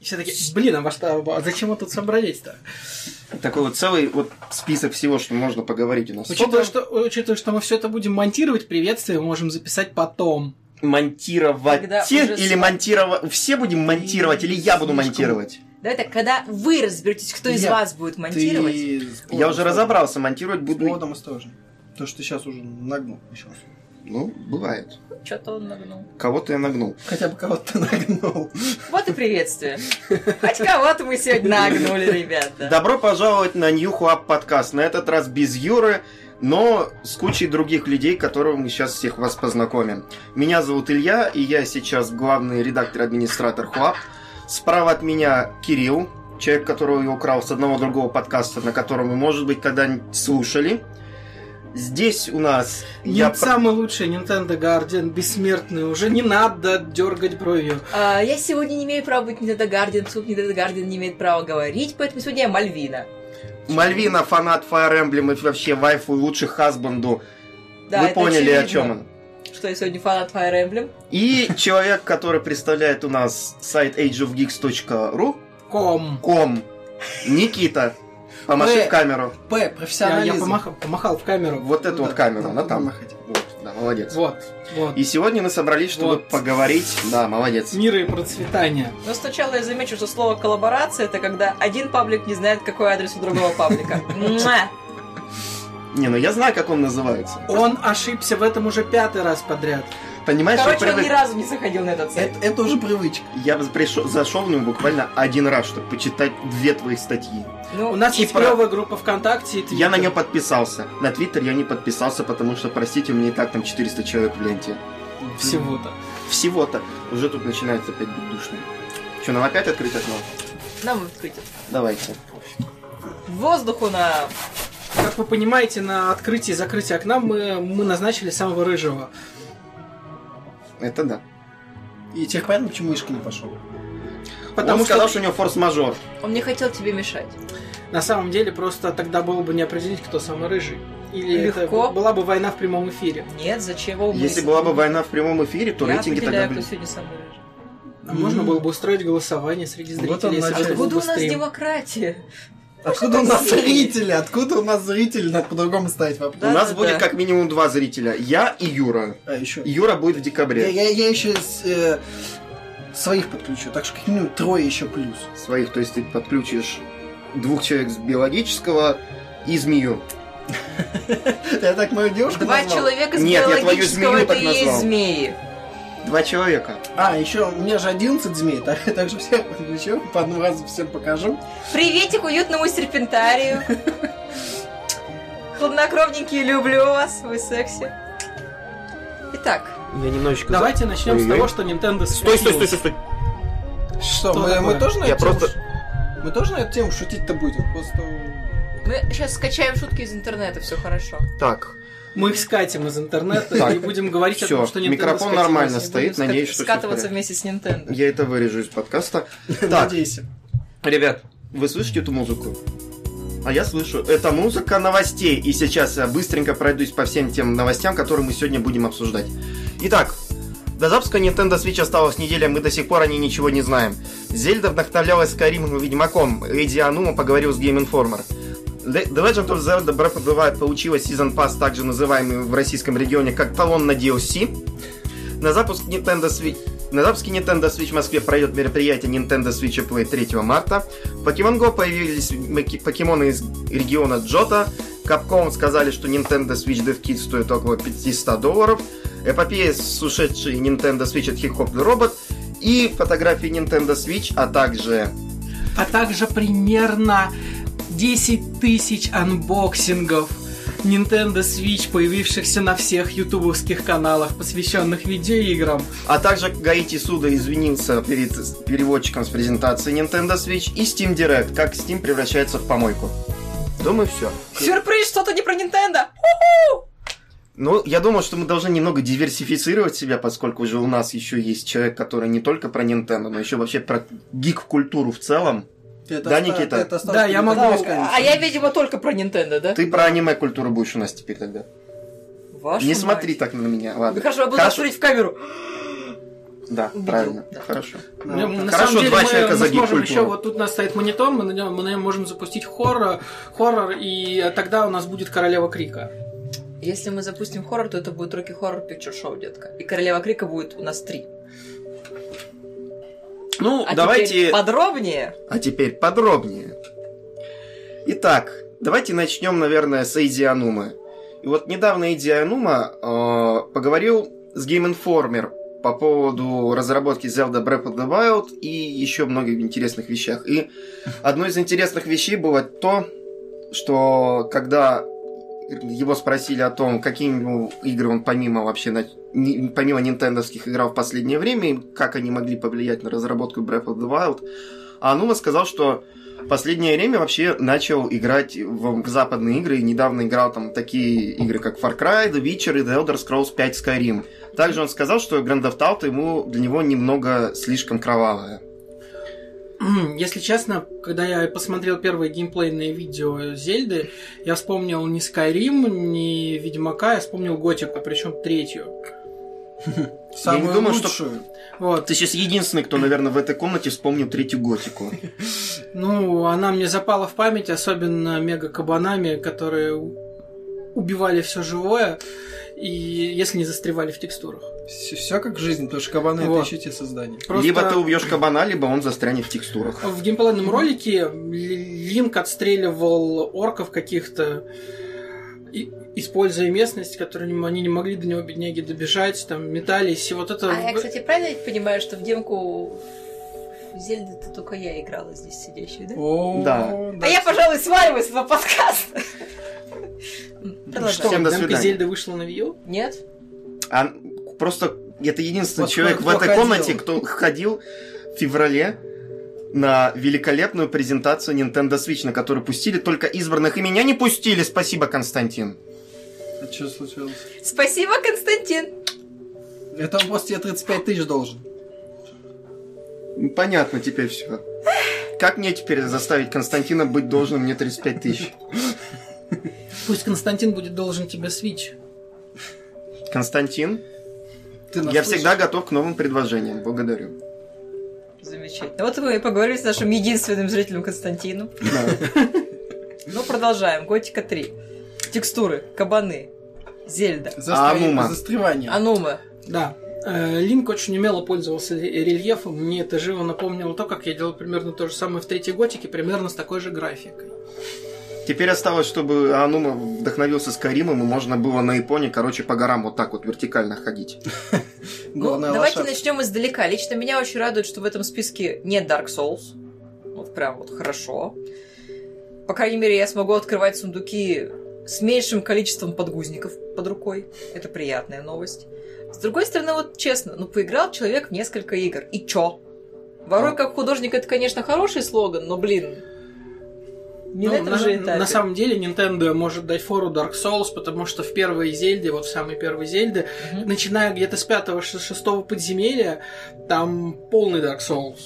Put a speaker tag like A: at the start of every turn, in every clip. A: И все такие, блин, а во что, а зачем мы тут собрались-то?
B: Такой вот целый вот список всего, что можно поговорить у нас.
A: Учитывая
B: Собран.
A: что, учитывая, что мы все это будем монтировать, приветствие мы можем записать потом.
B: Монтировать
C: Когда уже
B: или
C: сам-
B: монтировать... Все будем монтировать, или я буду
A: Слишком.
B: монтировать?
C: Давай так, когда вы разберетесь, кто из
D: Я.
C: вас будет монтировать.
B: Я уже разобрался, монтировать
D: С
B: буду...
D: голодом осторожно. То, что ты сейчас уже нагнул еще раз.
B: Ну, бывает.
C: Что-то он нагнул.
B: Кого-то я нагнул.
D: Хотя бы кого-то нагнул.
C: Вот и приветствие. Хоть кого-то мы сегодня нагнули, ребята.
B: Добро пожаловать на New Club подкаст. На этот раз без Юры, но с кучей других людей, которых мы сейчас всех вас познакомим. Меня зовут Илья, и я сейчас главный редактор-администратор Хуап. Справа от меня Кирилл, человек, которого я украл с одного другого подкаста, на котором вы, может быть, когда-нибудь слушали. Здесь у нас... я
A: Нет, самый лучший Nintendo Guardian, бессмертный, уже не надо дергать бровью.
C: А, я сегодня не имею права быть Nintendo Guardian, суп Nintendo Guardian не имеет права говорить, поэтому сегодня я Мальвина.
B: Мальвина, фанат Fire Emblem и вообще вайфу лучше хазбанду.
C: Да,
B: Вы
C: это
B: поняли, о
C: очевидно,
B: чем он.
C: Что я сегодня фанат Fire Emblem.
B: И человек, который представляет у нас сайт ageofgeeks.ru,
A: Ком.
B: ком, Никита. Помаши
D: Бэ.
B: в камеру.
D: П.
A: Я, я
D: Профессионализм.
A: помахал, помахал в камеру.
B: Вот эту
D: Ну
B: вот
D: да,
B: камеру,
D: надо
B: она там.
D: помахать.
B: Вот, да, молодец.
A: Вот, вот.
B: И сегодня мы собрались, чтобы
A: Вот.
B: поговорить. Да, молодец.
A: Мира и процветания.
C: Но сначала я замечу, что слово коллаборация это когда один паблик не знает, какой адрес у другого паблика. Муа!
B: Не, ну я знаю, как он называется.
A: Он ошибся в этом уже пятый раз подряд.
B: Понимаешь, я,
C: Короче, он
B: привык-
C: ни разу не заходил на этот сайт.
D: Это, это уже привычка.
B: я пришел- зашел в него буквально один раз, чтобы почитать две твои статьи.
A: У
C: Ну,
A: нас
B: и
A: есть
B: про-
A: клевая группа ВКонтакте. и
B: Я на
A: Твиттер.
B: нее подписался. На Твиттер я не подписался, потому что, простите, у меня и так там 400 человек в ленте.
A: Всего-то.
B: Всего-то. Уже тут начинается опять быть душно. Что, нам опять открыть окно?
C: нам открыть это.
B: Давайте.
C: Воздуху на...
A: Как вы понимаете, на открытии и закрытии окна мы, мы назначили самого рыжего.
B: Это да.
D: И теперь понятно, почему Мишка не пошел.
A: Потому
B: Он
A: что
B: сказал, что у него форс-мажор.
C: Он не хотел тебе мешать.
A: на самом деле просто тогда было бы не определить, кто самый рыжий. Или это
C: Легко.
A: была бы война в прямом эфире.
C: Нет, зачем его
B: Если была бы война в прямом эфире, то
C: Я
B: рейтинги
C: определяю,
B: тогда
C: кто
B: были.
C: сегодня самый рыжий.
A: А можно
D: М.
A: было бы устроить голосование среди
D: Вот
A: зрителей.
D: он
A: если
D: начал.
A: это было
C: Откуда у нас
A: быстрее.
C: демократия?
D: Откуда у нас
C: Спасибо.
D: зрители? Откуда у нас зрители? Надо по-другому ставить вопрос.
C: Да,
B: у нас
C: да,
B: будет
C: да.
B: как минимум два зрителя. Я и Юра.
D: А, еще.
B: Юра будет в
D: Я,
B: декабре.
D: я, еще своих подключу, так что как минимум трое еще плюс.
B: Своих, то есть ты подключишь двух человек с биологического и змею.
D: Я так мою девушку
C: Два
D: назвал.
C: человека с
B: Нет, я твою
C: биологического,
B: змею
C: это
B: так
C: и есть
B: назвал.
C: змеи.
B: Два человека.
D: А, еще у меня же 11 змей, так, так что всех подключу, по одному разу всем покажу.
C: Приветик уютному серпентарию. Хладнокровненькие, люблю вас, вы секси. Итак,
B: Я немножечко...
A: Давайте начнем с
B: Ой-ой.
A: того, что Nintendo
B: Стой, стой, стой,
A: скатилась.
B: стой, стой.
D: Что,
A: мы- мы тоже
B: на Я эту тему просто-
D: Мы тоже на эту тему шутить-то будем, просто...
C: мы сейчас скачаем шутки из интернета, все хорошо.
B: Так,
A: Мы их скатим из интернета
B: Так.
A: и будем говорить о
B: Всё,
A: том, что Nintendo
B: микрофон
A: скатилась.
B: нормально
A: И
B: стоит,
A: будем
B: надеюсь,
A: скат-
B: что всё в
C: Скатываться
B: порядке.
C: вместе с Nintendo.
B: я это вырежу из подкаста. Так,
D: Надеюсь.
B: ребят, вы слышите эту музыку? А я слышу. Это музыка новостей. И сейчас я быстренько пройдусь по всем тем новостям, которые мы сегодня будем обсуждать. Итак, до запуска Nintendo Switch осталась неделя, мы до сих пор о ней ничего не знаем. Зельда вдохновлялась Скайримом и Ведьмаком. Эдди Анума поговорил с Game Informer. The The Legend of Zelda Breath of the Wild получила Season Pass, также называемый в российском регионе как талон на DLC. На запуск Nintendo Switch на запуске Nintendo Switch в Москве пройдет мероприятие Nintendo Switch Play 3 марта. В Pokemon Go появились маки- покемоны из региона Джота. Capcom сказали, что Nintendo Switch Dev Kit стоит около 500 долларов. Эпопея с ушедшей Nintendo Switch от Hip Hop The Robot. И фотографии Nintendo Switch, а также...
A: а также примерно 10 тысяч анбоксингов Nintendo Switch, появившихся на всех ютубовских каналах, посвященных видеоиграм.
B: А также Гаити Суда извинился перед с- переводчиком с презентации Nintendo Switch и Steam Direct, как Steam превращается в помойку. Думаю, все.
C: Сюрприз, что-то не про Nintendo!
B: Ну, я думал, что мы должны немного диверсифицировать себя, поскольку же у нас еще есть человек, который не только про Nintendo, но еще вообще про гик-культуру в целом.
D: Это
B: Да,
D: оста-
B: Никита?
D: это осталось
A: Да, я
D: перед
A: могу-
D: тобой, конечно.
C: А я, видимо, только про Nintendo, да?
B: Ты про аниме-культуру будешь у нас теперь тогда.
C: Вашу
B: не
C: мать.
B: смотри так на меня,
C: Ну
B: ладно.
C: хорошо, я буду
B: Хорошо.
C: смотреть в камеру.
B: Да,
A: Видел,
B: правильно.
A: да.
B: Хорошо.
D: Ну,
A: Мы-
B: вот.
A: на
B: Хорошо,
A: самом деле
B: два
A: мы,
B: человека
A: мы
B: за
A: сможем
B: гик-культуру.
A: еще, вот тут у нас стоит монитор, мы на нем, мы на нем можем запустить хоррор, хоррор, и тогда у нас будет королева крика.
C: Если мы запустим хоррор, то это будет Rocky Horror Picture Show, детка. И Королева Крика будет у нас три.
B: Ну,
C: А
B: давайте...
C: теперь подробнее.
B: А теперь подробнее. Итак, давайте начнем, наверное, с Эйди Анумы. И вот недавно Эйди Анума э, поговорил с Game Informer по поводу разработки Zelda Breath of the Wild и еще многих интересных вещах. И одной из интересных вещей было то, что когда его спросили о том, какие ну, игры он помимо вообще на- ни- помимо нинтендовских играл в последнее время, и как они могли повлиять на разработку Breath of the Wild, а Анума сказал, что в последнее время вообще начал играть в в западные игры, и недавно играл там такие игры, как Far Cry, The Witcher и The Elder Scrolls 5 Skyrim. Также он сказал, что Grand Theft Auto ему для него немного слишком кровавая.
A: М, Если честно, когда я посмотрел первое геймплейное видео Зельды, я вспомнил не Skyrim, не Ведьмака, я вспомнил Готику, причем третью.
D: Самую
B: думаю, что-
D: лучшую.
A: Вот.
B: Ты сейчас единственный, кто, наверное, в этой комнате вспомнил третью готику.
A: Ну, она мне запала в память, особенно мега-кабанами, которые у- убивали все живое, и если не застревали в текстурах.
D: Все, как жизнь, потому что кабаны
A: Вот.
D: это еще те создания.
A: Просто-
B: Либо ты убьешь кабана, либо он застрянет в текстурах.
A: В геймплейном ролике Линк отстреливал орков каких-то, и- используя местность, которую не м- они не могли до него, бедняги, добежать, там, метались, и вот это...
C: А я, кстати, правильно ведь понимаю, что в демку в Зельды-то только я играла здесь сидящей, да?
D: О,
B: Да.
C: А я, пожалуй, сваливаюсь с этого подкаста. Продолжай.
A: Что,
B: Всем до
A: демка
B: свидания.
A: Зельда вышла на Wii U?
C: Нет?
B: А просто это единственный
D: Вот
B: человек
D: кто-
B: в
D: кто
B: этой
D: ходил?
B: комнате, кто ходил в феврале на великолепную презентацию Nintendo Switch, на которую пустили только избранных. И меня не пустили. Спасибо, Константин.
D: А что случилось?
C: Спасибо, Константин.
D: Это он просто тебе 35 тысяч должен.
B: Понятно теперь все. Как мне теперь заставить Константина быть должным мне 35 тысяч?
A: Пусть Константин будет должен тебе Switch.
B: Константин,
D: Ты нас
B: я
D: слышишь?
B: всегда готов к новым предложениям. Благодарю.
C: Замечательно. Вот мы и поговорили с нашим единственным зрителем Константином.
B: Да.
C: Ну, продолжаем. Готика 3. Текстуры, кабаны, Зельда,
D: Застря-
B: Анума.
D: Застревание.
C: Анума.
A: Да. Э, Линк очень умело пользовался ре- рельефом, мне это живо напомнило то, как я делал примерно то же самое в третьей готике, примерно с такой же графикой.
B: Теперь осталось, чтобы Анума вдохновился Скайримом, и можно было на Японии, короче, по горам вот так вот вертикально ходить.
C: Ну,
D: Главная
C: давайте
D: лошадка.
C: начнем издалека. Лично меня очень радует, что в этом списке нет Dark Souls. Вот прям вот хорошо. По крайней мере, я смогу открывать сундуки с меньшим количеством подгузников под рукой. Это приятная новость. С другой стороны, вот честно, ну поиграл человек в несколько игр. И чё? Воруй как художник это, конечно, хороший слоган, но, блин, не
A: Ну,
C: на этом
A: на,
C: же этапе.
A: на самом деле Nintendo может дать фору Dark Souls, потому что в первой Зельде, вот в самой первой Зельде,
C: Мгм.
A: начиная где-то с пятого, ш- шестого подземелья, там полный Dark Souls.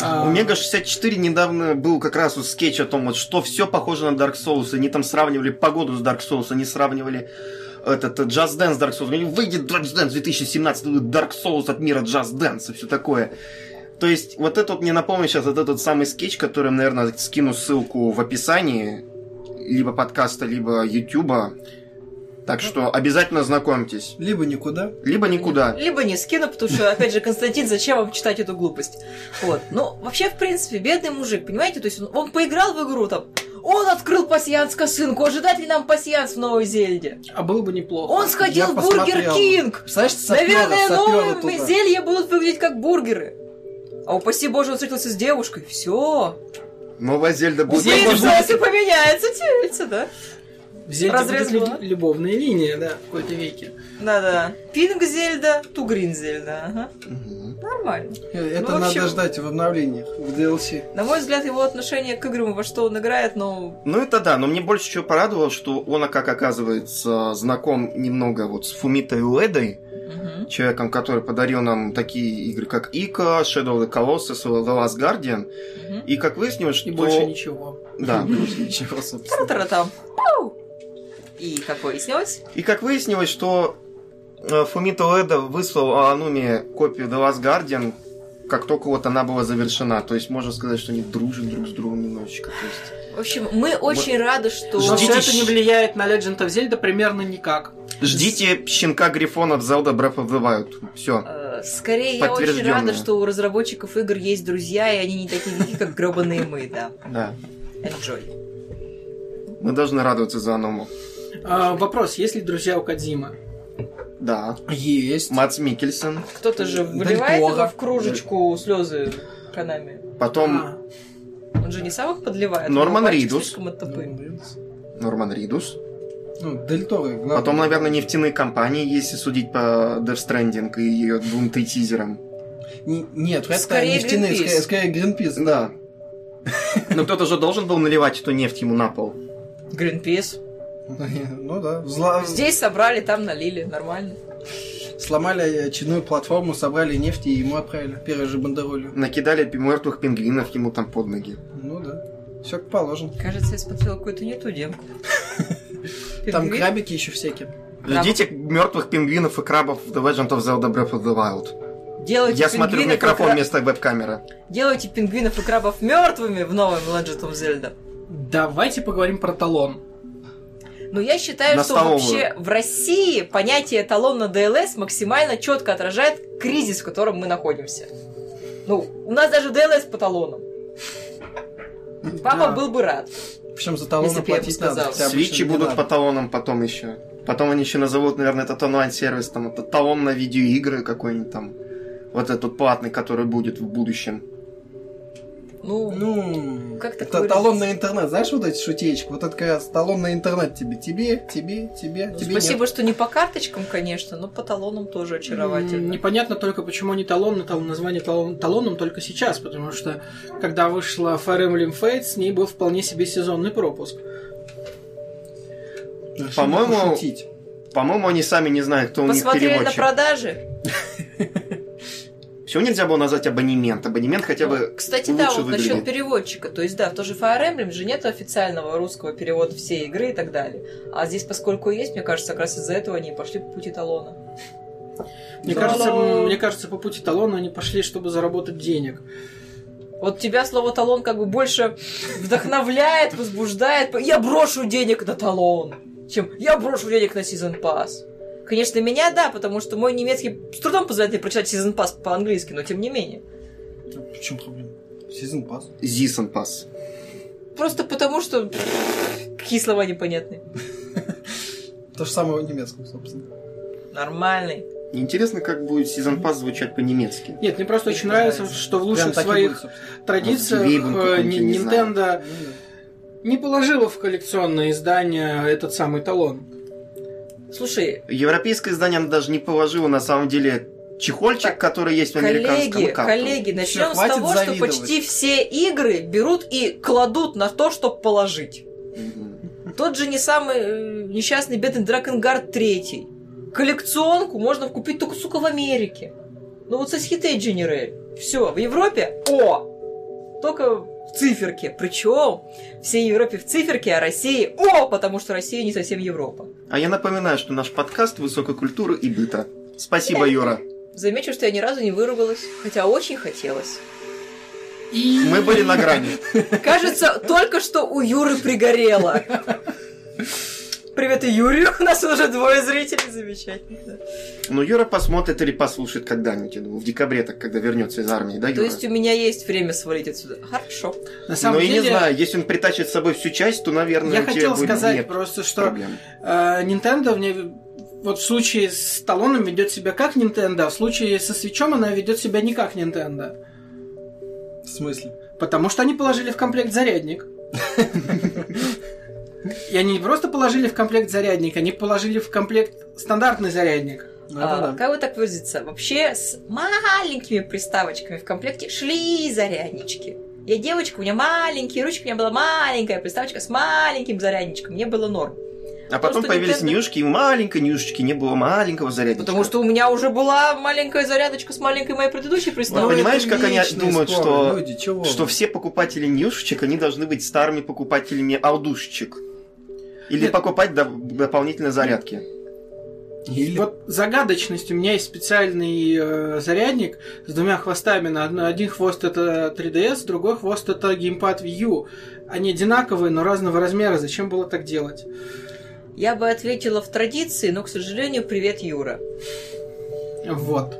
A: А,
B: У Мега 64 недавно был как раз вот скетч о том, вот, что все похоже на Dark Souls. Они там сравнивали погоду с Dark Souls, они сравнивали этот э, Just Dance с Dark Souls. Они, Выйдет Just Dance 2017, будет Dark Souls от мира Just Dance и все такое. То есть, вот этот мне напомнит сейчас вот этот самый скетч, который, наверное, скину ссылку в описании либо подкаста, либо Ютуба. Так что обязательно знакомьтесь.
D: Либо никуда.
B: Либо никуда.
C: Либо не скину, потому что, опять же, Константин, зачем вам читать эту глупость? Вот. Ну, вообще, в принципе, бедный мужик, понимаете? То есть он, он поиграл в игру там, он открыл пассианс косынку, ожидать ли нам пассианс в Новой Зельде?
A: а было бы неплохо.
C: Он сходил
D: Я
C: в Бургер
D: посмотрел.
C: Кинг!
D: Представляешь, сапёра,
C: Наверное,
D: сапёра
C: новые
D: туда.
C: зелья будут выглядеть как бургеры. А упаси боже, он встретился с девушкой. Все.
B: Новая Зельда будет.
A: Зельда
C: Увидишь,
A: будет-
C: если поменяется тельце, да?
A: В Зельде
C: Разрез
A: будет
C: была?
A: лю- любовная линия, да, в какой-то веке.
C: Да-да. Пинг Зельда, Тугрин Зельда. Ага.
B: Мгм.
C: Нормально.
D: Э, Это
C: Ну, в
D: надо
C: общем-
D: ждать в обновлениях, в DLC.
C: На мой взгляд, его отношение к играм и во что он играет, ну,
B: Ну это да, но мне больше чего порадовало, что он, а как оказывается, знаком немного вот с Фумитой Уэдой,
C: мгм.
B: человеком, который подарил нам такие игры, как Ика, Shadow of the Colossus, The Last Guardian.
C: Мгм.
B: И как выяснилось,
A: И
B: что...
A: больше ничего.
B: Да.
D: Ничего, собственно.
C: Тра-тара-там. И, как выяснилось,
B: И как выяснилось, что э, Фумито Уэда выслал Ануме копию The Last Guardian, как только вот она была завершена. То есть можно сказать, что они дружат друг с другом немножечко. То есть...
C: В общем, мы очень рады, что...
A: Но все
B: Ждите
A: это
B: щ-
A: не влияет на Legend of Zelda примерно никак.
B: Ждите щенка Грифона в Zelda Breath of the Wild. Все.
C: Э, Скорее, я очень
B: Подтверждённое.
C: рада, что у разработчиков игр есть друзья, и они не такие велики, как гребаные мы, да.
B: Да.
C: Enjoy.
B: Мы должны радоваться за Аному.
A: А, вопрос, есть ли друзья у Кадзимы?
B: Да.
D: Есть.
B: Мац Микельсон.
C: Кто-то же
D: Дель
C: выливает
D: Торо.
C: его в кружечку слезы Канами.
B: Потом
A: А,
C: Он же не сам их подливает.
B: Норман
C: но мальчик
B: Ридус.
C: слишком это тупой.
B: Норман Ридус.
D: Ну, Дель Торо, Ну, главное.
B: Потом, наверное, нефтяные компании, если судить по Death Stranding и ее двум тизерам.
D: Н- Нет, это
C: Скорее
D: нефтяные,
C: Greenpeace.
D: скорее- скорее Гринпис.
B: Да. Но кто-то же должен был наливать эту нефть ему на пол.
C: Гринпис.
D: Ну да. Взла-
C: Здесь собрали, там налили. Нормально.
D: Сломали очередную платформу, собрали нефть и ему отправили. Первой же бандеролью.
B: Накидали пи- мертвых пингвинов ему там под ноги.
D: Ну да. Все как положено.
C: Кажется, я смотрела какую-то не ту демку.
D: Там
C: Пингвин?
D: крабики еще всякие.
C: Крабов.
B: Ждите мертвых пингвинов и крабов в The Legend of Zelda Breath of the Wild.
C: Делайте
B: Я смотрю в
C: пингвинов и
B: микрофон
C: кра-
B: вместо веб-камеры.
C: Делайте пингвинов и крабов мертвыми в новом Legend of Zelda.
A: Давайте поговорим про талон.
C: Но я считаю,
B: На
C: что
B: столовую.
C: вообще в России понятие эталон на ДЛС максимально четко отражает кризис, в котором мы находимся. Ну, у нас даже ДЛС по талонам. Папа
A: Да.
C: был бы рад.
D: Причем за талоны
C: Если бы я
D: платить
C: бы
D: надо.
C: сказала.
D: хотя обычно
B: Свитчи
D: не
B: будут
D: надо.
B: по талонам потом еще. Потом они еще назовут, наверное, этот онлайн-сервис, там, это талон на видеоигры какой-нибудь там. Вот этот платный, который будет в будущем.
C: Ну,
D: Ну,
C: Как так
D: та-
C: выразиться?
D: талон на интернет. Знаешь, вот эти шутеечки? Вот это как раз талон на интернет тебе. Тебе, тебе, тебе,
C: ну,
D: тебе
C: спасибо,
D: нет.
C: что не по карточкам, конечно, но по талонам тоже
A: М,
C: очаровательно.
A: Непонятно только, почему не талон, но талон, название талон, талоном только сейчас, потому что, когда вышла Fire Emblem Fates, с ней был вполне себе сезонный пропуск.
D: Решили
B: По-моему,
D: пошутить.
B: По-моему, они сами не знают, кто у них
C: Посмотрели на
B: переводчик.
C: продажи.
B: Все нельзя было назвать абонемент. Абонемент хотя бы...
C: Ну, Кстати, да,
B: лучше
C: вот насчет
B: выглядит.
C: переводчика. То есть, да, в же Fire Emblem же нет официального русского перевода всей игры и так далее. А здесь, поскольку есть, мне кажется, как раз из-за этого они и пошли по пути талона.
A: Мне
C: Да.
A: кажется,
C: Талон.
A: м, мне кажется, по пути талона они пошли, чтобы заработать денег.
C: Вот тебя слово талон как бы больше вдохновляет, возбуждает. Я брошу денег на талон, чем я брошу денег на сезон пас. Конечно, меня да, потому что мой немецкий с трудом позволяет мне прочитать сезон пас по-английски, но тем не менее.
D: В чем проблема? Сезон пас.
B: Зисон пас.
C: Просто потому что пф, какие слова непонятные.
D: То же самое в немецком, собственно.
C: Нормальный.
B: Интересно, как будет сезон пас звучать по-немецки.
A: Нет, мне просто
C: Мне
A: очень
C: не
A: нравится,
C: нравится.
A: что в
D: Прям
A: лучших
D: так и
A: своих
D: будет, собственно.
A: традициях
B: Вейбом
A: э,
B: каком-то, не
A: Ни-
B: знаю.
A: Nintendo
D: Ну да.
A: не положила в коллекционное издание этот самый талон.
C: Слушай,
B: Европейское издание она даже не положила, на самом деле, чехольчик,
C: Так,
B: который есть в американском
C: коллеги,
B: и карту.
C: коллеги, начнем с
D: хватит
C: того, что
D: завидовать.
C: почти все игры берут и кладут на то, чтобы положить.
B: Мгм.
C: Тот же не самый э, несчастный бедный Дракенгард третий. Коллекционку можно купить только, сука, в Америке. Ну вот со Схитей Дженерель. Все, в Европе О! Только в циферке. Причем всей Европе в циферке, а России О! Потому что Россия не совсем Европа.
B: А я напоминаю, что наш подкаст «Высокая культура и быта». Спасибо, Юра.
C: Замечу, что я ни разу не выругалась, хотя очень хотелось.
A: И
B: Мы были на грани.
C: Кажется, только что у Юры пригорело. Привет и Юрию, у нас уже двое зрителей, замечательно. да.
B: Но Ну, Юра посмотрит или послушает когда-нибудь, я думаю, в декабре, так, когда вернется из армии, да,
C: То
B: Юра?
C: есть у меня есть время свалить отсюда. Хорошо.
A: на самом
B: Ну, я
A: деле,
B: не знаю, если он притащит с собой всю часть, то, наверное,
A: я
B: у тебя
A: хотел
B: будет-
A: сказать
B: нет
A: просто, что
B: проблем.
A: э, Nintendo в ней- вот в случае с талоном ведет себя как Nintendo, а в случае со свечом она ведет себя не как Nintendo.
D: В смысле?
A: Потому что они положили в комплект зарядник. И они не просто положили в комплект зарядник, они положили в комплект стандартный зарядник.
D: Ну,
C: А,
D: это да.
C: Как бы так выразиться? Вообще с маленькими приставочками в комплекте шли заряднички. Я девочка, у меня маленькие ручки, у меня была маленькая приставочка с маленьким зарядничком. Мне было норм.
B: А потом
C: что
B: появились
C: Nintendo-
B: нюшки, и маленькой нюшечки не было маленького зарядничка.
C: Потому что у меня уже была маленькая зарядочка с маленькой моей предыдущей
B: Ну,
C: приставочкой.
B: понимаешь,
D: это
B: как они
D: вечные
B: думают,
D: споры,
B: что-
D: Люди, чего?
B: что
D: вы?
B: все покупатели нюшечек, они должны быть старыми покупателями алдушечек. Или
A: Нет.
B: покупать до- дополнительные зарядки.
D: Или...
A: Вот загадочность. У меня есть специальный э, зарядник с двумя хвостами. На одно- один хвост это 3DS, другой хвост это геймпад Wii U. Они одинаковые, но разного размера. Зачем было так делать?
C: Я бы ответила в традиции, но, к сожалению, привет, Юра.
A: Вот.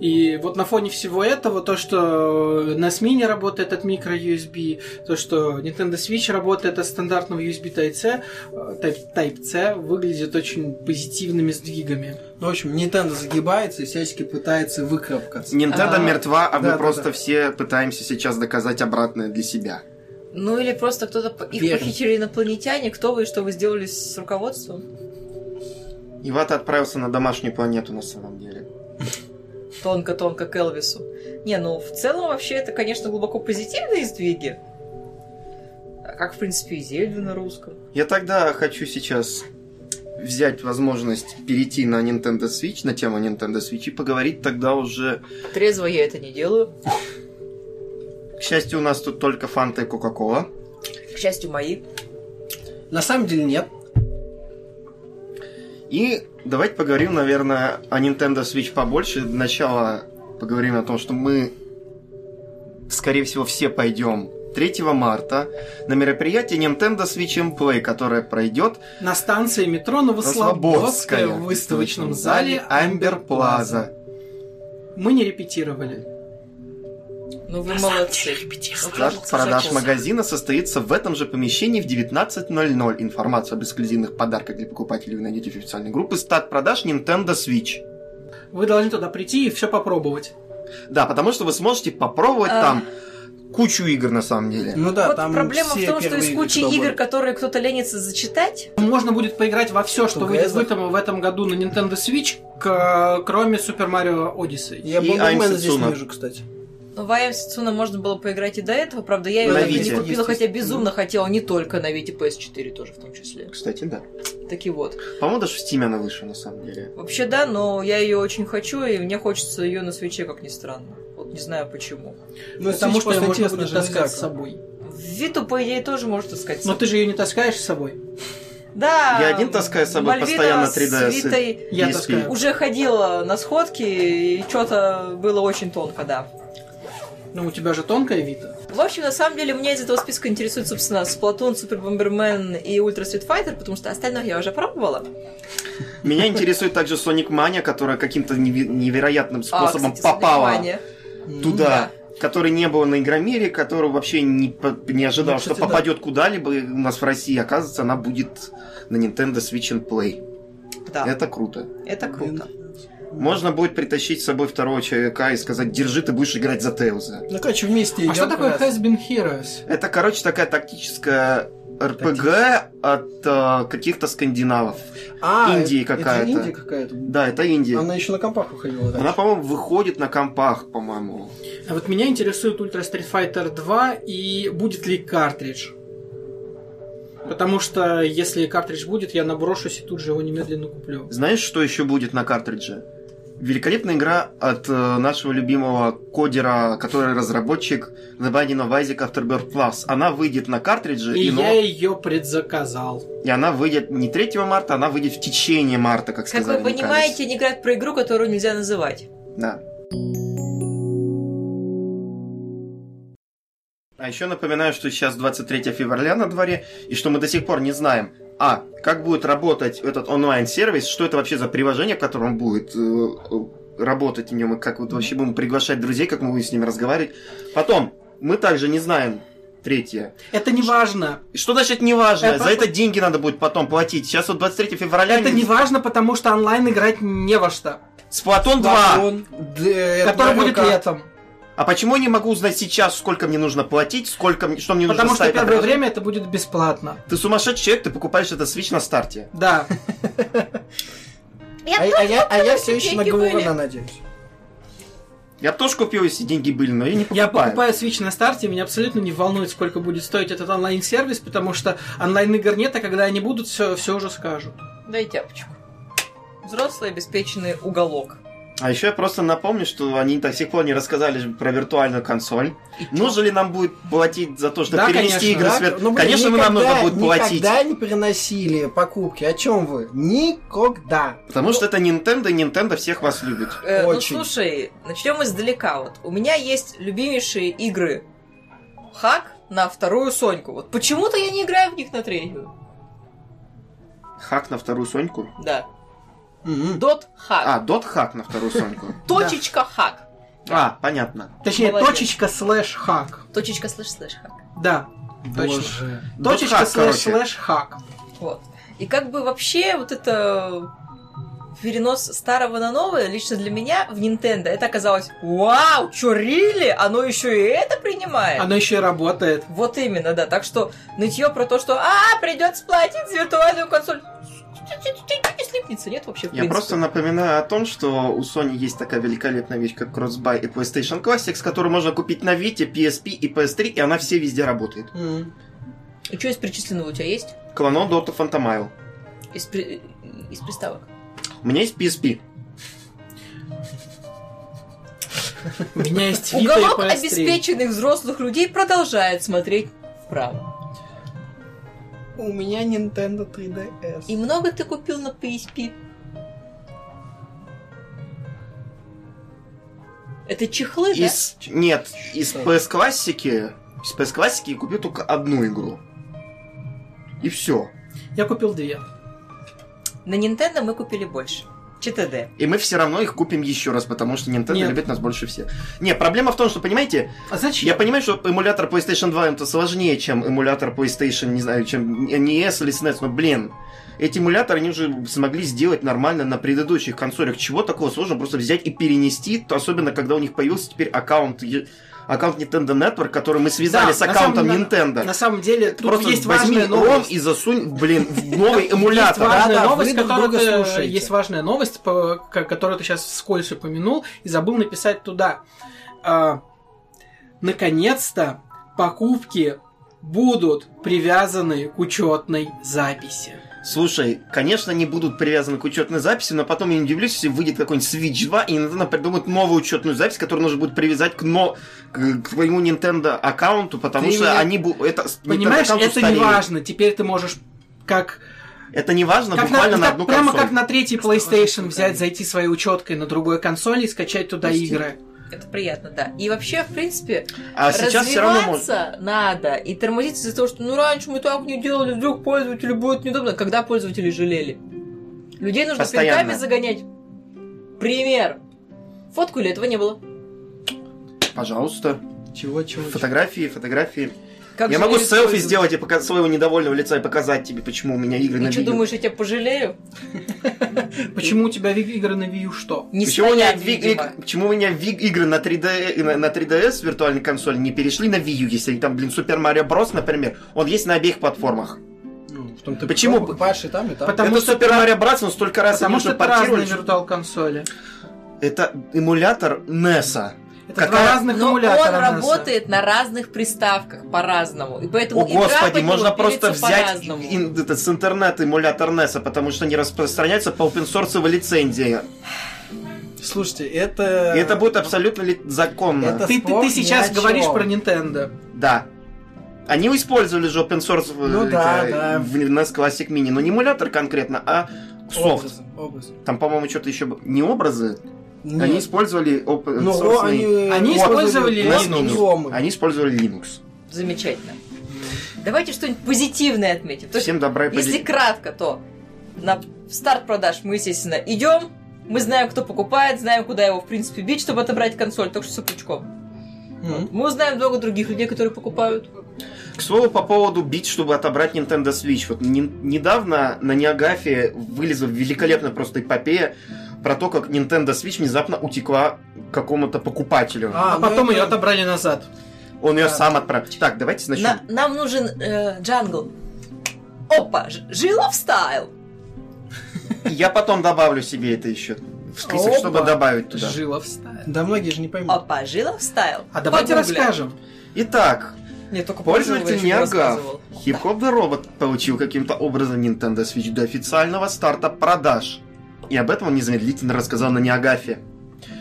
A: И вот на фоне всего этого, то, что на СМИ не работает от микро-USB, то, что Nintendo Switch работает от стандартного USB Type-C, э, Type- Type-C выглядит очень позитивными сдвигами.
D: Ну, в общем, Nintendo загибается и всячески пытается выкарабкаться.
B: Nintendo
C: А,
B: мертва, а мы
D: да-да-да.
B: просто все пытаемся сейчас доказать обратное для себя.
C: Ну или просто кто-то по- их
D: Верно.
C: похитили инопланетяне. Кто вы и что вы сделали с руководством?
B: Ивата отправился на домашнюю планету на самом деле.
C: Тонко-тонко к Элвису. Не, ну в целом вообще это, конечно, глубоко позитивные сдвиги. А Как, в принципе, и Зельда на русском.
B: Я тогда хочу сейчас взять возможность перейти на Nintendo Switch, на тему Nintendo Switch и поговорить тогда уже...
C: Трезво я это не делаю.
B: К счастью, у нас тут только Фанта и Кока-Кола.
C: К счастью, мои.
D: На самом деле нет.
B: И давайте поговорим, наверное, о Nintendo Switch побольше. Для начала поговорим о том, что мы, скорее всего, все пойдем 3 марта на мероприятие Nintendo Switch and Play, которое пройдет
A: На станции метро Новослободская в выставочном зале Амбер Плаза. Мы не репетировали.
C: Ну вы молодцы. Ну,
B: Старт
C: кажется,
B: продаж
C: закончился.
B: магазина состоится в этом же помещении в 19.00. Информацию об эксклюзивных подарках для покупателей вы найдете в официальной группе «Старт продаж Nintendo Switch».
A: Вы должны туда прийти и все попробовать.
B: Да, потому что вы сможете попробовать
C: А.
B: там кучу игр на самом деле.
D: Ну да,
C: вот
D: там
C: проблема в
D: все
C: том, что
D: первые
C: из кучи
D: кто
C: игр,
D: был.
C: которые кто-то ленится зачитать,
A: Можно будет поиграть во все, что
D: Что,
A: выйдет в
D: грязно?
A: этом, в этом году на Nintendo Switch, к- кроме Super Mario Odyssey.
D: Я
B: И
D: Bomberman
B: Айнс
D: здесь
B: Сацуна.
D: не вижу, кстати.
C: ну, в IM Сицуна можно было поиграть и до этого, правда, я ее
B: На
C: так и не
B: Вите.
C: купила, хотя
D: Естественно.
C: безумно хотела не только на Вите PS4 тоже в том числе.
B: Кстати, да.
C: Таки вот.
B: По-моему, даже в Steam она выше, на самом деле.
C: Вообще, да, но я ее очень хочу, и мне хочется ее на свече, как ни странно. Вот не знаю почему.
D: Ну,
A: потому
D: Switch
A: что ее
D: просто
A: можно
D: тесно
A: будет
D: же
A: таскать
D: нельзя.
A: с собой.
C: Виту, по идее, тоже может таскать.
A: Но ты же ее не таскаешь с собой.
C: Да.
B: Ну, Я один таскаю с собой
C: Мальвина
B: постоянно
C: с
B: 3DS.
C: Витой
A: Я
B: PSP.
A: таскаю.
C: уже ходила на сходки, и что-то было очень тонко, да.
A: Ну, у тебя же тонкая Вита.
C: В общем, на самом деле, меня из этого списка интересует, собственно, Сплатун, Супер Бомбермен и Ультра Свит Файтер, потому что остальное я уже пробовала.
B: Меня интересует также Sonic Mania, которая каким-то неве- невероятным
C: А,
B: способом
C: кстати,
B: попала
C: Соник Мания.
D: Ну
B: туда. Который не было на Игромире, который вообще не, по- не ожидал,
D: Ну, кстати,
B: что попадет куда-либо у нас в России. Оказывается, она будет на Nintendo Switch and Play.
C: Да, это,
B: Это круто.
C: круто.
B: Можно будет притащить с собой второго человека и сказать, держи, ты будешь играть за Тейлза.
D: Ну, короче, вместе идем.
A: А что такое Has Been Heroes?
B: Это, короче, такая тактическая РПГ
D: Тактическая.
B: от э, каких-то скандинавов.
D: А,
B: Индии
D: это-
B: какая-то.
D: Это Индия какая-то.
B: Да, это Индия.
D: Она еще на компах выходила, да?
B: Она, по-моему, выходит на компах, по-моему.
A: А вот меня интересует Ultra Street Fighter 2 и будет ли картридж. Потому что если картридж будет, я наброшусь и тут же его немедленно куплю.
B: Знаешь, что еще будет на картридже? Великолепная игра от э, нашего любимого кодера, который разработчик The Binding of Isaac Afterbirth Plus. Она выйдет на картридже,
A: И
B: и, но-
A: я ее предзаказал.
B: и она выйдет не 3 марта, она выйдет в течение марта, как
C: Как
B: сказали.
C: вы
B: Николас.
C: понимаете, они играют про игру, которую нельзя называть.
B: Да. А еще напоминаю, что сейчас 23 февраля на дворе, и что мы до сих пор не знаем, а, как будет работать этот онлайн-сервис, что это вообще за приложение, в котором будет э, э, работать в нем, и как вот вообще будем приглашать друзей, как мы будем с ними разговаривать. Потом, мы также не знаем, третье.
A: Это не важно.
B: И Что значит неважно?
A: Это-
B: За это деньги надо будет потом платить. Сейчас вот 23 февраля...
A: Э, Это не важно, потому что онлайн играть не во что.
B: Сплатон 2!
D: Платон, да, э, это
A: Который
D: Марио
A: будет
D: Карт.
A: летом.
B: А почему я не могу узнать сейчас, сколько мне нужно платить, сколько мне- что мне нужно
A: Потому что
B: ставить на
A: первое
B: приложение?
A: время это будет бесплатно.
B: Ты сумасшедший человек, ты покупаешь этот Switch на старте.
A: Да.
D: А, а я, а я все еще на
C: Деньги были.
D: Говорона надеюсь.
B: Я б тоже купил, если деньги были, но я не покупаю.
A: Я покупаю Switch на старте, и меня абсолютно не волнует, сколько будет стоить этот онлайн-сервис, потому что онлайн-игр нет, а когда они будут, все, все уже скажут.
C: Дай тяпочку. Взрослый обеспеченный уголок.
B: А еще я просто напомню, что они до сих пор не рассказали про виртуальную консоль. Нужно ли нам будет платить за то, что
A: Да,
B: перенести
A: конечно.
B: игры в
D: Да,
B: свет?
D: ну, блин,
B: конечно, нам
D: никогда-
B: нужно будет платить.
D: Никогда не переносили покупки. О чем вы? Никогда.
B: Потому что это Nintendo, и Nintendo всех вас любит.
C: Э, ну
D: Очень.
C: слушай, начнем издалека. Вот у меня есть любимейшие игры Хак на вторую Соньку. Вот почему-то я не играю в них на третью.
B: Хак на вторую Соньку.
C: Да.
D: Мгм.
C: Дот Хак.
B: А, дот хак на вторую Соньку.
C: Точечка Хак.
B: А, понятно.
A: Точнее,
C: Молодец.
A: точечка слэш хак.
C: Точечка слышь слышь Хак.
A: Да. Точно.
D: Боже.
A: Точечка
B: Дот-хак,
A: слэш
B: короче.
A: слэш хак.
C: Вот. И как бы вообще вот это перенос старого на новое лично для меня в Nintendo это оказалось вау, чё, рили? Оно еще и это принимает?
A: Оно еще и работает.
C: Вот именно, да. Так что нытье про то, что а, придется платить за виртуальную консоль. Не слипнется, нет вообще, в
B: Я
C: принципе.
B: просто напоминаю о том, что у Sony есть такая великолепная вещь, как Crossbuy и PlayStation Classics, которую можно купить на Vita, PSP и PS3, и она все везде работает.
D: Мгм.
C: И что из перечисленного у тебя есть?
B: Клонон Dota Фантомайл.
C: Из, при- из приставок.
B: У меня есть PSP.
A: У меня есть Vita и
C: Уголок
A: PS3.
C: обеспеченных взрослых людей продолжает смотреть вправо.
D: У меня Nintendo 3DS.
C: И много ты купил на PSP? Это чехлы, да?
B: Из... Нет, из
D: Что?
B: PS классики. Из PS классики я купил только одну игру. И все.
A: Я купил две.
C: На Nintendo мы купили больше. ЧТД.
B: И мы все равно их купим еще раз, потому что Nintendo
A: Нет.
B: любит нас больше всех. Не, проблема в том, что, понимаете,
A: А зачем?
B: я понимаю, что эмулятор PlayStation 2 это сложнее, чем эмулятор PlayStation, не знаю, чем NES или SNES, но, блин, эти эмуляторы они уже смогли сделать нормально на предыдущих консолях. Чего такого сложного просто взять и перенести, то особенно когда у них появился теперь аккаунт, е- аккаунт Nintendo Network, который мы связали
A: Да,
B: с
A: на
B: аккаунтом
A: самом-
B: Nintendo.
A: На самом деле, тут
B: Просто
A: есть
B: возьми
A: важная
B: ROM
A: новость.
B: и засунь, блин, в новый
A: Есть
B: эмулятор. а?
A: важная
D: Да-да,
A: новость,
D: вы друг
A: которую
D: друга
A: ты-
D: слушаете.
A: есть важная новость, по- ко- которую ты сейчас вскользь упомянул и забыл написать туда. А, наконец-то покупки будут привязаны к учетной записи.
B: Слушай, конечно, не будут привязаны к учетной записи, но потом я не удивлюсь, если выйдет какой-нибудь Switch 2, и Nintendo придумает новую учетную запись, которую нужно будет привязать к, но... к к твоему Nintendo аккаунту, потому
D: Ты
B: что
D: меня-
B: они будут... Это... с-
A: Понимаешь,
B: Nintendo аккаунт
A: это не
B: устареет.
A: важно. Теперь ты можешь как,
B: Это не важно,
A: как
B: Ну, буквально на,
A: как-
B: одну
A: прямо
B: консоль.
A: как на третий PlayStation взять, зайти своей учеткой на другой консоли и скачать туда
B: Прости.
A: игры.
C: Это приятно, да. И вообще, в принципе,
B: А сейчас все равно можно...
C: развиваться надо и тормозиться из-за того, что ну раньше мы так не делали, вдруг пользователю будет неудобно. Когда пользователи жалели? Людей нужно
B: Постоянно.
C: пинками загонять. Пример. Фотку или этого не было?
B: Пожалуйста.
D: Чего, чего, чего?
B: Фотографии, фотографии.
C: Как
B: я
C: жалели
B: могу селфи
C: пользователя?
B: сделать и пока... своего недовольного лица и показать тебе, почему у меня игры на
C: И что,
B: видео.
C: думаешь, я тебя пожалею?
A: Почему у тебя ви- игры на Wii U что?
C: Не
B: Почему у, меня
C: стоят,
B: ви-
C: видимо.
B: иг- почему у меня ви- игры на, 3D, и на, на 3DS виртуальной консоли не перешли на Wii U, если там, блин, Super Mario Bros, например, он есть на обеих платформах.
D: Ну, в том-то и
B: Почему
D: прикол,
B: бы-
D: покупаешь и там, и там.
A: Потому
B: это
A: что
B: Super Mario Bros, он столько раз
A: Потому
B: нужно
A: что это разные
B: портировать.
A: виртуал-консоли.
B: Это эмулятор E NES.
A: Это
B: Какая-
A: два разных
D: Ну,
C: Но он
A: эмулятора. Наса.
C: работает на разных приставках по-разному. И поэтому
B: О,
C: игра по
B: господи,
C: нему
B: можно просто
C: пилится
B: взять
C: по-разному.
B: ин- этот, с интернета эмулятор NES, потому что не распространяется по опенсорсовой лицензии.
D: Слушайте, это...
B: И это будет абсолютно ли- законно.
D: Это-
A: Ты, ты- ты
D: Спорт
A: сейчас
D: ни о
A: говоришь
D: чем.
A: про Nintendo.
B: Да. Они использовали же open source в,
D: Ну да,
B: это,
D: да.
B: в NES Classic Mini, но не эмулятор конкретно, а софт.
D: Образы, образы.
B: Там, по-моему, что-то еще б- не образы.
D: Нет.
B: Они использовали open
D: Ну,
B: source.
D: они...
A: Они использовали
D: у нас
A: Linux.
D: идиомы.
B: Они использовали Linux.
C: Замечательно. Давайте что-нибудь позитивное отметим. То есть
B: Всем добра и
C: Если
B: пози-
C: кратко, то на старт продаж мы, естественно, идем. Мы знаем, кто покупает, знаем, куда его, в принципе, бить, чтобы отобрать консоль, только что с пучком.
D: Мгм.
C: Мы узнаем много других людей, которые покупают.
B: К слову, по поводу бить, чтобы отобрать Nintendo Switch. Вот не- недавно на Неогафе вылезла великолепная просто эпопея про то, как Nintendo Switch внезапно утекла к какому-то покупателю.
A: А,
D: ну
A: потом
D: это-
A: ее отобрали назад.
B: Он ее
D: да.
B: сам отправил. Так, давайте начнем.
C: На- нам нужен э, джангл. Опа, ж- Жилов стайл.
B: Я потом добавлю себе это еще в список,
D: Опа.
B: чтобы добавить туда.
A: Жила встает.
D: Да многие же не поймут.
C: Опа, Жилов стайл.
D: Ну,
A: А давайте
C: Погугли.
A: расскажем.
B: Итак,
C: Нет, только
B: Пользователь
C: Пожилова
B: не
C: ещё
B: агав.
C: рассказывал.
B: Хип-хоп The Robot получил каким-то образом Nintendo Switch до официального старта продаж. И об этом он незамедлительно рассказал на Неагафе.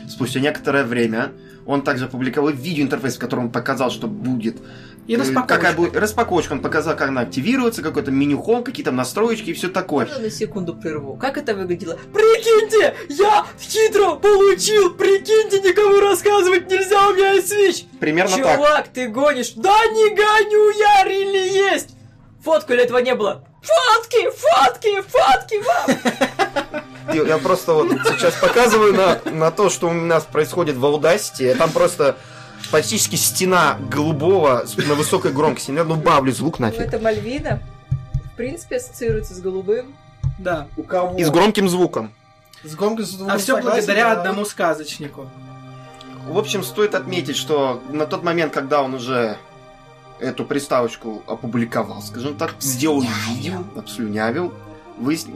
B: Спустя некоторое время он также опубликовал видеоинтерфейс, в котором он показал, что будет.
A: И
B: э, Какая
A: распаковка.
B: будет распаковочка. Он показал, как она активируется, какой-то менюхом, какие там настроечки и все такое.
C: Можно на секунду прерву? Как это выглядело? Прикиньте, я хитро получил! Прикиньте, никому рассказывать нельзя, у меня есть свич!
B: Примерно так.
C: Чувак, ты гонишь! Да не гоню я, рели есть! Фотку или этого не было? Фотки, фотки, фотки!
B: Я, я просто вот сейчас показываю на, на то, что у нас происходит в Audacity. Там просто практически стена голубого с- на высокой громкости. Ну, бавлю звук нафиг.
C: Это Мальвина, в принципе, ассоциируется с голубым.
A: Да.
D: У кого?
B: И с громким звуком.
D: С громкой звука
A: А все
D: Ну, согласен,
A: благодаря
D: да.
A: одному сказочнику.
B: В общем, стоит отметить, что на тот момент, когда он уже эту приставочку опубликовал, скажем так, сделал видео, обслюнявил, выяс-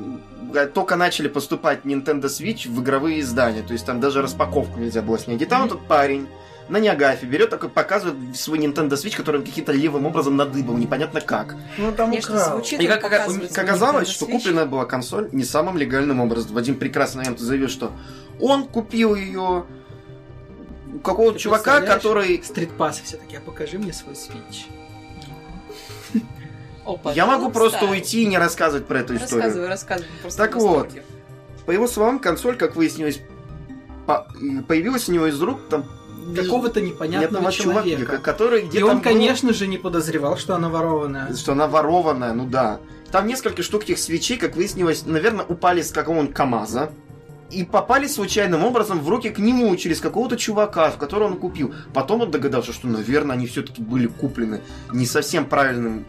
B: э, только начали поступать Nintendo Switch в игровые издания, то есть там даже распаковку нельзя было снять. И там этот парень на Ниагафе берет такой, показывает свой Nintendo Switch, который он каким-то левым образом надыбал, непонятно как.
D: Ну там
C: Конечно,
D: украл.
C: звучит
B: И
C: он
B: как, как-
C: показывает
B: как оказалось,
C: Nintendo
B: что
C: Switch.
B: куплена была консоль не самым легальным образом. В один прекрасный момент он заявил, что он купил ее у какого-то
A: Ты
B: чувака,
A: представляешь?
B: который...
A: Стритпасы все таки а покажи мне свой свич.
C: Опа,
B: Я могу
C: ну,
B: просто
C: ставь.
B: уйти и не рассказывать про эту историю.
C: Рассказывай, рассказывай. просто
B: Так
C: в восторге.
B: По его словам, консоль, как выяснилось, по- появилась у него из рук там
A: Какого-то
B: ну,
A: непонятного человека.
B: чувака, который где-то...
A: И он,
B: был,
A: конечно же, не подозревал, что она ворованная.
B: Что она ворованная, ну да. Там несколько штук этих свечей, как выяснилось, наверное, упали с какого-нибудь КАМАЗа. И попали случайным образом в руки к нему через какого-то чувака, в которого он купил. Потом он догадался, что, наверное, они все-таки были куплены не совсем правильным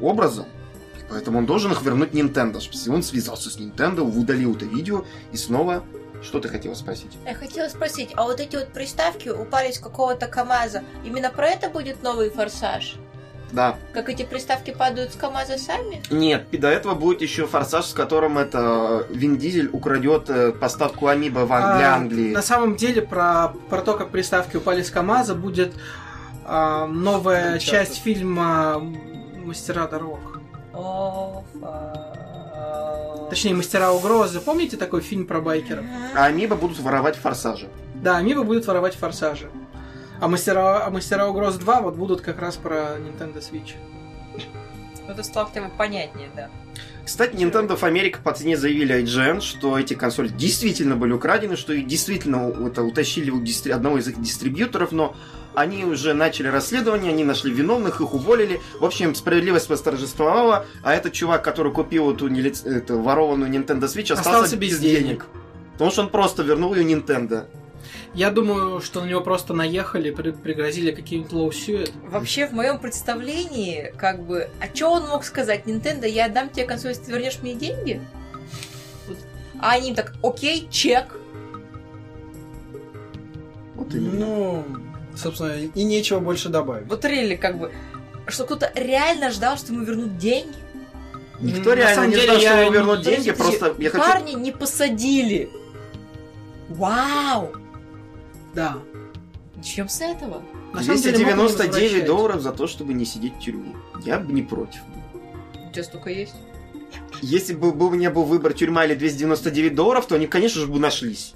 B: образом. И Поэтому он должен их вернуть Nintendo. И он связался с Nintendo, удалил это видео и снова... Что ты хотела спросить?
E: Я хотела спросить, а вот эти вот приставки упали с какого-то КАМАЗа, именно про это будет новый форсаж?
B: Да.
E: Как эти приставки падают с КАМАЗа сами?
B: Нет, и до этого будет еще форсаж, с которым это э, Вин Дизель украдет э, поставку Амиба в Ан- для
A: А,
B: Англии.
A: На самом деле про, про то, как приставки упали с КАМАЗа, будет а, новая
D: Uncharted.
A: часть фильма Мастера дорог.
C: О, фа-
A: Точнее, Мастера угрозы. Помните такой фильм про байкеров?
B: А Амиба будут воровать форсажи.
A: Да, Амиба будет воровать форсажи. А мастера, а мастера угроз 2 вот будут как раз про Nintendo Switch.
C: Ну, это стало хотя бы понятнее, да.
B: Кстати, Nintendo в Америке по цене заявили IGN, что эти консоли действительно были украдены, что их действительно у- это, утащили у дистри- одного из их дистрибьюторов, но они уже начали расследование, они нашли виновных, их уволили. В общем, справедливость восторжествовала, а этот чувак, который купил эту, нелиц- эту ворованную Nintendo Switch, остался,
A: Остался без
B: без
A: денег.
B: денег. Потому что он просто вернул ее Nintendo.
A: Я думаю, что на него просто наехали, при- пригрозили каким-нибудь лоусюет.
C: Вообще, в моем представлении, как бы, а что он мог сказать? Nintendo, я отдам тебе консоль, если ты вернешь мне деньги? Вот. А они им так, окей, чек.
B: Вот именно.
D: Ну, собственно, и нечего больше добавить.
C: Вот реально, как бы, что кто-то реально ждал, что ему вернут деньги.
B: Никто
A: Ну, На
B: реально
A: самом
B: не
A: деле
B: знал, что
A: я
B: ему
A: не-
B: вернут
A: я
B: деньги,
A: не-
B: просто я хочу...
C: Парни не посадили. Вау!
A: Да.
C: Начнем с этого.
A: На самом деле могут не
B: 299
A: возвращать.
B: долларов за то, чтобы не сидеть в тюрьме. Я бы не против.
C: У тебя столько есть?
B: Если бы был- у меня был выбор тюрьма или 299 долларов, то они, конечно же, бы нашлись.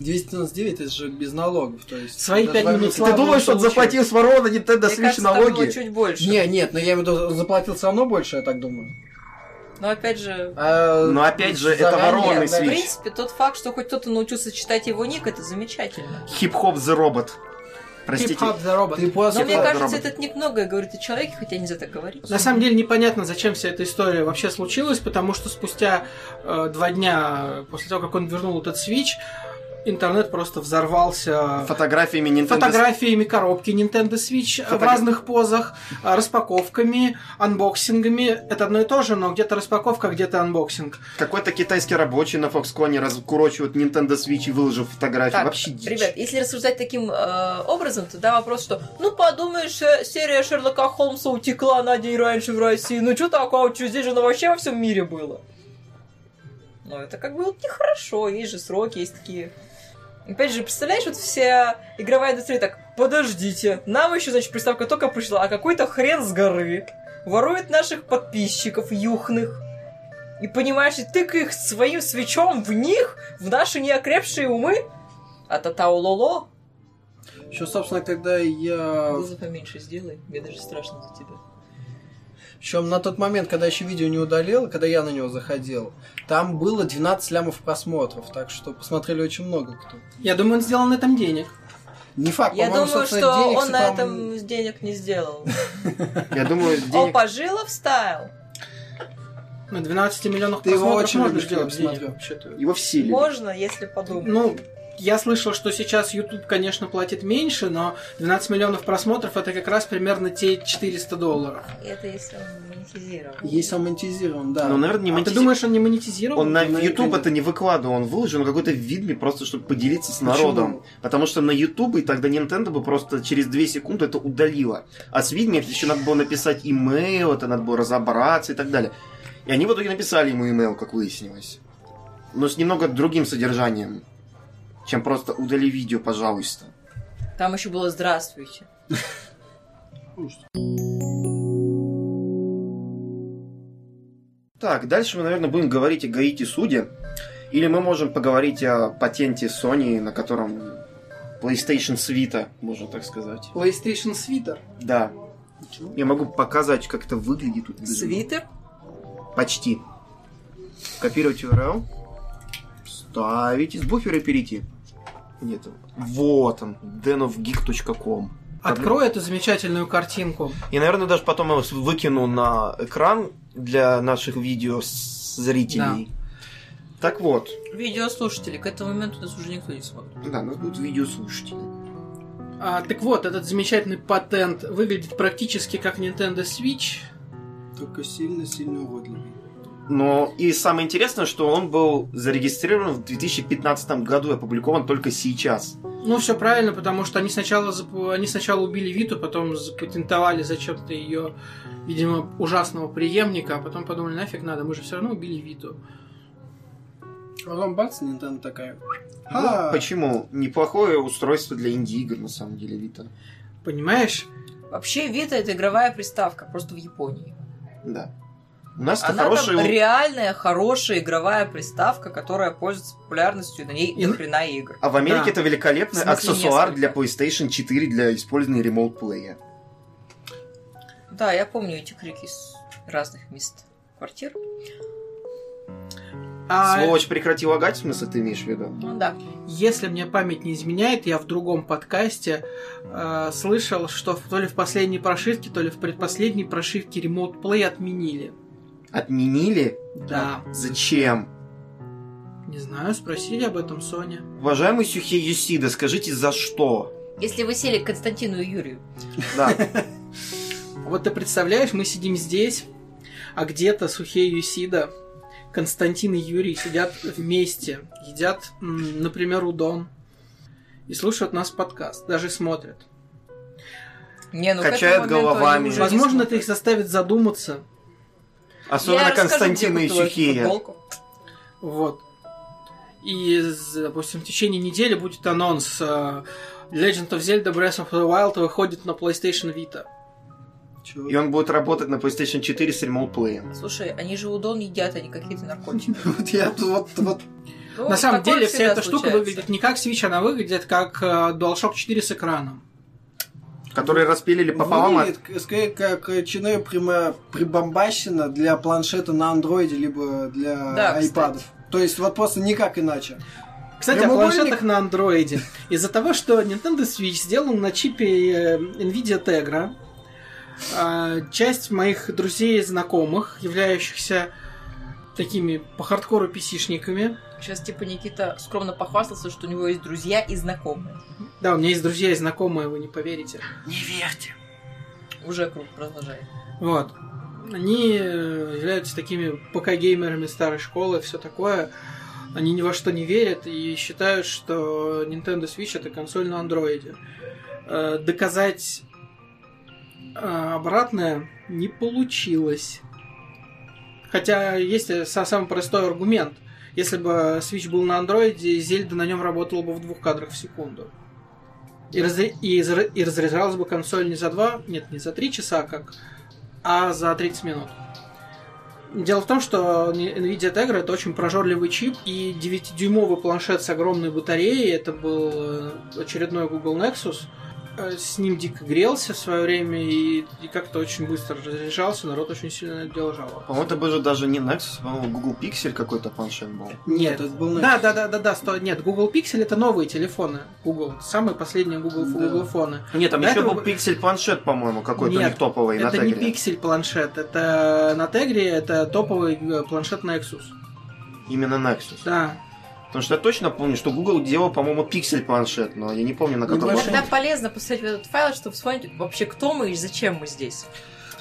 D: 299 это же без налогов, то есть...
A: Свои
D: даже
A: пять
D: во-
A: минут
D: Ты
A: славы.
D: дум-
A: думаешь, он заплатил
B: с ворона Nintendo
C: Мне кажется, там было чуть больше.
D: Не, нет, но я имею в виду, заплатил все равно больше, я так думаю.
C: Но опять же,
D: А,
B: Но Ну, опять же, это
D: заранее,
B: ворованный
D: да.
C: в
B: свич.
C: принципе, тот факт, что хоть кто-то научился читать его ник, это замечательно.
B: Хип-хоп The Robot. Простите.
A: Hip Hop the Robot.
D: Ты просто...
C: Но Ну, мне
B: правда,
C: кажется,
B: работает.
C: этот ник многое говорит о человеке, хотя нельзя так говорить.
A: На самом деле непонятно, зачем вся эта история вообще случилась, потому что спустя э, два дня после того, как он вернул этот свич, интернет просто взорвался
B: Фотографиями Nintendo...
A: фотографиями коробки Nintendo Switch э, в
B: Фотограф-
A: разных позах, э, распаковками, анбоксингами. Это одно и то же, но где-то распаковка, а где-то анбоксинг.
B: Какой-то китайский рабочий на Foxconn раскурочивает Nintendo Switch и выложил фотографии.
C: Так,
B: Вообще дичь.
C: Ребят, если рассуждать таким э, образом, тогда вопрос, что ну подумаешь, э, серия Шерлока Холмса утекла на день раньше в России. Ну что такое, что здесь же она вообще во всем мире было? Ну это как бы вот нехорошо, есть же сроки, есть такие. Опять же, представляешь, вот вся игровая индустрия так, подождите, нам еще, значит, приставка только пришла, а какой-то хрен с горы ворует наших подписчиков юхных. И понимаешь, и тык их своим свечом в них, в наши неокрепшие умы, А Татаулоло?
D: Еще, собственно, когда я...
C: Глаза поменьше сделай, мне даже страшно за тебя.
D: Причем на тот момент, когда еще видео не удалил, когда я на него заходил, там было 12 лямов просмотров, так что посмотрели очень много кто.
A: Я думаю, он сделал на этом денег.
D: Не факт,
C: Я
D: А, по-моему,
C: думаю,
D: собственно,
C: что
D: денег
C: он
D: всё
C: на
D: там-
C: этом с денег не сделал.
B: Я думаю,
C: Он
B: денег...
C: пожилов стайл.
A: На 12 миллионах
D: Ты его
A: просмотров
D: очень
A: можно
D: любишь,
A: сделать
D: я
A: денег,
D: посмотрю.
A: вообще-то.
B: Его всилили.
C: Можно, если подумать.
A: Ну, я слышал, что сейчас YouTube, конечно, платит меньше, но 12 миллионов просмотров это как раз примерно те 400 долларов.
C: Это если он монетизирован.
D: Есть он монетизирован, да.
B: Но, наверное, не
A: а ты
B: монетизи-
A: думаешь, он не монетизирован?
B: Он на
D: на
B: YouTube
D: Ютубе.
B: это не выкладывал, он выложил на какой-то видме просто, чтобы поделиться с
D: Почему?
B: народом. Потому что на YouTube, и тогда Nintendo бы просто через 2 секунды это удалило. А с видми это еще надо было написать имейл, это надо было разобраться и так далее. И они в итоге написали ему имейл, как выяснилось. Но с немного другим содержанием, чем просто удали видео, пожалуйста.
C: Там еще было «Здравствуйте».
B: Так, дальше мы, наверное, будем говорить о Гаити Суде. Или мы можем поговорить о патенте Sony, на котором PlayStation Свита, можно так сказать.
A: PlayStation Sweater.
B: Да. Я могу показать, как это выглядит. тут.
C: Свитер?
B: Почти. Копировать URL. Ставить. Из буфера перейти. Нет. Вот он. denofgeek.com
A: Открой эту замечательную картинку.
B: Я, наверное, даже потом его выкину на экран для наших видео с- зрителей. Так вот.
C: Видеослушатели, к этому моменту нас уже никто не смотрит.
B: Да, нас будут видеослушатели.
A: А, так вот, этот замечательный патент выглядит практически как Nintendo Switch.
D: Только сильно-сильно уродливый.
B: Но и самое интересное, что он был зарегистрирован в 2015 году и опубликован только сейчас.
A: Ну, все правильно, потому что они сначала, зап- они сначала убили Виту, потом запатентовали зачем-то ее, видимо, ужасного преемника, а потом подумали, нафиг надо, мы же все равно убили Виту.
D: Потом бац, Nintendo такая.
B: Ну,
D: Ха!
B: почему? Неплохое устройство для инди-игр, на самом деле, Вита.
A: Понимаешь?
C: Вообще, Вита — это игровая приставка, просто в Японии.
B: Да. У нас это
C: Она там
B: хорошее...
C: реальная, хорошая игровая приставка, которая пользуется популярностью, и на ней
A: И-
C: до хрена игр.
B: А в Америке
A: Да.
B: это великолепный
C: В смысле,
B: аксессуар
C: несколько.
B: для PlayStation 4 для использования ремоут-плея.
C: Да, я помню эти крики с разных мест квартир.
A: А
B: Сволочь, прекрати лагать, в смысле, ты имеешь в виду?
C: Ну да.
A: если мне память не изменяет, я в другом подкасте э, слышал, что в- то ли в последней прошивке, то ли в предпоследней прошивке Remote Play отменили.
B: Отменили?
A: Да.
B: Зачем?
A: Не знаю, спросили об этом Соня.
B: Уважаемый Сюхей Юсида, скажите, за что?
C: Если вы сели к Константину и Юрию.
B: Да.
A: Вот ты представляешь, мы сидим здесь, а где-то Сухей Юсида, Константин и Юрий сидят вместе, едят, м, например, удон, и слушают нас подкаст, даже смотрят.
C: Не, ну к
B: Качают
C: этому моменту
B: головами.
C: они уже не
A: Возможно,
C: смотрят.
A: это их заставит задуматься.
B: Особенно
C: Я расскажу,
B: Константина
C: где
B: и
C: купила эту
B: Сюхея.
C: футболку.
A: Вот. И, з- допустим, в течение недели будет анонс э, Legend of Zelda Breath of the Wild выходит на PlayStation Vita.
D: Чё?
B: И он будет работать на PlayStation 4 с ремоут-плеем.
C: Слушай, они же удон едят, они какие-то наркотики.
D: Вот я тут вот, вот
C: Ну,
A: на самом
C: такое
A: деле, вся
C: всегда
A: эта штука
C: случается.
A: выглядит не как Switch, она выглядит как э, DualShock 4 с экраном.
B: Которые распилили пополам. а-
D: выглядит Ну, к- скорее как э, чиное прямо прибомбащено для планшета на андроиде, либо для
C: Да,
D: айпадов. То есть вот просто никак иначе.
A: Кстати, о
D: Прямоугольник.
A: планшетах на андроиде. Из-за того, что Nintendo Switch сделан на чипе э, Nvidia Tegra, э, часть моих друзей и знакомых, являющихся такими по хардкору писишниками,
C: Сейчас типа Никита скромно похвастался, что у него есть друзья и знакомые.
A: да, у меня есть друзья и знакомые, вы не поверите,
C: Уже круто, продолжай.
A: Вот. Они э, являются такими ПК-геймерами старой школы, все такое. Они ни во что не верят и считают, что Nintendo Switch это консоль на андроиде. Э, Доказать э, обратное не получилось. Хотя есть э, са- самый простой аргумент. Если бы Switch был на андроиде, Зельда на нем работала бы в двух кадрах в секунду. И, разре- и изра- и разряжалась бы а консоль не за два, нет, не за три часа, как а за 30 минут. Дело в том, что Nvidia Tegra это очень прожорливый чип, и 9-дюймовый планшет с огромной батареей, это был э, очередной Google Nexus, Э, с ним дико грелся в свое время и, и как-то очень быстро разряжался, народ очень сильно на это дело жаловал.
B: По-моему, это был же даже не Nexus, по-моему, а Google Pixel какой-то планшет был.
A: Нет,
D: это был
A: Да, да, да, да, да, сто- нет, Google Pixel это новые телефоны Google, самые последние Google,
D: Да.
A: Google фоны.
B: Нет, там
A: До
B: еще
A: этого
B: был
A: бы-
B: Pixel планшет, по-моему, какой-то у
A: Нет,
B: них топовый на
A: это не
B: Тегре.
A: пиксель планшет, это на Тегре это топовый э, планшет Nexus.
B: Именно Nexus.
A: Да.
B: Потому что я точно помню, что Google делал, по-моему, пиксель планшет, но я не помню на каком.
D: Небольшой.
C: Иногда полезно посмотреть вот этот файл, чтобы вспомнить вообще, кто мы и зачем мы здесь.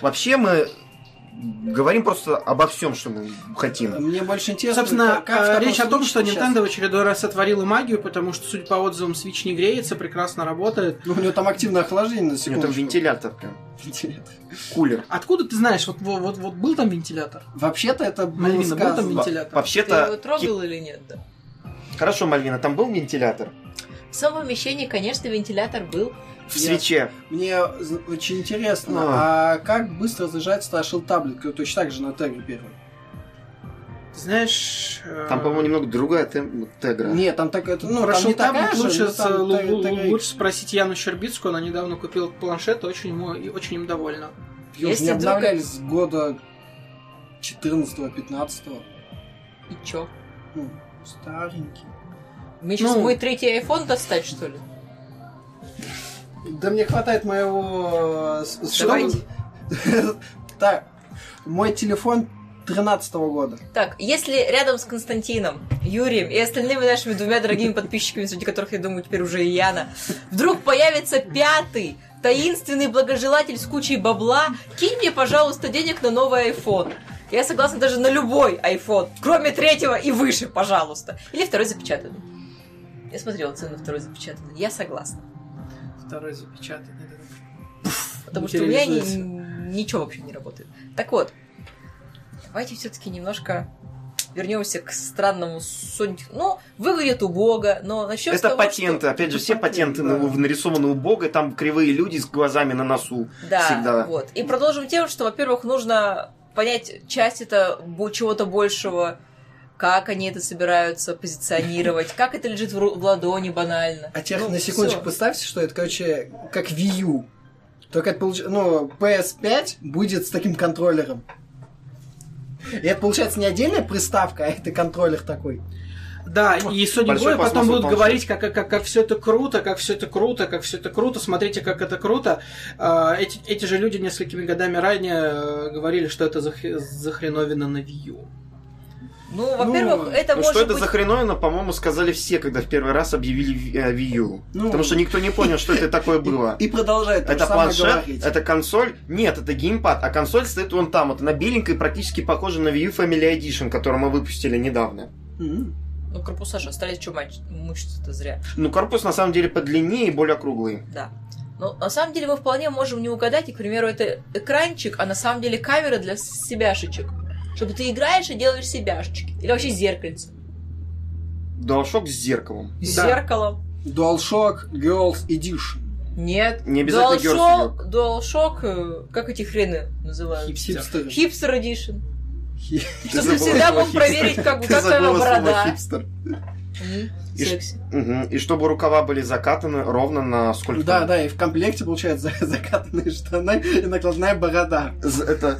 B: Вообще мы говорим просто обо всем, что мы хотим.
D: Мне больше интересно,
A: Собственно,
D: как- как в
A: э,
D: таком
A: речь о том, что
D: случае сейчас?
A: Nintendo в очередной раз сотворила магию, потому что, судя по отзывам, Switch не греется, прекрасно работает.
D: Ну, у него там активное охлаждение на
B: У него
D: секунду.
B: там вентилятор прям, кулер.
A: Откуда ты знаешь, вот, во- вот, вот был там вентилятор?
D: Вообще-то это было
A: Мальвина, был там
D: сказано.
A: вентилятор?
C: Ты его
B: Вообще-то... ки-
C: трогал или нет, да?
B: Хорошо, Мальвина, там был вентилятор?
C: В самом помещении, конечно, вентилятор был.
B: В
D: Нет.
B: свече.
D: Мне з- очень интересно, а, как быстро заряжается Starshell таблет, который точно так же на теге первый?
A: Ты знаешь... э,
B: Там, по-моему, немного другая тем- тегра.
D: Нет, там так это, ну,
A: Хорошо,
D: там не
A: там
D: такая же,
A: лучше,
D: но
A: с-
D: там
A: лу-
D: тег-
A: лу-
D: тег-
A: лучше спросить Яну Щербицкую, она недавно купила планшет, очень, ему, и очень им довольна.
D: Ёж,
C: Если
D: не
C: вдруг-
D: обновлялись с года 14-15.
C: И чё?
D: Ну, старенький.
C: Мне сейчас
A: Ну.
C: мой третий iPhone достать, что ли?
D: Да мне хватает моего... э, с- с-
C: Давайте.
D: чтобы- Так, мой телефон 13 года.
C: Так, если рядом с Константином, Юрием и остальными нашими двумя дорогими подписчиками, среди которых, я думаю, теперь уже и Яна, вдруг появится пятый таинственный благожелатель с кучей бабла, кинь мне, пожалуйста, денег на новый iPhone. Я согласна даже на любой iPhone, кроме третьего и выше, пожалуйста. Или второй запечатанный. Я смотрела цену на второй запечатанный. Я согласна.
A: Второй запечатанный. да.
C: Потому что у меня ни-
A: Материализуется.
C: ничего вообще не работает. Так вот, давайте все-таки немножко вернемся к странному суть. Ну, выглядит убого, но насчет
B: Это
C: того,
B: патенты, опять же, все патенты
D: да.
B: на- нарисованы убого, и там кривые люди с глазами на носу.
C: что- Да,
B: всегда.
C: вот. И продолжим тем, что, во-первых, нужно понять часть это бо- чего-то большего, как они это собираются позиционировать, как это лежит в, ру- в ладони банально.
D: А тех
C: Ну,
D: на секундочку
C: всё.
D: представьте, что это, короче, как Wii U. Только это получается... Ну, PS5 будет с таким контроллером. И это получается не отдельная приставка, а это контроллер такой.
A: Да, и Sony
B: большой
A: Boy потом
B: пластмассовый
A: будут
B: планшет.
A: говорить, как, как, как, все это круто, как все это круто, как все это круто, смотрите, как это круто. А, Эти, эти же люди несколькими годами ранее э, говорили, что это за, хре- за хреновина на Wii U.
C: Ну, во-первых,
D: Ну,
C: это
B: Ну
C: может
B: что это
C: быть...
B: за хреновина, по-моему, сказали все, когда в первый раз объявили э, Wii U.
D: Ну.
B: Потому что никто не понял, что это такое было.
D: И продолжает то
B: Это
D: же самое
B: планшет,
D: говорить.
B: это консоль. Нет, это геймпад. А консоль стоит вон там. Вот она беленькая и практически похожа на Wii U Family Edition, которую мы выпустили недавно.
D: Мгм.
C: Ну, корпуса же остались, что мышцы-то зря.
B: Ну, корпус на самом деле подлиннее и более круглый.
C: Да. Но Ну, на самом деле мы вполне можем не угадать, и, к примеру, это экранчик, а на самом деле камера для себяшечек. Чтобы ты играешь и делаешь себяшечки. Или вообще зеркальце.
B: DualShock с зеркалом.
C: С
A: Да.
C: зеркалом.
D: DualShock Girls Edition.
C: Нет.
B: Не обязательно
C: DualShock, DualShock, э, как эти хрены называют?
A: Хипстер.
D: Хипстер.
C: Хипстер Edition.
D: Хи-
C: Чтобы
B: забыла
C: ты всегда
B: слово
C: мог
B: хипстер.
C: проверить, как,
B: Ты
C: как твоя
B: забыла слово
C: борода.
B: хипстер.
C: Мгм.
B: И ш-
C: Секси.
B: Мгм. И чтобы рукава были закатаны ровно на сколько?
D: Да, да, и в комплекте получается за- закатанные штаны и накладная борода.
B: З- Это...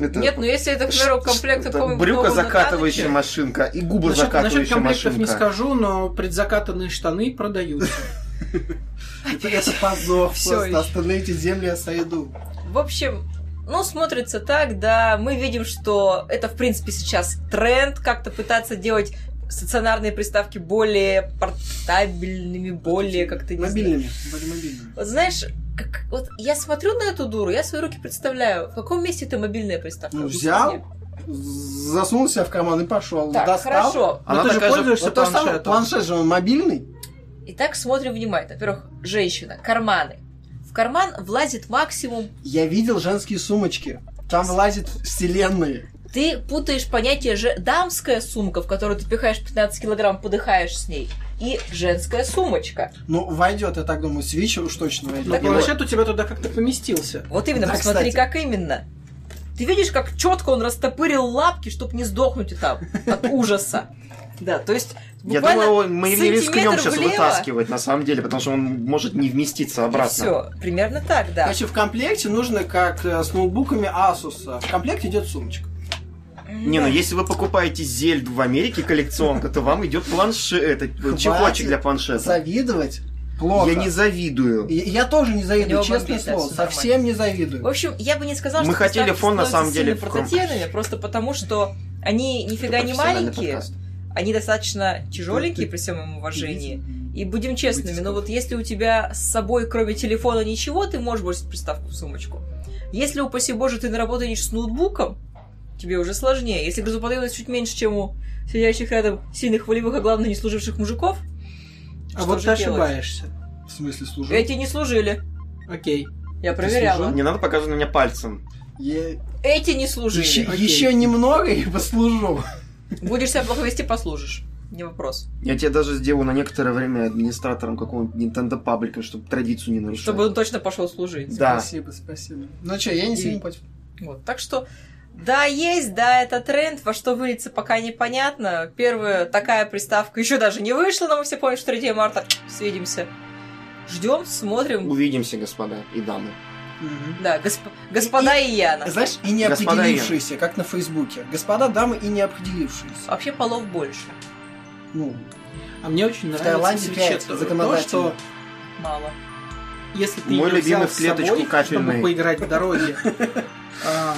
B: это-
C: Нет, ну если это, к примеру, комплект
B: это
C: какого-нибудь
B: Брюка
C: нового
B: закатывающая
C: накаточки,
B: машинка и губы
A: Насчет, насчет
B: закатывающая
A: комплектов не
B: машинка.
A: скажу, но предзакатанные штаны продаются.
D: Это это позор,
C: Всё
D: просто
C: ещё.
D: остановите земли, я сойду.
C: В общем, ну, смотрится так, да. Мы видим, что это, в принципе, сейчас тренд, как-то пытаться делать стационарные приставки более портабельными, более как-то... не знаю.
D: Мобильными, были мобильными.
C: Вот знаешь, как- вот я смотрю на эту дуру, я свои руки представляю. В каком месте ты мобильная приставка?
D: Ну,
C: Объясни
D: взял,
C: мне.
D: засунул себя в карман и пошел.
C: Так,
D: достал.
C: хорошо.
A: Но
B: А Она
A: Ну, ты же
B: такая же-
A: пользуешься
D: Вот то же самое,
A: планшетом.
D: планшет же он мобильный.
C: Итак, смотрим внимательно. Во-первых, женщина, карманы. В карман влазит максимум.
D: Я видел женские сумочки. Там влазит вселенные.
C: Ты путаешь понятие же дамская сумка, в которую ты пихаешь 15 килограмм, подыхаешь с ней, и женская сумочка.
D: Ну, войдет, я так думаю, свич уж точно
A: Но
D: войдет. Ну,
A: планшет у тебя туда как-то поместился.
B: А,
C: Вот именно,
D: Да,
C: посмотри,
D: кстати.
C: как именно. Ты видишь, как четко он растопырил лапки, чтобы не сдохнуть и там от ужаса. Да, то есть
B: Я
C: буквально
B: думаю, он- мы не рискнем
C: сантиметр
B: сейчас
C: влево.
B: вытаскивать, на самом деле, потому что он может не вместиться обратно.
C: все. Примерно так, да.
D: Короче, в комплекте нужно, как э, с ноутбуками Asus, в комплекте идет сумочка.
B: Не, ну если вы покупаете зельд в Америке коллекционка, то вам идет планшет, этот э, чехольчик для планшета.
D: Завидовать плохо.
B: Я не завидую.
D: И- я тоже не
C: У
D: завидую,
C: него
D: честное
C: бомбит, да,
D: слово.
C: всё нормально.
D: Совсем не
C: В
D: завидую.
C: общем, я бы не сказала,
B: Мы
C: что
B: хотели
C: приставки
B: фон, на
C: становятся
B: самом деле, в
C: сильно
B: ком-
C: портативными, просто потому что они нифига не
B: Профессиональный
C: маленькие,
B: подкаст.
C: они достаточно тяжеленькие при всем моем уважении. И будем честными, но вот если у тебя с собой, кроме телефона, ничего, ты можешь бросить приставку в сумочку. Если, упаси боже, ты на работу едешь с ноутбуком, тебе уже сложнее. Если грузоподъемность чуть меньше, чем у сидящих рядом сильных волевых, а главное, не служивших мужиков,
A: А
C: что
A: вот
C: же
A: ты
C: делать?
A: ошибаешься.
D: В смысле служу?
C: эти не служили.
A: Окей.
C: Я
D: Ты
C: проверяла.
D: служил?
B: Не надо показывать на меня пальцем.
D: Е-
C: Эти не служили.
D: Еще,
A: окей.
D: еще немного и послужу.
C: Будешь себя плохо вести, послужишь. Не вопрос.
B: Я тебя даже сделаю на некоторое время администратором какого-нибудь Nintendo паблика, чтобы традицию не нарушать.
C: Чтобы он точно пошел служить.
B: Да.
D: Спасибо, спасибо. Ну что, я не сильно против.
C: Вот. Так что, да, есть, да, это тренд, во что выльется пока непонятно. Первая такая приставка еще даже не вышла, но мы все помним, что 3 марта свидимся. Ждем, смотрим.
B: Увидимся, господа и дамы.
D: Мгм.
C: Да, госп- господа и Яна.
D: Знаешь, и
B: Господа
D: неопределившиеся, как на Фейсбуке. Господа, дамы и неопределившиеся.
C: Вообще полов больше.
D: Ну,
A: А мне очень нравится
D: Таиланде
A: свече
D: пять,
A: то- то,
D: законодательно.
A: что
C: Мало.
A: если ты
B: Мой
A: её
B: любимый
A: взял
B: в
A: с
B: клеточку
A: собой,
B: кафельный.
A: чтобы поиграть в дороге, а,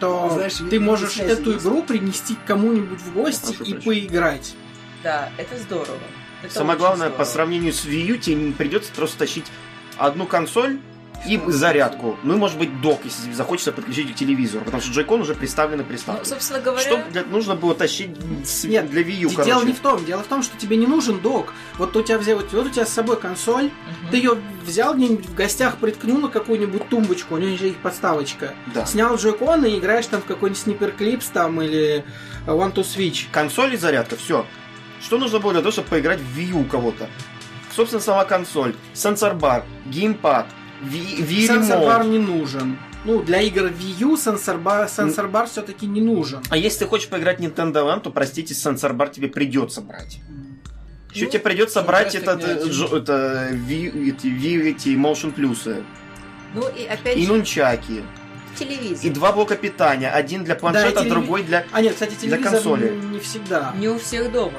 A: то
D: Знаешь,
A: ты
D: я-
A: можешь
D: я не
A: эту
D: связь
A: игру принести к кому-нибудь в гости
B: Прошу
A: и
B: прощения.
A: поиграть.
C: Да, это здорово. Это
B: Самое
C: очень
B: главное,
C: здорово.
B: по сравнению с Wii U, тебе не придется просто тащить одну консоль и зарядку. Ну и, может быть, док, если тебе захочется подключить к телевизору, потому что джойкон уже представлены
C: Ну,
B: приставкой.
C: собственно говоря,
B: Что для- нужно было тащить с-
A: Нет,
B: для Wii U,
A: Д-
B: короче?
A: Дело не в том, дело в том, что тебе не нужен док. Вот у тебя взял, вот у тебя с собой консоль,
C: Мгм.
A: ты ее взял где-нибудь в гостях, приткнул на какую-нибудь тумбочку, у нее же есть подставочка.
B: Да.
A: Снял джойкон и играешь там в какой-нибудь Sniper Clips там или э, One to Switch.
B: Консоль и зарядка, все. Что нужно было для того, чтобы поиграть в Wii U у кого-то? Собственно, сама консоль, сенсор-бар, геймпад, Wii Wii
A: Сенсор-бар
B: Remote.
A: не нужен. Ну, для игр Wii U сенсор-бар, сенсор-бар все-таки не нужен.
B: А если ты хочешь поиграть в Nintendo Land, то, простите, сенсор-бар тебе придется брать. Еще
D: Ну,
B: тебе придется
D: ну,
B: брать
D: просто
B: этот,
D: не
B: э,
D: один.
B: жо- это, Wii- эти, Wii, эти Motion плюсы,
E: Ну и опять
B: и
E: же,
B: нунчаки, и
E: телевизор.
B: два блока питания, один для планшета,
A: телеви-
B: другой для...
A: А нет, кстати,
B: Для
A: телевизор
B: консоли.
A: не, не всегда.
C: не у всех дома.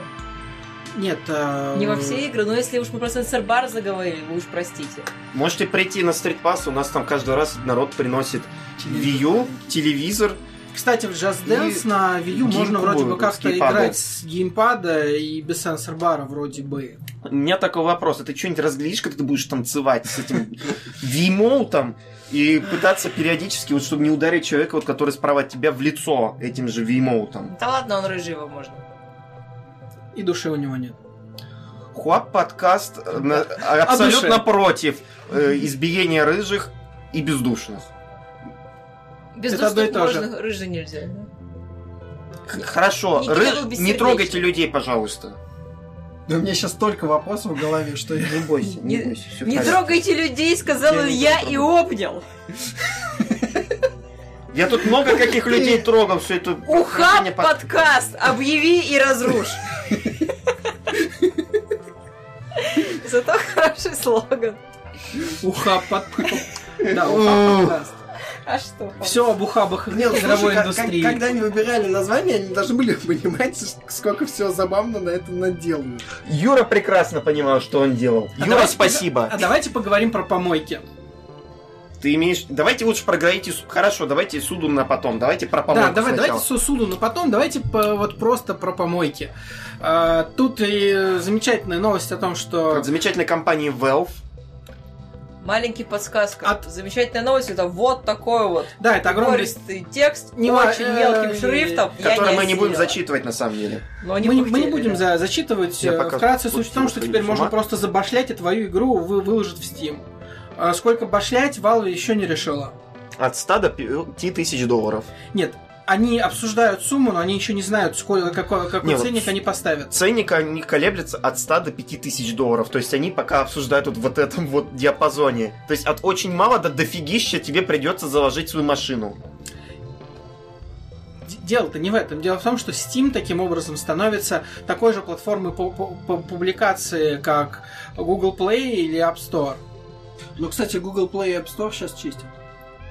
A: Нет. э,
C: Не во все игры, но если уж мы про сенсор-бар заговорили, вы уж простите.
B: Можете прийти на стритпасс, у нас там каждый раз народ приносит Wii U, телевизор,
A: Кстати, в Just Dance
B: И
A: на Wii U можно
B: геймкубы
A: вроде бы
B: с
A: как-то
B: геймпада.
A: играть с геймпада и без сенсор-бара вроде бы.
B: У меня такой вопрос. А ты что-нибудь разглядишь, когда ты будешь танцевать с этим вимоутом и пытаться периодически, вот чтобы не ударить человека, вот, который справа от тебя в лицо этим же вимоутом?
C: Да ладно, он рыжий его можно.
A: И души у него нет.
B: Хуап подкаст э, на- абсолютно против э, избиения рыжих и бездушных.
C: Без
A: Это одно и
C: душных
A: то же.
C: можно, рыжий нельзя. да?
B: Х- Хорошо,
C: Никита
B: ры-
C: был бессердечный.
B: не трогайте людей, пожалуйста.
D: Да у меня сейчас столько вопросов в голове, что я-
B: Не бойся, не,
C: Не-
B: бойся. всё
C: Не
B: хорошо.
C: трогайте людей, сказал
B: Я не
C: Илья
B: буду
C: и
B: трогать.
C: обнял.
B: Я тут много каких людей трогал, все это...
C: Ухаб
B: прохождение под-
C: подкаст. Объяви и разрушь. Зато хороший слоган.
A: Уха под... Да, уха подкаст.
C: А что?
A: Все об ухабах
B: ну,
D: Нет, слушай,
A: игровой
D: как- как-
A: индустрии.
D: когда они выбирали название, они должны были понимать, сколько всего забавно на этом наделано.
B: Юра прекрасно понимал, что он делал.
A: А
B: Юра,
A: давайте-
B: спасибо.
A: А давайте поговорим про помойки.
B: Ты имеешь... Давайте лучше проговорите... с- Хорошо, давайте суду на потом. Давайте про помойку
A: да, давай,
B: сначала.
A: давайте сусуду, но потом давайте по- вот просто про помойки. А, тут и замечательная новость о том, что
B: От замечательной компании Valve.
C: Маленький подсказка.
A: От-
C: Замечательная новость. Это вот такой вот
A: да, это огромный
C: гористый текст.
A: Не ва-
C: очень
A: э,
C: мелким
A: э,
C: шрифтом. Я
B: Который
C: не
B: мы не будем
C: осилила.
B: зачитывать на самом деле.
C: Но они
A: мы, не- мы не
C: пыхтели,
A: будем
C: да.
A: за- зачитывать.
B: Я
A: э,
B: пока
A: Вкратце суть в
B: спустил
A: том, что
B: свою
A: теперь
B: с
A: можно
B: ума.
A: просто забашлять, и твою игру вы выложат в Steam. А Сколько башлять, Valve еще не решила.
B: От 100 до 5 тысяч долларов.
A: Нет, они обсуждают сумму, но они еще не знают, сколько, какой, какой
B: Не, вот
A: ценник
B: с-
A: они поставят.
B: Ценник они колеблется от 100 до 5 тысяч долларов. То есть они пока обсуждают вот в вот этом вот диапазоне. То есть от очень мало до дофигища тебе придется заложить свою машину.
A: д- дело-то не в этом. Дело в том, что Steam таким образом становится такой же платформой по, по- по публикации, как Google Play или App Store.
F: Ну, кстати, Google Play и App Store сейчас чистят.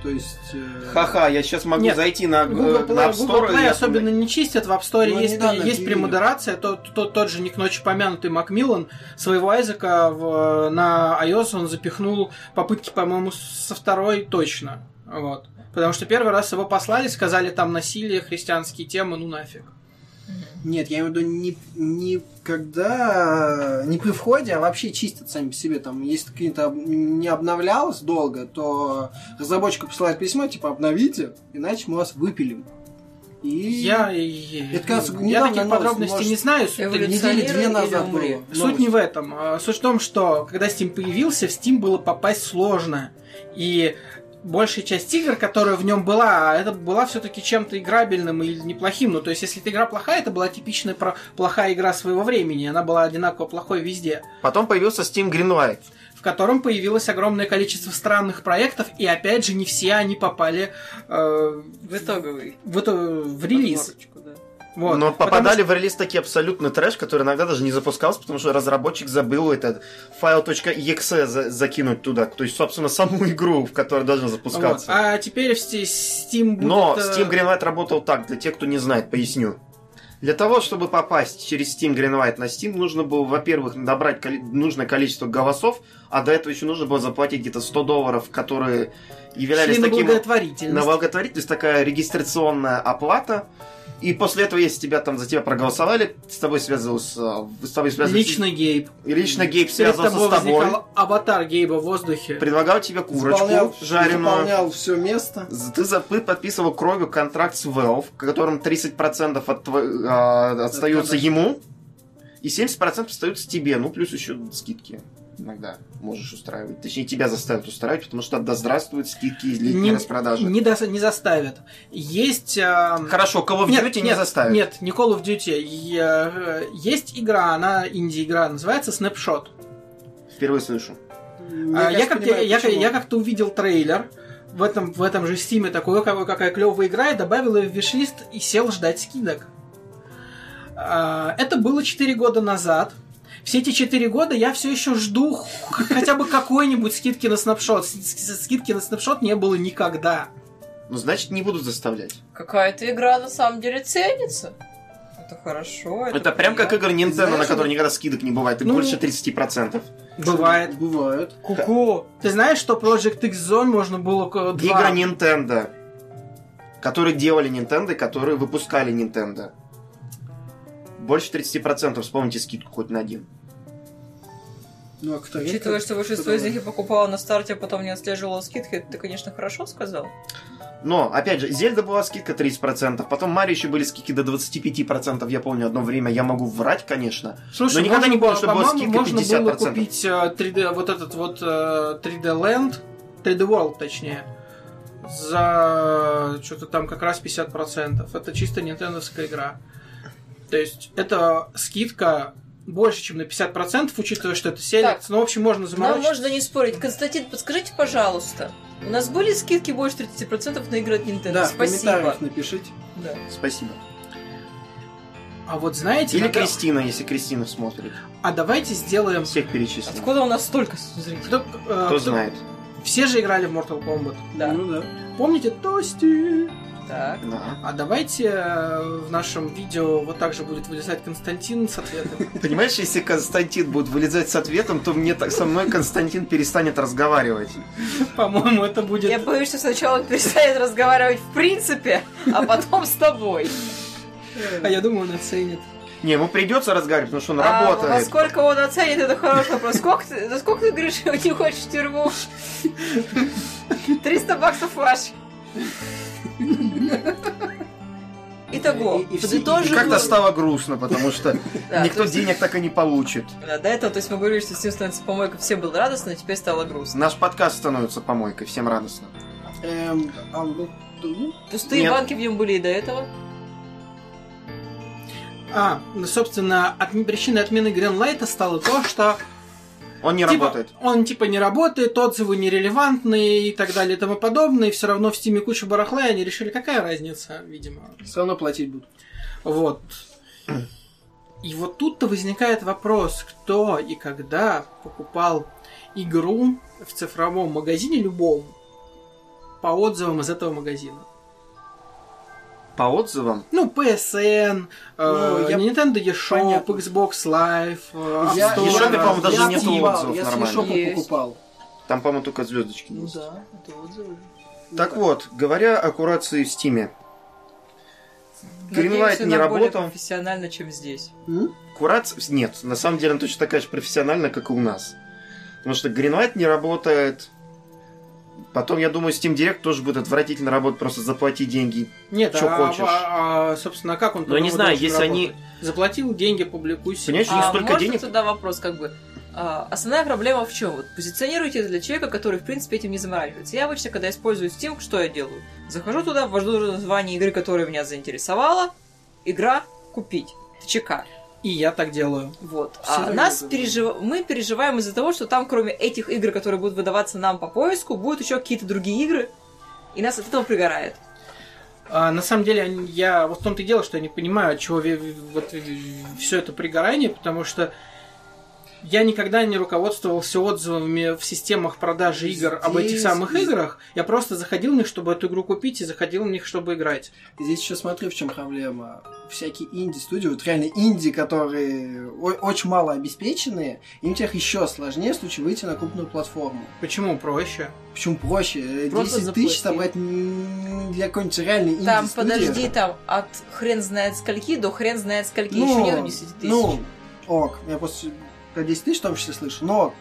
F: То есть... э,
B: Ха-ха, я сейчас могу
A: Нет,
B: зайти на, э,
A: Google
B: на
A: Play,
B: App Store.
A: Google Play
B: и я-
A: особенно не чистят. В App Store
F: Ну, они
A: есть,
F: недавно
A: есть
F: объявили.
A: премодерация. Тот, тот, тот же не к ночи помянутый Макмиллан своего Айзека в- э, на iOS он запихнул попытки, по-моему, со второй точно. Вот. Потому что первый раз его послали, сказали там насилие, христианские темы, ну нафиг.
F: Нет, я имею в виду не, не когда... Не при входе, а вообще чистят сами по себе. Там, если какие-то об- не обновлялось долго, то разработчику посылают письмо, типа, обновите, иначе мы вас выпилим. И...
A: Я,
F: Это, кажется,
A: я
F: недавно
A: таких
F: новость,
A: подробностей
F: может,
A: не знаю. Суть-
C: эволюционирует.
F: Недели
C: Эволюционируй
F: а две
C: или
F: назад
C: умри.
F: было. Ну,
A: Суть не в этом. А, Суть в том, что когда Steam появился, в Steam было попасть сложно. И большая часть игр, которая в нем была, это была все-таки чем-то играбельным или неплохим. Ну, то есть, если эта игра плохая, это была типичная про- плохая игра своего времени. Она была одинаково плохой везде.
B: Потом появился Steam Greenlight.
A: В котором появилось огромное количество странных проектов, и опять же, не все они попали э,
C: В итоговый.
A: в, эту- в релиз.
C: подборочку, да.
A: Вот.
B: Но
A: Потому
B: попадали в релиз такие абсолютно трэш, который иногда даже не запускался, потому что разработчик забыл этот файл .exe за- закинуть туда. То есть, собственно, саму игру, в которой должен
A: Вот.
B: запускаться.
A: А теперь в Ste- Steam будет...
B: Но
A: э,
B: Steam Greenlight работал так, для тех, кто не знает, поясню. Для того, чтобы попасть через Steam Greenlight на Steam, нужно было, во-первых, набрать коли- нужное количество голосов, а до этого еще нужно было заплатить где-то 100 долларов, которые являлись
A: шли на
B: таким
A: благотворительность.
B: на благотворительность такая регистрационная оплата. И после этого, если тебя там за тебя проголосовали, с тобой связывался, с тобой связывался
A: Лично Гейб.
B: и лично Гейб
A: Перед
B: связывался
A: тобой
B: с тобой,
A: возникал аватар Гейба в воздухе.
B: предлагал тебе курочку
F: Заполнял-
B: жареную.
F: заполнял все место.
B: З- Ты, за- ты подписывал кровью контракт с Valve, в котором 30% от тво- а, отстаются
F: Да-да.
B: ему, и 70% остаются тебе, ну плюс еще скидки. Иногда можешь устраивать. Точнее, тебя заставят устраивать, потому что да здравствуют скидки и летние
A: Не-
B: распродажи.
A: Не, дос- не заставят. Есть... а,
B: Хорошо, кого в
A: Нет,
B: Duty не
A: нет,
B: заставят.
A: Нет, не Call of Duty. Я, э, Есть игра, она инди-игра, называется Snapshot.
B: Впервые слышу.
A: А,
F: кажется,
A: Я как-то
F: Ну, понимаю,
A: я-
F: почему.
A: я как-то увидел трейлер в этом, в этом же стиме, такой, какой, какая клевая игра, и добавил ее в виш-лист и сел ждать скидок. А, Это было 4 года назад. Все эти 4 года я все еще жду х- хотя бы какой-нибудь скидки на снапшот. С- с- Скидки на снапшот не было никогда.
B: Ну, значит, не будут заставлять.
C: Какая-то игра на самом деле ценится. Это хорошо.
B: Это, прям как игры Nintendo, на
F: Знаешь,
B: которые никогда скидок не бывает, и
A: Ну,
B: больше 30%.
A: Бывает.
F: Бывает.
C: Куку.
A: Ты знаешь, что Project X Zone можно было к- два...
B: Игры Nintendo, которые делали Nintendo, и которые выпускали Nintendo. Больше 30%, вспомните скидку хоть на один.
F: Ну, а кто редко-
C: Учитывая, что большинство из них я покупала на старте, а потом не отслеживала скидки, это ты, конечно, хорошо сказал.
B: Но, опять же, Зельда была скидка 30%, потом Марио еще были скидки до 25%, я помню, одно время, я могу врать, конечно.
A: Слушай,
B: Но никогда
A: можно
B: не было, чтобы была
A: по-моему,
B: скидка
A: можно было
B: 50%.
A: купить э, 3D, вот этот вот э, 3D Land, 3D World, точнее, за э, что-то там как раз 50%. Это чисто нинтендовская игра. То есть это скидка больше, чем на 50%, учитывая, что это селект.
C: Так.
A: Ну, в общем, можно
C: Нам
A: заморочить.
C: можно не спорить. Константин, подскажите, пожалуйста, у нас были скидки больше 30% на игры от Nintendo?
F: Да, в
C: Спасибо.
F: комментариях напишите.
C: Да.
B: Спасибо.
A: А вот знаете,
B: Или
A: надо-
B: Кристина, если Кристина смотрит.
A: а давайте сделаем...
B: Всех перечислим.
C: Откуда у нас столько зрителей?
A: Кто, э,
B: Кто
A: кто-
B: знает.
A: Все же играли в Mortal Kombat.
C: Да.
F: Ну да.
A: Помните Тости?
C: Так.
B: Да.
A: А давайте э, в нашем видео вот так же будет вылезать Константин с ответом.
B: Понимаешь, если Константин будет вылезать с ответом, то мне так со мной Константин перестанет разговаривать.
A: По-моему, это
C: Я
A: будет...
C: боюсь, что сначала он перестанет разговаривать в принципе, а потом с тобой.
A: А я думаю, он оценит.
B: Не, ему придется разговаривать, потому что он
C: А во
B: работает.
C: сколько он оценит, это хороший вопрос. Сколько ты, за сколько ты говоришь, не хочешь в тюрьму? 300 баксов ваш. Итого,
F: И- и все-
B: И
C: подытожим.
B: как-то стало грустно, потому что
C: Да,
B: никто
C: то есть-
B: денег так и не получит.
C: Да, до этого, то есть мы говорили, что с ним становится помойка, всем было радостно, а теперь стало грустно.
B: Наш подкаст становится помойкой, всем радостно.
F: Эм, а он был другим?
C: Пустые
B: Нет.
C: банки в нем были и до этого.
A: А, ну, собственно, от- причиной отмены Гринлайта стало то, что
B: Он не
A: Типа,
B: работает.
A: Он типа не работает, отзывы нерелевантные и так далее и тому подобное. И все равно в стиме куча барахла, и они решили, какая разница, видимо.
D: Все равно платить будут.
A: Вот. И вот тут-то возникает вопрос, кто и когда покупал игру в цифровом магазине любом по отзывам из этого магазина.
B: По отзывам.
A: Ну, PSN, э,
D: Ну, я-
A: Nintendo eShop,
D: Понятно.
A: Xbox Live, э,
B: Я-
A: App Store.
B: eShop, я, по-моему, даже
D: А, я
B: нету
D: сливал,
B: отзывов
D: я с
B: нормально.
D: eShop'а
C: Есть.
D: покупал.
B: Там, по-моему, только звездочки.
C: Ну да, это отзывы.
B: Так вот, говоря о курации в Стиме. Greenlight
C: Надеюсь,
B: не
C: она более
B: работал.
C: профессионально, чем здесь.
B: Курация... Нет, на самом деле она точно такая же профессиональная, как и у нас. Потому что Greenlight не работает. Потом, я думаю, Steam Direct тоже будет отвратительно работать. Просто заплати деньги.
A: Нет,
B: чё
A: а-
B: хочешь.
A: а- а, собственно, как он
C: Ну,
B: Но я Ну, не
A: по-другому
B: знаю,
A: должен
B: если они...
A: работать? Заплатил деньги, публикуй себе.
B: Понимаешь, у них
C: А
B: столько
C: можно
B: денег...
C: тогда вопрос, как бы, а, основная проблема в чем? Вот позиционируйте это для человека, который, в принципе, этим не заморачивается. Я обычно, когда использую Steam, что я делаю? Захожу туда, ввожу название игры, которая меня заинтересовала, игра «Купить», ТЧК.
A: И я так делаю.
C: Вот.
D: Всё
C: А
D: верно,
C: нас
D: да.
C: пережив... мы переживаем из-за того, что там, кроме этих игр, которые будут выдаваться нам по поиску, будут еще какие-то другие игры, и нас от этого пригорает.
A: А, на самом деле, они- я вот в том-то и дело, что я не понимаю, от чего ви- ви- вот, все это пригорание, потому что я никогда не руководствовался отзывами в системах продажи игр об этих
D: Здесь-
A: самых играх. Я просто заходил в них, чтобы эту игру купить, и заходил в них, чтобы играть.
D: Здесь еще смотри, в чем проблема. Всякие инди-студии, вот реально инди, которые о- очень мало обеспеченные, им тех еще сложнее в случае выйти на крупную платформу.
A: Почему проще?
D: Почему проще?
C: Просто
D: 10 тысяч
C: заплати.
D: собрать м, для какой-нибудь реальной инди
C: Там, подожди, там от хрен знает скольки до хрен знает скольки, еще нету 10 тысяч.
D: Ну, ок, я просто про 10 тысяч в том числе слышу, но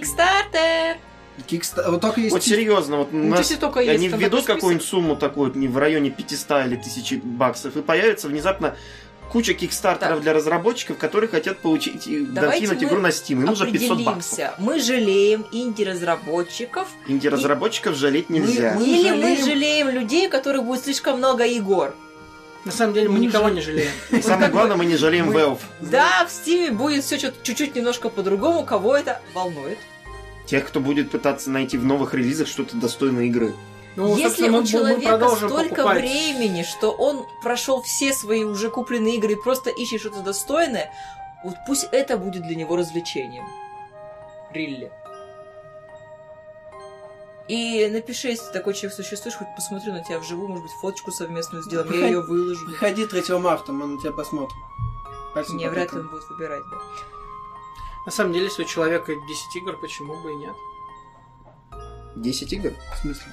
C: Кикстартер!
D: Kickstarter, вот только есть...
B: Вот серьезно, вот у
C: Ну, то
B: нас
C: есть только есть
B: Они
C: там
B: введут
C: такой список.
B: какую-нибудь сумму такую, не в районе 500 или 1000 баксов, и появится внезапно куча кикстартеров
C: Так.
B: для разработчиков, которые хотят получить и
C: Давайте
B: докинуть
C: мы
B: игру на Steam. Им нужно 500 баксов.
C: Определимся. Мы жалеем инди-разработчиков
B: Инди-разработчиков жалеть нельзя.
D: Мы
C: или мы
D: жалеем-
C: жалеем людей, которые будет слишком много игр.
A: На самом деле мы
D: Ну,
A: никого
D: же-
A: не жалеем.
B: И самое главное, мы не жалеем Valve.
C: Да, в Стиме будет все чуть-чуть немножко по-другому, кого это волнует.
B: Тех, кто будет пытаться найти в новых релизах что-то достойное игры.
A: Ну,
C: Если
A: собственно, мы-
C: у
A: мы
C: человека
A: продолжим
C: столько
A: покупать.
C: времени, что он прошел все свои уже купленные игры и просто ищет что-то достойное, вот пусть это будет для него развлечением. Рилли. И напиши, если такой человек существуешь, хоть посмотрю на тебя вживую, может быть, фоточку совместную сделаем, я ее выложу.
D: Приходи 3 марта, мы на тебя посмотрим. Пальцем
C: Не, вряд ли
D: потыкаем.
C: он будет выбирать, да.
A: На самом деле, если у человека 10 игр, почему бы и нет?
B: 10 игр?
D: В смысле?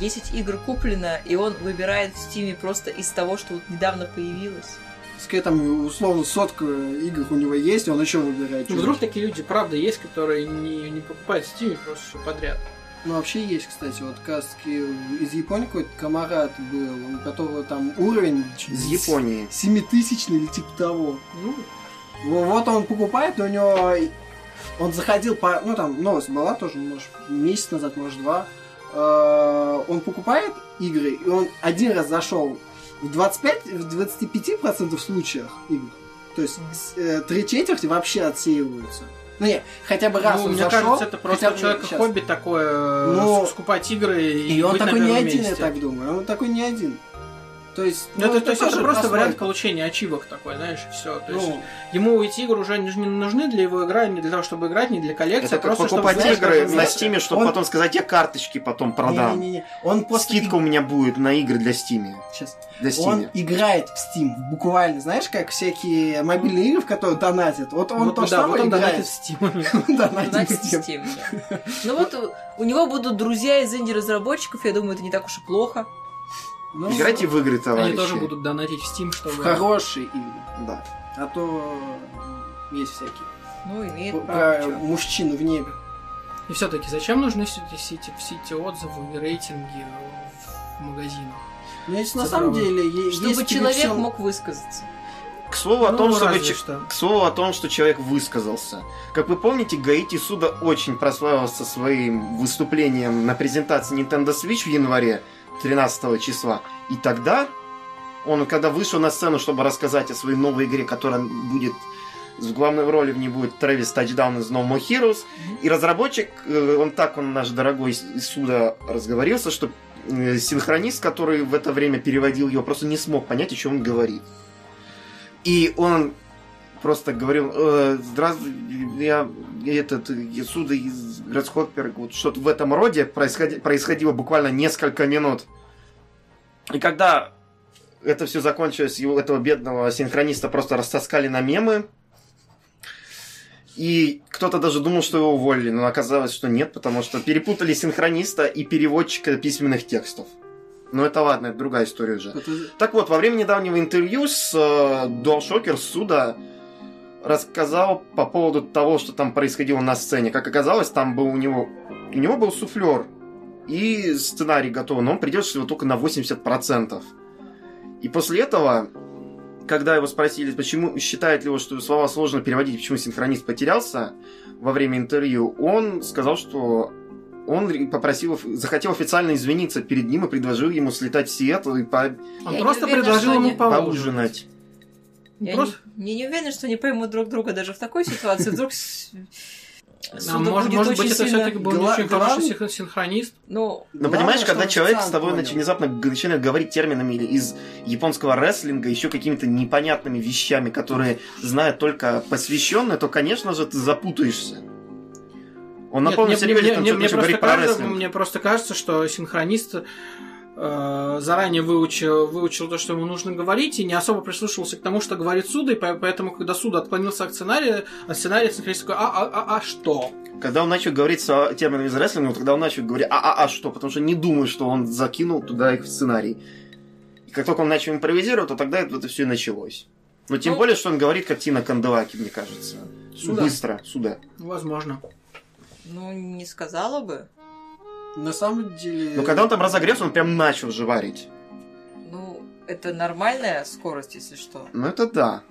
C: 10 А игр куплено, и он выбирает в Стиме просто из того, что вот недавно появилось.
D: Скорее, там, условно, сотка игр у него есть, и он еще выбирает.
A: Ну,
D: что
A: вдруг такие люди, правда, есть, которые не, не покупают в Steam просто всё подряд.
D: Ну, вообще есть, кстати, вот как раз таки из Японии какой-то комарат был, у которого там уровень... чуть-
B: Из Японии.
D: Семитысячный или типа того.
A: Ну,
D: Во- Вот он покупает, и у него... Он заходил по... Ну, там новость была тоже, может, месяц назад, может, два. Э, Он покупает игры, и он один раз зашел в 25, в 25% случаях игр. То есть с- э, три четверти вообще отсеиваются. Ну, не, хотя бы раз
A: ну,
D: он
A: мне
D: зашел,
A: кажется, это
D: хотя
A: просто у
D: бы-
A: человека
D: щас.
A: хобби такое, э,
D: Ну,
A: ск- скупать игры и,
D: И он
A: быть на
D: такой не
A: первом
D: один, я
A: месте.
D: так думаю. Он такой не один. То есть...
A: Ну, это, то есть это
D: тоже
A: просто
D: прослойка.
A: вариант получения ачивок такой, знаешь, и все. То есть
D: Ну,
A: ему эти игры уже не, не нужны для его игры, не для того, чтобы играть, не для коллекции,
B: Это
A: а
B: как
A: просто
B: покупать
A: чтобы, знаешь,
B: игры
A: как он-
B: на Steam, чтобы
D: он-
B: потом сказать, я карточки потом продам.
D: не-не-не. Он просто...
B: Скидка у меня будет на игры для Steam.
D: Сейчас.
B: Для
D: Он
B: Steam.
D: играет в Steam. Буквально, знаешь, как всякие мобильные игры, в которые донатят. Вот он
B: Ну,
A: Вот,
D: то же
A: да, вот
D: самое
A: он донатит
D: играет.
A: в Steam.
D: Он донатит
C: Знать
D: в Steam.
C: систему, да. Ну вот у, у него будут друзья из инди-разработчиков, я думаю, это не так уж и плохо.
D: Ну,
B: Играйте в игры, товарищи.
A: Они тоже будут донатить в Steam,
D: в
A: чтобы...
D: хорошие игры.
B: Да.
D: А то м, есть всякие.
C: Ну, имеет
D: Про-
C: право.
D: Про
C: чё.
D: мужчину в небе.
A: И все-таки зачем нужны все эти, все эти- все эти отзывы и рейтинги в магазинах?
D: Ну, если на
A: Здорово.
D: самом деле... е-
C: Чтобы
D: если тебе
C: человек
D: всё-
C: мог высказаться.
B: К слову о
A: Ну,
B: том, чтобы
A: разве
B: че-
A: что.
B: К слову о том, что человек высказался. Как вы помните, Гаити Суда очень прославился своим выступлением на презентации Nintendo Switch в январе 13 числа. И тогда он, когда вышел на сцену, чтобы рассказать о своей новой игре, которая будет В главной роли в ней будет Трэвис Тачдаун из No More Heroes. И разработчик, э, он так, он наш дорогой Суда разговорился, что э, синхронист, который в это время переводил его, просто не смог понять, о чем он говорит. И он просто говорил, «Э, здравствуй, я этот э, Суда из городского Перга». вот что-то в этом роде происходи- происходило буквально несколько минут. И когда это все закончилось, его этого бедного синхрониста просто растаскали на мемы. И кто-то даже думал, что его уволили, но оказалось, что нет, потому что перепутали синхрониста и переводчика письменных текстов. Но это ладно, это другая история уже.
D: Ну,
B: Так вот, во время недавнего интервью с э, DualShocker Суда рассказал по поводу того, что там происходило на сцене. Как оказалось, там был у него... У него был суфлер и сценарий готов, но он придется его только на 80%. И после этого, когда его спросили, почему считает ли он, что слова сложно переводить, почему синхронист потерялся во время интервью, он сказал, что он ре- попросил, захотел официально извиниться перед ним и предложил ему слетать в Сиэтл и по-
A: Он
E: Я не
A: просто
E: уверена,
A: предложил
E: что
A: ему
E: они-
A: поужинать.
B: поужинать.
C: Я
A: Ну, Просто-
C: не, я не уверена, что они поймут друг друга даже в такой ситуации. Вдруг с-
A: А
C: Суда
A: может,
C: будет
A: может
C: очень
A: быть, это
C: сильно-
A: все-таки был не
D: Гла-
A: очень хороший
D: главный-
A: синх- синхронист.
C: Ну,
B: Но понимаешь, когда человек с тобой нач- внезапно г- начинает говорить терминами или из японского рестлинга, еще какими-то непонятными вещами, которые знают только посвященные, то, конечно же, ты запутаешься. Он на
A: Нет,
B: полном
A: мне- мне-
B: серьезе,
A: мне-
B: там,
A: мне- мне
B: между прочим,
A: просто
B: говорит про
A: кажется-
B: рестлинг.
A: Мне просто кажется, что синхронист э, заранее выучил, выучил то, что ему нужно говорить, и не особо прислушивался к тому, что говорит Суда, и по- поэтому, когда Суда отклонился от сценария, от сценария синхронист такой, а, а, а, а что?
B: Когда он начал говорить со- терминами из рестлинга, вот когда он начал говорить «а-а-а, что?», потому что не думаю, что он закинул туда их в сценарий. И как только он начал импровизировать, то тогда это, все и началось. Но тем
C: Ну-
B: более, что он говорит как Тина Канделаки, мне кажется.
A: Суда.
B: Быстро, сюда.
A: Возможно.
C: ну, не сказала бы.
F: На самом деле...
B: Но Ну, когда он там разогрелся, он прям начал же варить.
C: Ну, это нормальная скорость, если что.
B: Ну это да.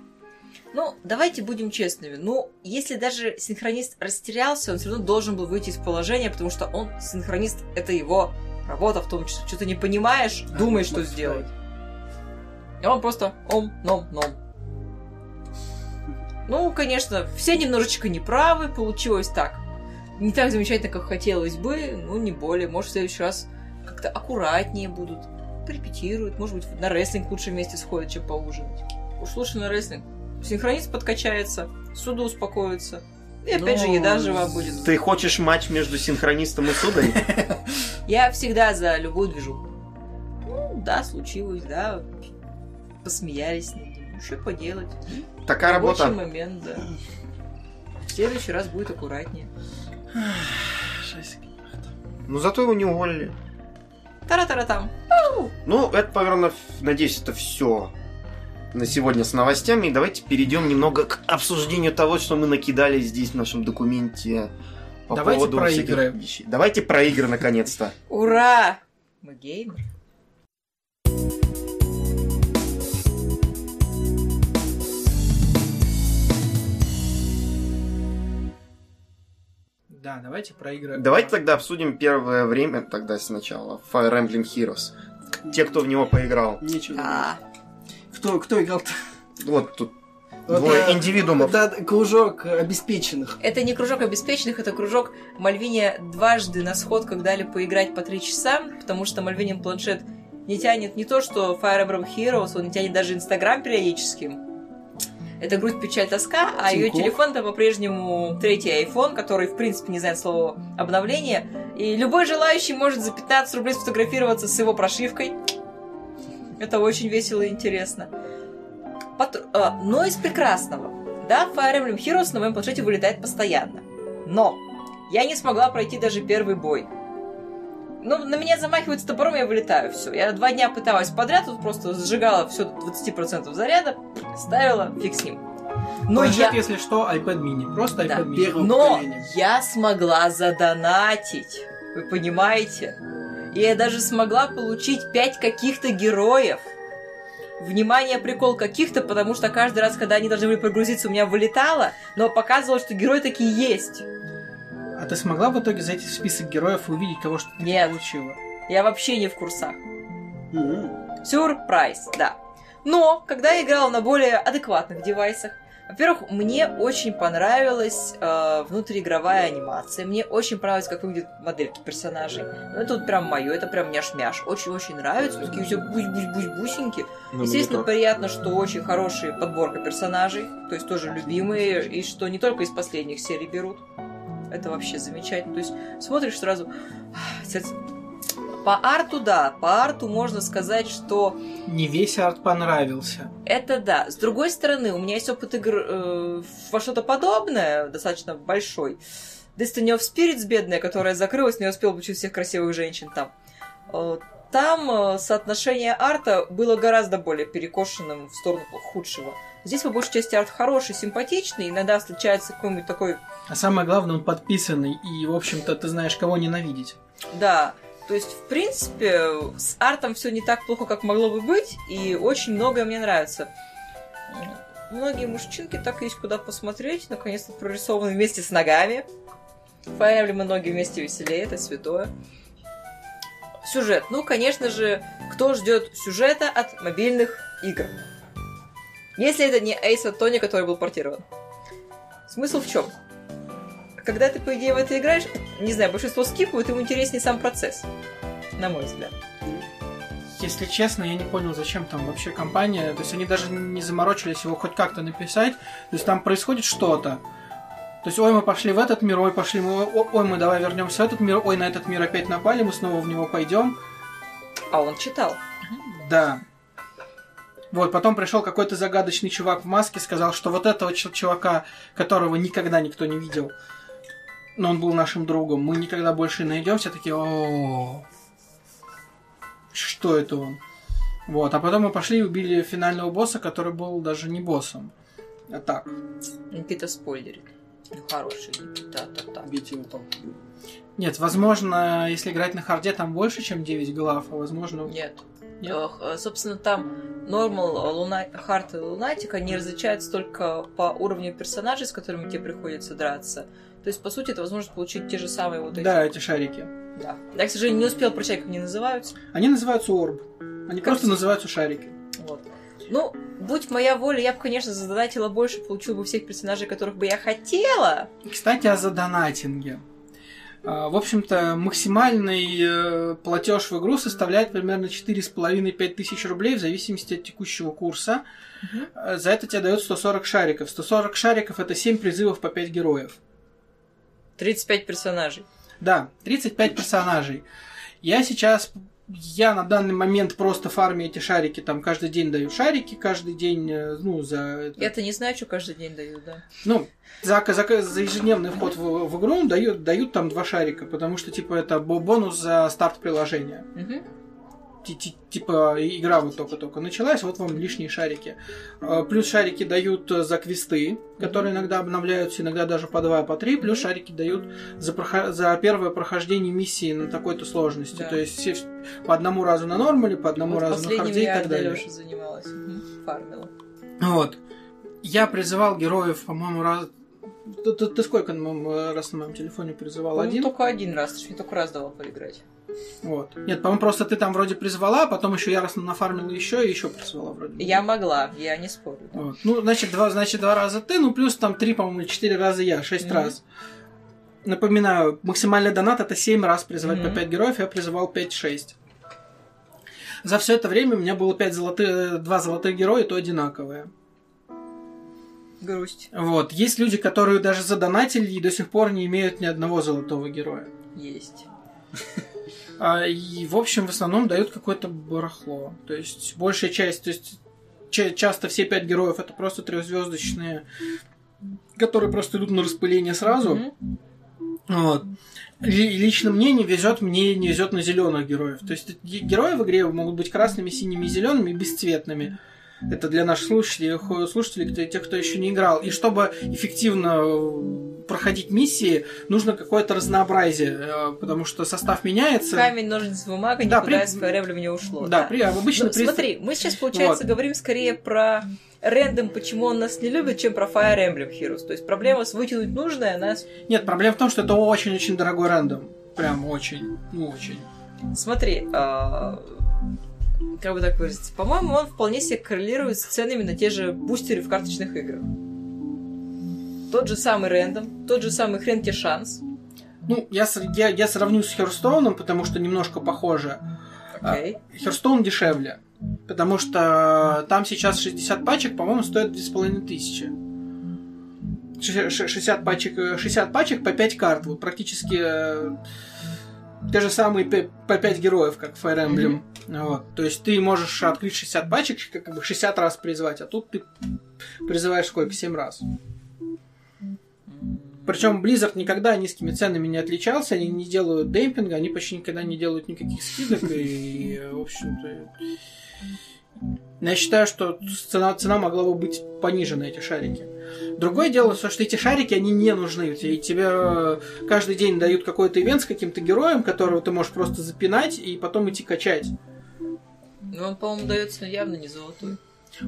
C: Ну, давайте будем честными. Ну, если даже синхронист растерялся, он все равно должен был выйти из положения, потому что он синхронист, это его работа в том числе. Что ты не понимаешь,
D: ну,
C: думай, что сделать. И он просто ом, ном, ном. Ну, конечно, все немножечко неправы, получилось так. Не так замечательно, как хотелось бы, ну, не более. Может, в следующий раз как-то аккуратнее будут, порепетируют, может быть, на рестлинг лучше вместе сходят, чем поужинать. Уж лучше на рестлинг. Синхронист подкачается, суду успокоится. И опять же,
F: Ну,
C: еда жива будет.
B: Ты хочешь матч между синхронистом и судой?
C: Я всегда за любую движуху. Ну, да, случилось, да. Посмеялись над ним. Ну, что поделать.
B: Такая
C: Рабочий
B: работа.
C: момент, да. В следующий раз будет аккуратнее.
B: Но Ну, зато его не уволили.
C: Тара-тара-там.
B: Ну, это, наверное, надеюсь, это все на сегодня с новостями. И Давайте перейдем немного к обсуждению того, что мы накидали здесь в нашем документе по
A: Давайте
B: поводу
A: про
B: всяких
A: игры.
B: вещей. Давайте про игры наконец-то.
C: Ура! Мы геймеры.
A: Да, давайте про игры.
B: Давайте тогда обсудим первое время тогда сначала. Fire Emblem Heroes. Те, кто в него поиграл.
F: Нечего.
C: Да.
F: Кто, кто играл-то?
B: Вот тут
F: Вот,
B: двое
F: э,
B: индивидуумов.
F: Это кружок обеспеченных.
C: Это не кружок обеспеченных, это кружок Мальвине дважды на сходках дали поиграть по три часа, потому что Мальвинин планшет не тянет не то, что Fire Emblem Heroes, он не тянет даже Инстаграм периодически. Это грудь, печать, тоска, а ее
F: Тинькофф.
C: телефон это по-прежнему третий iPhone, который, в принципе, не знает слова обновление. И любой желающий может за 15 рублей сфотографироваться с его прошивкой. Это очень весело и интересно. Пот- а, Но из прекрасного. Да, Fire Emblem Heroes на моем планшете вылетает постоянно. Но я не смогла пройти даже первый бой. Ну, на меня замахивают с топором, я вылетаю, все. Я два дня пыталась подряд, тут просто сжигала все 20% заряда, ставила, фиг с ним. Но Ну, я...
A: Планшет, Ну, если что, iPad mini. Просто
C: Да.
A: iPad mini.
F: Первого
C: Но
F: поколения.
C: я смогла задонатить. Вы понимаете? И я даже смогла получить пять каких-то героев. Внимание, прикол каких-то, потому что каждый раз, когда они должны были прогрузиться, у меня вылетало, но показывало, что герои такие есть.
A: А ты смогла в итоге зайти в список героев и увидеть, кого что ты
C: Нет.
A: получила?
C: Я вообще не в курсах.
F: Мгм.
C: Сюрприз, да. Но, когда я играла на более адекватных девайсах, Во-первых, мне очень понравилась э, внутриигровая анимация. Мне очень понравилось, как выглядят модельки персонажей. Ну, это вот прям мое, это прям няш-мяш. Очень-очень нравится. Такие все бусь-бусь-бусь-бусеньки.
B: Ну,
C: Естественно,
B: ну,
C: приятно, что очень хорошая подборка персонажей, то есть тоже любимые, и что не только из последних серий берут. Это вообще замечательно. То есть смотришь сразу... «Ах, сердце». По арту, да, по арту можно сказать, что
A: Не весь арт понравился.
C: это да. С другой стороны, у меня есть опыт игр э, во что-то подобное, достаточно большой. Destiny of Spirits, бедная, которая закрылась, не успела получить всех красивых женщин там. Э, Там э, соотношение арта было гораздо более перекошенным в сторону худшего. Здесь, по большей части, арт хороший, симпатичный, иногда встречается какой-нибудь такой
A: А самое главное, он подписанный, и, в общем-то, ты знаешь, кого ненавидеть.
C: Да, то есть, в принципе, с артом все не так плохо, как могло бы быть, и очень многое мне нравится. Многие мужчинки так есть куда посмотреть, наконец-то прорисованы вместе с ногами. Fire Emblem ноги вместе веселее, это святое. Сюжет. Ну, конечно же, кто ждет сюжета от мобильных игр? Если это не Ace Тони, который был портирован. Смысл в чем? Когда ты, по идее, в это играешь, не знаю, большинство скипывают, им интереснее сам процесс, на мой взгляд.
A: Если честно, я не понял, зачем там вообще компания. То есть они даже не заморочились его хоть как-то написать. То есть там происходит что-то. То есть, ой, мы пошли в этот мир, ой, пошли мы, о- ой, мы давай вернемся в этот мир, ой, на этот мир опять напали, мы снова в него пойдем.
C: А он читал.
A: Да. Вот, потом пришел какой-то загадочный чувак в маске, сказал, что вот этого чел- чувака, которого никогда никто не видел, но он был нашим другом, мы никогда больше не найдем, все такие, о что это он? Вот, а потом мы пошли и убили финального босса, который был даже не боссом. А так.
C: Никита спойлерит. Ну, хороший Никита, та-та.
F: Бить его там.
A: Нет, возможно, если играть на харде, там больше, чем 9 глав, а возможно...
C: Нет.
A: Нет?
C: Ох, э, собственно, там Нормал, э, Луна... Харт и Лунатик, они различаются только по уровню персонажей, с которыми тебе приходится драться. То есть, по сути, это возможность получить те же самые вот эти...
A: Да, эти шарики.
C: да. Я, к сожалению, не успел прочитать, как они называются. они
A: Они называются орб. Они
C: Как-
A: просто называются шарики.
C: Вот. Ну, будь моя воля, я бы, конечно, задонатила больше, получила бы всех персонажей, которых бы я хотела.
A: Кстати, о задонатинге. А, В общем-то, максимальный э, платеж в игру составляет примерно 4,5-5 тысяч рублей в зависимости от текущего курса. Э, За это тебе дают 140 шариков. 140 шариков это 7 призывов по 5 героев.
C: 35 персонажей.
A: Да, 35 персонажей. Я сейчас, я на данный момент просто фармю эти шарики, там каждый день даю шарики, каждый день, э, ну, за... это-
C: Я-то не знаю, что каждый день дают, да.
A: Ну, за, за- за ежедневный вход в, в игру дают, дают там два шарика, потому что, типа, это бо- бонус за старт приложения.
C: Мгм.
A: Ти- ти- Типа, и- игра вот только-только началась, вот вам лишние шарики. Э, Плюс шарики дают э, за квесты, которые иногда обновляются, иногда даже по два, по три. Плюс шарики дают за, прохо- за первое прохождение миссии на такой-то сложности.
C: Да.
A: То есть все в- по одному разу на нормале, по одному
C: Вот
A: разу на
C: последним
A: харде и
C: я
A: так далее.
C: Лёша занималась. Мгм. Фармила.
A: Ну Вот. Я призывал героев, по-моему, раз... Ты, ты- ты сколько на моем- раз на моем телефоне призывал?
C: По-моему,
A: Один?
C: только один раз, ты ж мне только раз давал поиграть.
A: Вот. Нет, по-моему, просто ты там вроде призвала, а потом еще я раз нафармила еще и еще призвала вроде.
C: Я могла, я не спорю.
A: Вот. Ну, значит, два, значит, два раза ты, ну, плюс там три, по-моему, или четыре раза я, шесть
C: Мгм.
A: раз. Напоминаю, максимальный донат это семь раз призывать по
C: Мгм.
A: пять героев, я призывал 5-6. За все это время у меня было пять золотых, э, два золотых героя, и то одинаковые.
C: Грусть
A: Вот. Есть люди, которые даже задонатили и до сих пор не имеют ни одного золотого героя.
C: есть.
A: А, и, в общем, в основном дают какое-то барахло. То есть, большая часть, то есть, ча- часто все пять героев это просто трехзвездочные, которые просто идут на распыление сразу.
C: Мгм.
A: Ну Вот. Ли- лично мне не везет, мне не везет на зеленых героев. То есть ге- герои в игре могут быть красными, синими, зелеными и бесцветными. Это для наших слушателей, э, хо- слушателей, кто- тех, кто еще не играл. И чтобы эффективно э, проходить миссии, нужно какое-то разнообразие, э, потому что состав меняется.
C: Камень, ножницы, бумага,
A: Да,
C: никуда
A: при-
C: из Fire Emblem не ушло.
A: Да, при, а в
C: Ну,
A: обычно при-
C: Смотри, мы сейчас, получается, говорим скорее про рендом, почему он нас не любит, чем про Fire Emblem Heroes. То есть проблема с вытянуть нужное нас...
A: Нет, проблема в том, что это очень-очень дорогой рандом. Прям очень, ну очень.
C: Смотри, а, как бы так выразиться, по-моему, он вполне себе коррелирует с ценами на те же бустеры в карточных играх. тот же самый рендом, тот же самый хрен тебе шанс.
A: Ну, я, с- я, я сравню с Херстоуном, потому что немножко похоже.
C: Окей.
A: Херстоун дешевле. Потому что там сейчас 60 пачек, по-моему, стоит 2500. Ше- ше- 60 пачек, э, 60 пачек по 5 карт. Вот практически э, те же самые пе- по 5 героев, как в Fire Emblem. Вот. То есть ты можешь открыть 60 пачек, как как бы 60 раз призвать, а тут ты призываешь сколько? 7 раз. Причем Blizzard никогда низкими ценами не отличался, они не делают демпинга, они почти никогда не делают никаких скидок, и, э, в общем-то... Я считаю, что цена, цена могла бы быть пониже на эти шарики. Другое дело, что что эти шарики, они не нужны. Те- И тебе э, каждый день дают какой-то ивент с каким-то героем, которого ты можешь просто запинать и потом идти качать.
C: Но он, по-моему, дается ну, явно не золотой.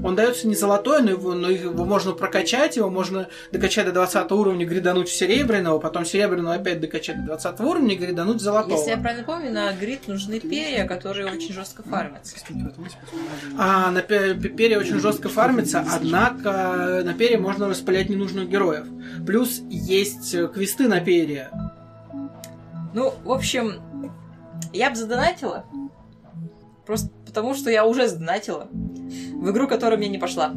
A: Он дается не золотой, но его, но его можно прокачать, его можно докачать до 20 уровня, гридануть в серебряного, потом серебряного опять докачать до 20 уровня, гридануть в золотого.
C: Если я правильно помню, на грид нужны перья, которые очень жестко фармятся.
A: А на пе- пе- пере очень жестко фармится, однако на пере можно распылять ненужных героев. Плюс есть э, квесты на пере.
C: Ну, в общем, я бы задонатила. Просто потому, что я уже задонатила. В игру, которая мне не пошла.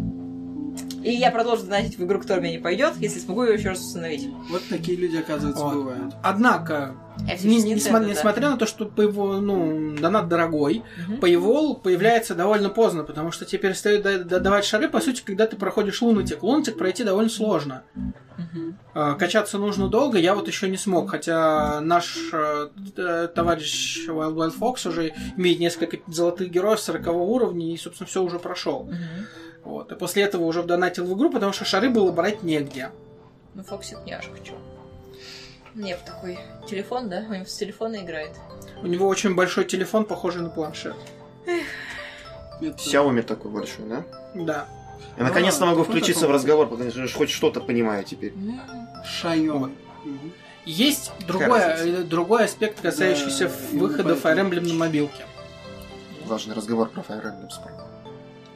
C: И я продолжу донатить в игру, которая мне не пойдет, если смогу ее еще раз установить.
F: Вот такие люди, оказывается,
A: Вот.
F: бывают.
A: Однако,
C: Я всё
A: не-
C: ещё
A: не-
C: не
A: несма-
C: Nintendo, А да.
A: несмотря на то, что его, ну, донат дорогой,
C: Мгм.
A: Paywall появляется довольно поздно, потому что тебе перестают да- да- давать шары, по сути, когда ты проходишь лунатик. Лунатик пройти довольно сложно.
C: Мгм.
A: Э, Качаться нужно долго, я вот еще не смог, хотя наш э, т- э, товарищ Wild Wild Fox уже имеет несколько золотых героев 40 уровня и, собственно, все уже прошел.
C: Мгм.
A: Вот. И после этого уже донатил в игру, потому что шары было брать негде.
C: Ну, Фоксик не аж хочу. Не, в такой телефон, да? Он с телефона играет.
A: У него очень большой телефон, похожий на планшет.
F: Это-
B: Xiaomi такой большой, да?
A: Да.
B: Я
F: Да,
C: Ну,
B: наконец-то могу
F: какой
B: включиться в
F: такой?
B: разговор, потому что хоть что-то понимаю теперь.
C: М.
F: Шайоми.
A: Вот.
F: Мгм.
A: Есть другой,
B: разница?
A: э, другой аспект, касающийся
F: Да,
A: выхода Fire
F: поэтому-
A: Emblem на мобилке.
B: Важный разговор про Fire Emblem вспомнил.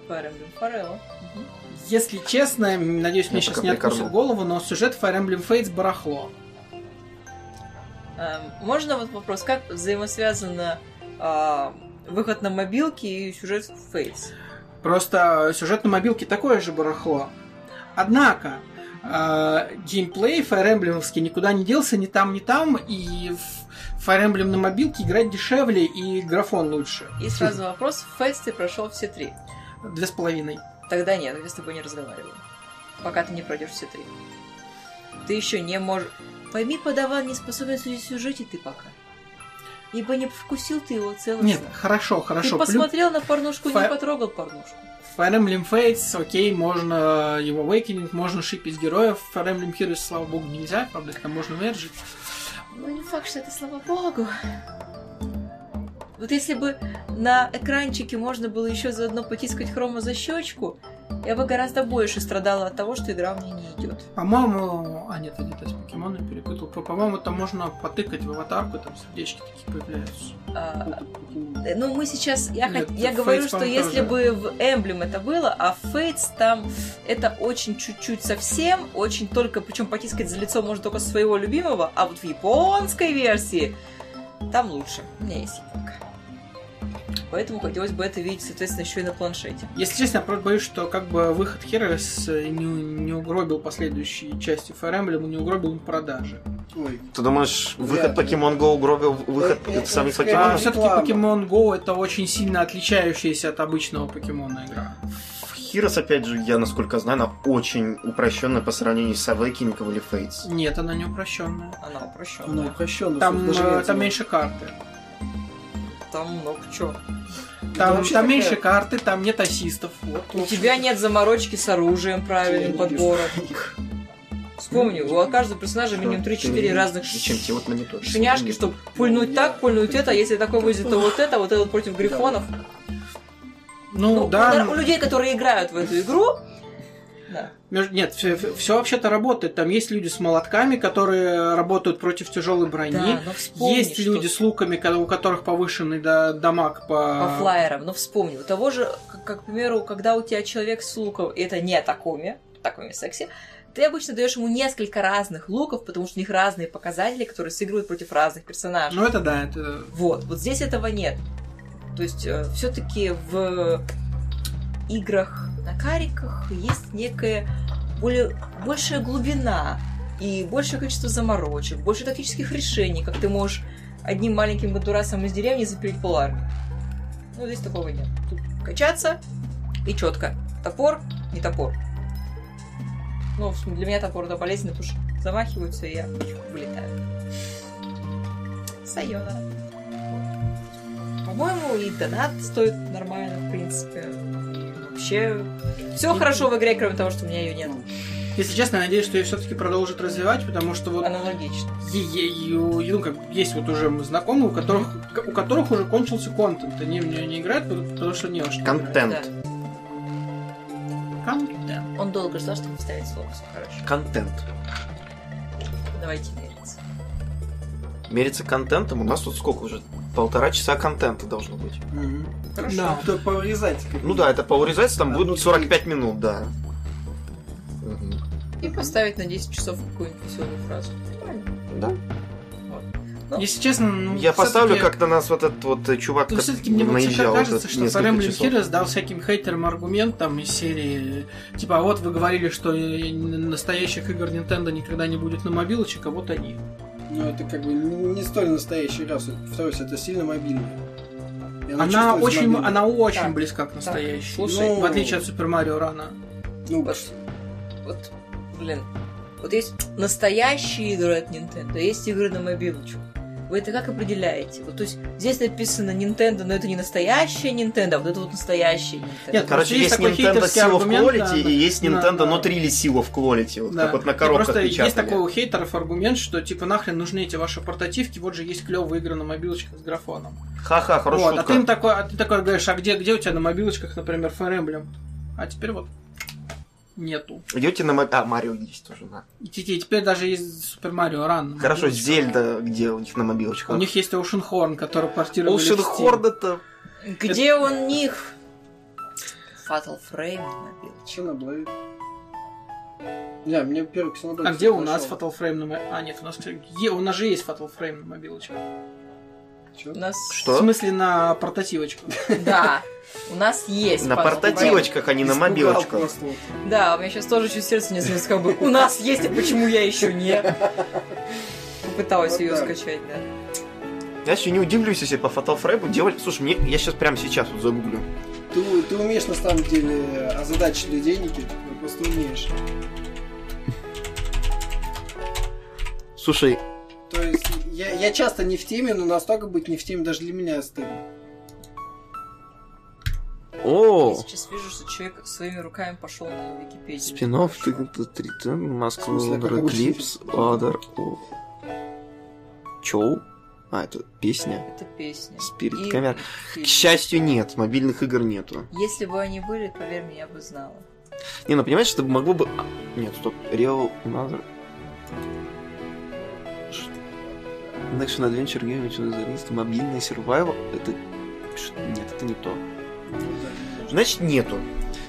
C: Fire Emblem Forever. Мгм.
A: Если честно, м, надеюсь, мне
B: Я
A: сейчас
B: пока
A: не откусит
B: прикормлю.
A: голову, но сюжет Fire Emblem Fates барахло.
C: Эм, Можно вот вопрос, как взаимосвязано а, выход на мобилки и сюжет в Фейс?
A: Просто сюжет на мобилке такое же барахло. Однако, э, геймплей Fire Emblem'овский никуда не делся, ни там, ни там, и в Fire Emblem на мобилке играть дешевле и графон лучше.
C: И сразу вопрос, в Фейс ты прошел все три.
A: Две с половиной.
C: Тогда нет, я с тобой не разговариваю. Пока ты не пройдешь все три. Ты еще не можешь... Пойми, подаван не способен судить в сюжете ты пока. Ибо не вкусил ты его целостно.
A: Нет, хорошо,
C: ты
A: хорошо. Плю-
C: посмотрел на порнушку,
A: Фа-
C: не потрогал порнушку.
A: Fire Emblem Fates, окей, можно его Awakening, можно шипить героев. Fire Emblem Heroes, слава богу, нельзя, правда, их там можно мержить.
C: Ну, не факт, что это слава богу. Вот если бы на экранчике можно было еще заодно потискать хрома за щечку, я бы гораздо больше страдала от того, что игра мне не идет.
A: По-моему... А, нет, я не то с покемоном перепутал. По- По-моему, там можно потыкать в аватарку, там сердечки такие появляются.
C: А, э, ну, мы сейчас... Я, хот-
A: Нет,
C: я
A: в
C: говорю,
A: Fates,
C: что
A: по-моему,
C: если
A: тоже.
C: бы в Эмблем это было, а в Fates там это очень чуть-чуть совсем, очень только, причем потискать за лицо можно только своего любимого, а вот в японской версии там лучше. У меня есть японка. Поэтому хотелось бы это видеть, соответственно, еще и на планшете.
A: Если честно, я просто боюсь, что как бы выход Heroes э, не, не угробил последующие части Fire Emblem, не угробил им продажи.
F: Ой.
B: Ты думаешь, выход
F: Вряд ли.
B: Pokemon Go угробил выход
F: Э, э,
B: самих
F: э,
B: Pokemon?
A: А,
F: реклама.
A: все-таки Pokemon Go это очень сильно отличающаяся от обычного покемона игра.
B: Хирос, опять же, я, насколько знаю, она очень упрощенная по сравнению с Awakening или
C: Ну,
B: Fates.
A: Нет, она не упрощенная.
C: Она упрощенная.
D: Ну
F: Она упрощенная.
A: Там,
F: даже
A: э,
F: я
A: там
F: не
A: меньше карты.
C: Там много чего.
A: Там,
F: вообще такая-
A: там меньше карты, там нет ассистов. Вот.
C: У тебя нет заморочки с оружием
F: Я
C: правильным
F: не
C: подбора. Вспомни, у каждого персонажа
B: Что?
C: минимум 3-4
B: Ты-
C: разных ш-
B: Зачем тебе вот монитор?
C: Шиняшки, чтобы пульнуть
F: я-
C: так, пульнуть это, а если такой выйдет, то вот это, вот это вот против грифонов.
A: Ну,
C: у
A: да.
C: нар- у людей, которые играют в эту игру, да.
A: Между- Нет, все, вообще-то работает. Там есть люди с молотками, которые работают против тяжелой брони.
C: Да, но вспомни,
A: есть
C: что
A: люди с луками, ко- у которых повышенный да, дамаг
C: по
A: по...
C: флайерам, но вспомни, у того же, как, как, к примеру, когда у тебя человек с луком, и это не такуми, такуми секси, Ты обычно даешь ему несколько разных луков, потому что у них разные показатели, которые сыгрывают против разных персонажей.
A: Ну это да, это...
C: Вот, вот здесь этого нет. То есть все-таки в играх на кариках есть некая более, большая глубина и большее количество заморочек, больше тактических решений, как ты можешь одним маленьким бандурасом из деревни запилить пол армии. Ну, здесь такого нет. Тут качаться и четко. Топор, не топор. Ну, в общем, для меня топор да полезен, потому что замахиваются, и я вылетаю. Сайона. По-моему, и донат стоит нормально, в принципе. И вообще, все хорошо в игре, кроме того, что у меня ее нет.
A: Если честно, я надеюсь, что ее все-таки продолжат развивать, потому что вот
C: Аналогично.
A: е- е- е- ну, как, есть вот уже знакомые, у которых, у которых уже кончился контент. Они в нее не играют, потому- потому что не во что. играть.
B: Контент.
A: Контент.
C: Он долго ждал, чтобы вставить слово. Все хорошо.
B: Контент.
C: Давайте мериться.
B: Мериться контентом у нас тут сколько уже? Полтора часа контента должно быть.
C: Хорошо.
A: Да.
F: Только поврезать. как
B: Ну да, это поурезается, там
F: А, ну,
B: будет 45 минут, да. Мгм.
C: И поставить на 10 часов какую-нибудь веселую фразу. Нормально.
B: Да.
A: Если честно, ну,
B: Я поставлю,
A: всё-таки-
B: как на нас вот этот вот э, чувак
A: Ну,
B: как
A: все-таки мне вот всегда
B: наезжал
A: кажется,
B: этот
A: что
B: несколько
A: Салем
B: часов.
A: Хирос дал всяким хейтерам аргумент там из серии э, типа, а вот вы говорили, что э, настоящих игр Nintendo никогда не будет на мобилочек, а вот они.
F: Ну, это как бы не не столь настоящий раз. Второй, это сильно мобильная. И
A: Она
F: чувствуется
A: очень,
F: мобильной.
A: она очень
C: Так,
A: близка к настоящей, Ну,
F: слушай.
A: в отличие от Супер Марио Рана.
F: Ну,
C: Вот, вот, блин. Вот есть настоящие игры от Nintendo, есть игры на мобилочку. Вы это как определяете? Вот, то есть здесь написано Nintendo, но это не настоящая Nintendo, а вот это вот настоящая Nintendo.
A: Нет,
B: Короче,
A: Есть
B: есть
A: такой
B: Nintendo
A: хейтерский
B: Seal of
A: аргумент, да,
B: Quality
A: да.
B: и есть
A: Да,
B: Nintendo
A: да.
B: Not Really Seal of Quality, вот
A: Да.
B: как вот на
A: И
B: коробках
A: Просто есть
B: печатали.
A: такой у хейтеров аргумент, что типа нахрен нужны эти ваши портативки, вот же есть клевые игры на мобилочках с графоном.
B: Ха-ха, хорошая
A: вот, а ты им
B: шутка.
A: такой, а ты такой говоришь, а где, где у тебя на мобилочках, например, Fire Emblem? А теперь вот нету.
B: Идете на... мо- А, Марио есть тоже, да.
A: И те- те- теперь даже есть Супер Марио Ран.
B: Хорошо, Зельда, где у них на мобилочках?
A: У них есть Ocean Horn, который портировали в
B: Ocean
A: Steam.
B: Horn-то...
C: Где у них? Fatal Frame на мобилочке.
F: Че наблавит? Да, мне первый
A: А где у нас Fatal Frame на мо- А, нет, у нас, кстати, е- у нас же есть Fatal Frame на мобилочках.
C: У нас...
A: В
B: Что?
A: смысле, на портативочках.
C: Да, у нас есть
B: На
C: Fatal
B: портативочках, а не на мобилочках.
C: Frame. Да, у меня сейчас тоже чуть сердце не сразу как бы, у нас есть, а почему я еще не? Попыталась
F: Вот
C: ее
F: так.
C: скачать, да.
B: Я еще не удивлюсь, если по фотофрейму делать... Слушай, мне... я сейчас прямо сейчас вот загуглю.
F: Ты, ты умеешь на самом деле озадачить людей, Никита. Ты просто умеешь.
B: Слушай,
F: То есть я, я часто не в теме, но настолько быть не в теме даже для меня стыдно.
B: о,
C: Я сейчас вижу, что человек своими руками пошел на Википедию.
B: спинов, ты
C: Хорошо.
B: три, Москва,
F: В смысле, как
B: Other
F: обычно?
B: Eclipse, Other of... Чоу? А, это песня.
C: Это песня.
B: Spirit
C: И
B: Camera. К
C: фильм.
B: счастью, нет, мобильных игр нету.
C: Если бы они были, поверь мне, я бы знала.
B: Не, ну понимаешь, это могло бы... а, Нет, стоп, Real Mother... Ш- Action Adventure Game, Action Adventure, мобильный survival, это... Ш- Нет, это не то.
D: Ну,
B: Значит, нету.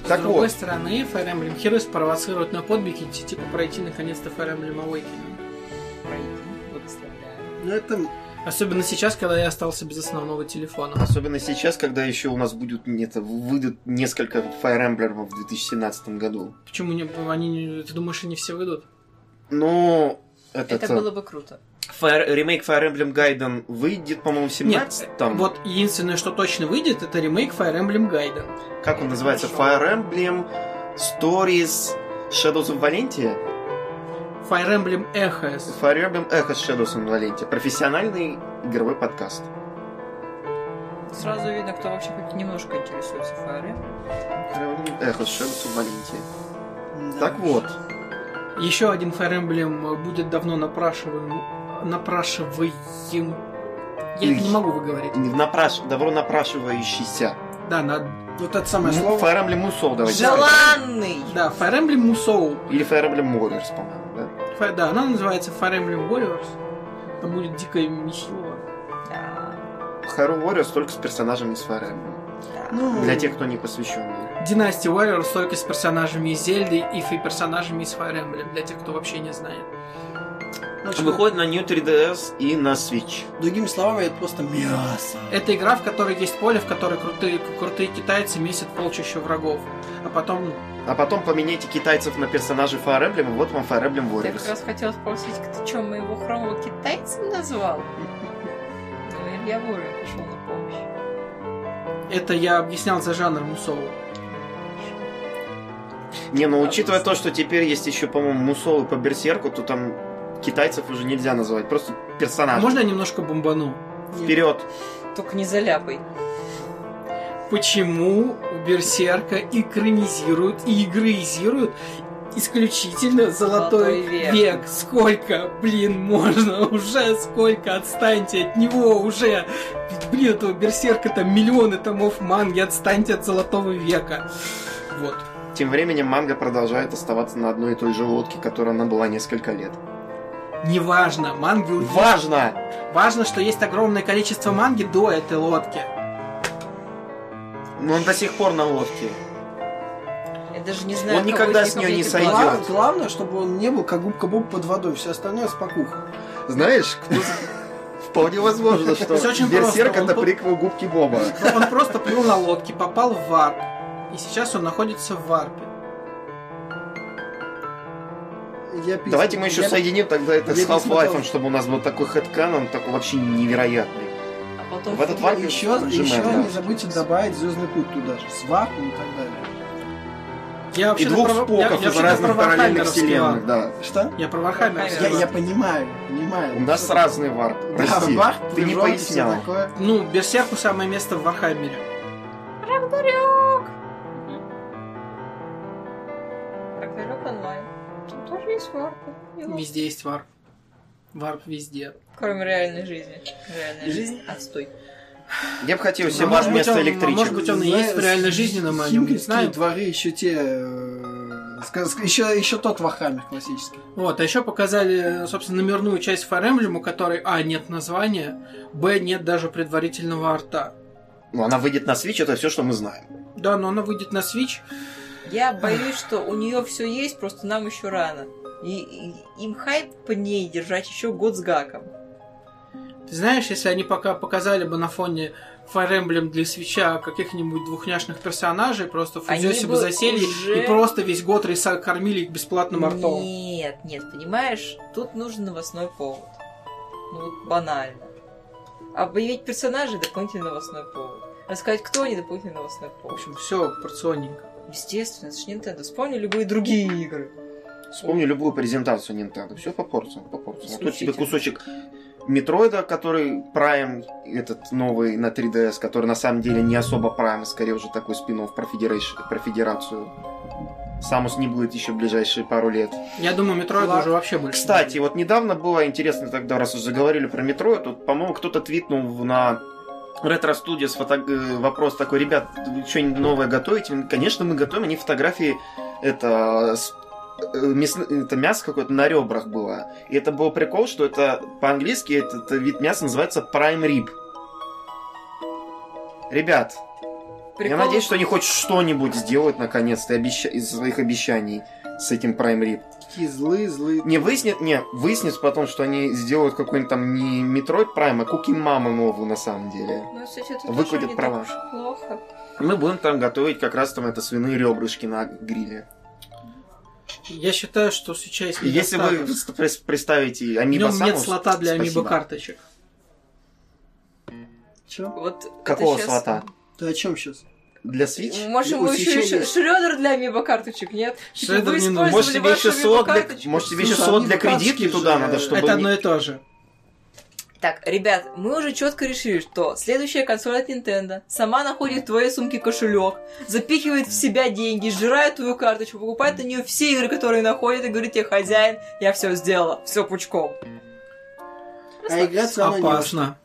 A: С
B: Так
A: другой
B: вот,
A: стороны, Fire Emblem Heroes спровоцирует на подбеги, типа пройти наконец-то Fire Emblem Awakening.
C: Пройди, благословляю.
F: Ну это
A: Особенно сейчас, когда я остался без основного телефона.
B: Особенно сейчас, когда еще у нас будет нет, выйдут несколько Fire Emblem в 2017 году.
A: Почему не, они, не- ты думаешь, они все выйдут?
B: Но этот э,
C: Это было бы круто.
B: Fire- ремейк Fire Emblem Gaiden выйдет, по-моему, в 17 там.
A: Вот единственное, что точно выйдет, это ремейк Fire Emblem Gaiden.
B: Как он называется? Fire Emblem Stories Shadows of Valentia?
A: Fire Emblem Echoes.
B: Fire Emblem Echo Shadows of Valentia. Профессиональный игровой подкаст.
C: Сразу видно, кто вообще хоть немножко интересуется Fire
B: Fire Emblem Echo Shadows of Valentia. Так вот.
A: Еще один Fire Emblem будет давно напрашиваем... Напрашиваем... Я
B: Ой.
A: не могу выговорить.
B: Напраш... Добро напрашивающийся.
A: Да, на...
F: вот это
B: М,
F: самое слово.
B: Fire Emblem Musou,
C: Emblem.
B: давайте. скажем.
C: Желанный!
A: Да, Fire Emblem Musou.
B: Или Fire Emblem Warriors, по-моему, да?
A: Фа- Да, она называется Fire Emblem Warriors. Там будет дикая Михилова.
C: Да.
B: Hyrule Warriors только с персонажами из Fire Emblem.
D: Ну,
B: Для тех, кто не посвящен.
A: Династия Warriors только с персонажами из Зельды и фи- персонажами из Fire Emblem, для тех, кто вообще не знает.
D: ну, что,
B: Выходит на New 3DS и на Switch.
D: Другими словами, это просто мясо.
A: Это игра, в которой есть поле, в которой крутые, крутые китайцы месят полчища врагов. А потом
B: А потом поменяйте китайцев на персонажей Fire Emblem, и вот вам Fire Emblem
C: Я как
B: Warriors.
C: раз хотела спросить, ты что, моего хромого китайцем назвал? Ну, Илья Бурин пришел на помощь.
A: это я объяснял за жанр Мусоу.
B: Не, ну учитывая то, что теперь есть еще, по-моему, Мусоу и по Берсерку, то там китайцев уже нельзя называть, просто
A: А
B: персонажей.
A: можно я немножко бомбану?
B: Вперед!
C: Только не заляпай.
A: Почему у Берсерка экранизируют и игроизируют исключительно
C: Золотой
A: золотой,
C: век.
A: век. Сколько, блин, можно уже? Сколько? Отстаньте от него уже. Ведь, Блин, этого Берсерка там миллионы томов манги. Отстаньте от золотого века. Вот.
B: Тем временем манга продолжает оставаться на одной и той же лодке, которой она была несколько лет.
A: Неважно, манги уйдут.
B: Важно!
A: Важно, что есть огромное количество манги до этой лодки.
B: Но он до сих пор на лодке.
C: Я даже не знаю,
B: Он
C: кого
B: никогда
C: из
B: с
C: них
B: неё не
C: объект
B: сойдёт.
C: глаз.
D: Гла- главное, чтобы он не был как губка Боб под водой, все остальное спокуха.
B: Знаешь, кто- Вполне возможно, что
A: Всё очень
B: Берсерк
A: просто, он
B: это
A: по-
B: приквел губки Боба.
A: Но Он просто плыл на лодке, попал в варп. И сейчас он находится в варпе.
D: Я пис-
B: Давайте мы еще
D: я-
B: соединим тогда это
D: я
B: с
D: не смотрел.
B: Half-Life, чтобы у нас был такой хэдканон, такой вообще невероятный.
C: А потом
B: В этот
C: футбол.
B: вагон
D: Еще,
B: Джимен,
D: еще
B: да.
D: не забудьте добавить Звездный путь туда же, с вакуум и так далее.
A: Я
B: И
A: вообще-то
B: двух
A: про- я- я
B: споков из
A: вообще-то
B: разных
A: про Вархаммера
B: параллельных
A: вспевал.
B: вселенных, да.
D: Что?
A: Я про Вархаммер.
C: Я-
D: Я,
A: вспевал.
D: я понимаю, понимаю.
B: У нас
D: Что-
B: разный варп.
D: Да,
B: Прости,
D: бар,
B: ты не
D: прыжок, всё
B: пояснял.
D: такое.
A: Ну, Берсерку самое место в Вархаммере.
C: Рагнарёк онлайн. Там тоже есть варпы. И лоб.
A: Везде есть варп. Варп везде.
C: Кроме реальной жизни. Реальная жизнь отстой.
B: Я бы хотел
A: А
B: себе
A: может
B: варп
A: быть,
B: вместо
A: он- а
B: электричек.
A: может быть, он и
D: Знаешь,
A: есть в реальной жизни, но мы о нём не
D: химкинские
A: знаем.
D: дворы еще те... э, еще, еще тот Вахаммер классический.
A: Вот, а еще показали, собственно, номерную часть Fire Emblem, у которой, а, нет названия, б, нет даже предварительного арта.
B: Ну, она выйдет на Switch, это все, что мы знаем.
A: Да, но она выйдет на Switch.
C: Я боюсь, что у нее все есть, просто нам еще рано. И, и- им хайп по ней держать еще год с гаком.
A: Ты знаешь, если они пока показали бы на фоне Fire Emblem для свеча каких-нибудь двухняшных персонажей, просто
C: Они
A: фузёси бы
C: бы
A: засели
C: уже-
A: и просто весь год риса кормили их бесплатным артом.
C: Нет, нет, понимаешь, тут нужен новостной повод. Ну вот банально. А Объявить персонажей дополнительный новостной повод. Рассказать, кто они дополнительный новостной
A: В
C: повод.
A: общем, все порционненько.
C: Естественно, это же Nintendo. Вспомни любые другие игры.
B: Вспомни любую презентацию Nintendo. Все по порциям, по порциям. Вот Тут тебе
C: Исключительно.
B: кусочек Метроида, который Prime, этот новый на 3DS, который на самом деле не особо Prime, а скорее уже такой спин про, Федерейш- про Федерацию. Самус не будет еще в ближайшие пару лет.
A: Я думаю, метро
D: Ладно.
A: уже вообще больше. не
B: Кстати, вот недавно было интересно тогда, раз уже заговорили про метро, тут, по-моему, кто-то твитнул в- на ретро-студии с фото- э, вопрос такой, ребят, вы что-нибудь новое готовите? Ну, Конечно, мы готовим, они фотографии, это, с- э, мясн- это мясо какое-то на ребрах было. И это был прикол, что это по-английски этот вид мяса называется prime rib. Ребят, я
C: Прикол-
B: надеюсь, что они хоть что-нибудь сделают наконец-то обеща- из своих обещаний с этим prime rib.
D: Такие злые, злые.
B: Не выяснит, не, выяснится потом, что они сделают какой-нибудь там не Metroid Prime, а Куки Маму новую на самом деле.
C: Ну, кстати, это
B: выкупят
C: тоже не
B: права.
C: так уж плохо.
B: Мы будем там готовить как раз там это свиные ребрышки на гриле.
A: будет. Я считаю, что сейчас
B: И если вы с- прис- представите
A: в
B: Амиба
A: нем нет слота для амибо карточек.
D: Чё?
C: Вот это
B: Какого
C: щас-
B: слота?
D: Ты о А чем сейчас?
B: Для Switch?
C: Может, вы еще
D: Усечение.
C: и Шредер для амибо карточек, нет? Типа,
A: Шредер
C: вы
A: не нужен.
C: использовали
B: Может, тебе
C: вашу
B: еще слот для,
C: амибо-карточку?
B: может, тебе еще
D: Слушай,
B: слот для
D: амибо-карточки
B: кредитки
D: же-
B: туда надо, чтобы...
A: а Это
B: не-
A: одно и то же.
C: Так, ребят, мы уже четко решили, что следующая консоль от Nintendo сама находит в твоей сумке кошелек, запихивает в себя деньги, сжирает твою карточку, покупает на нее все игры, которые находит, и говорит тебе, хозяин, я все сделала, все пучком.
D: А играть все равно не во что.
A: Опасно.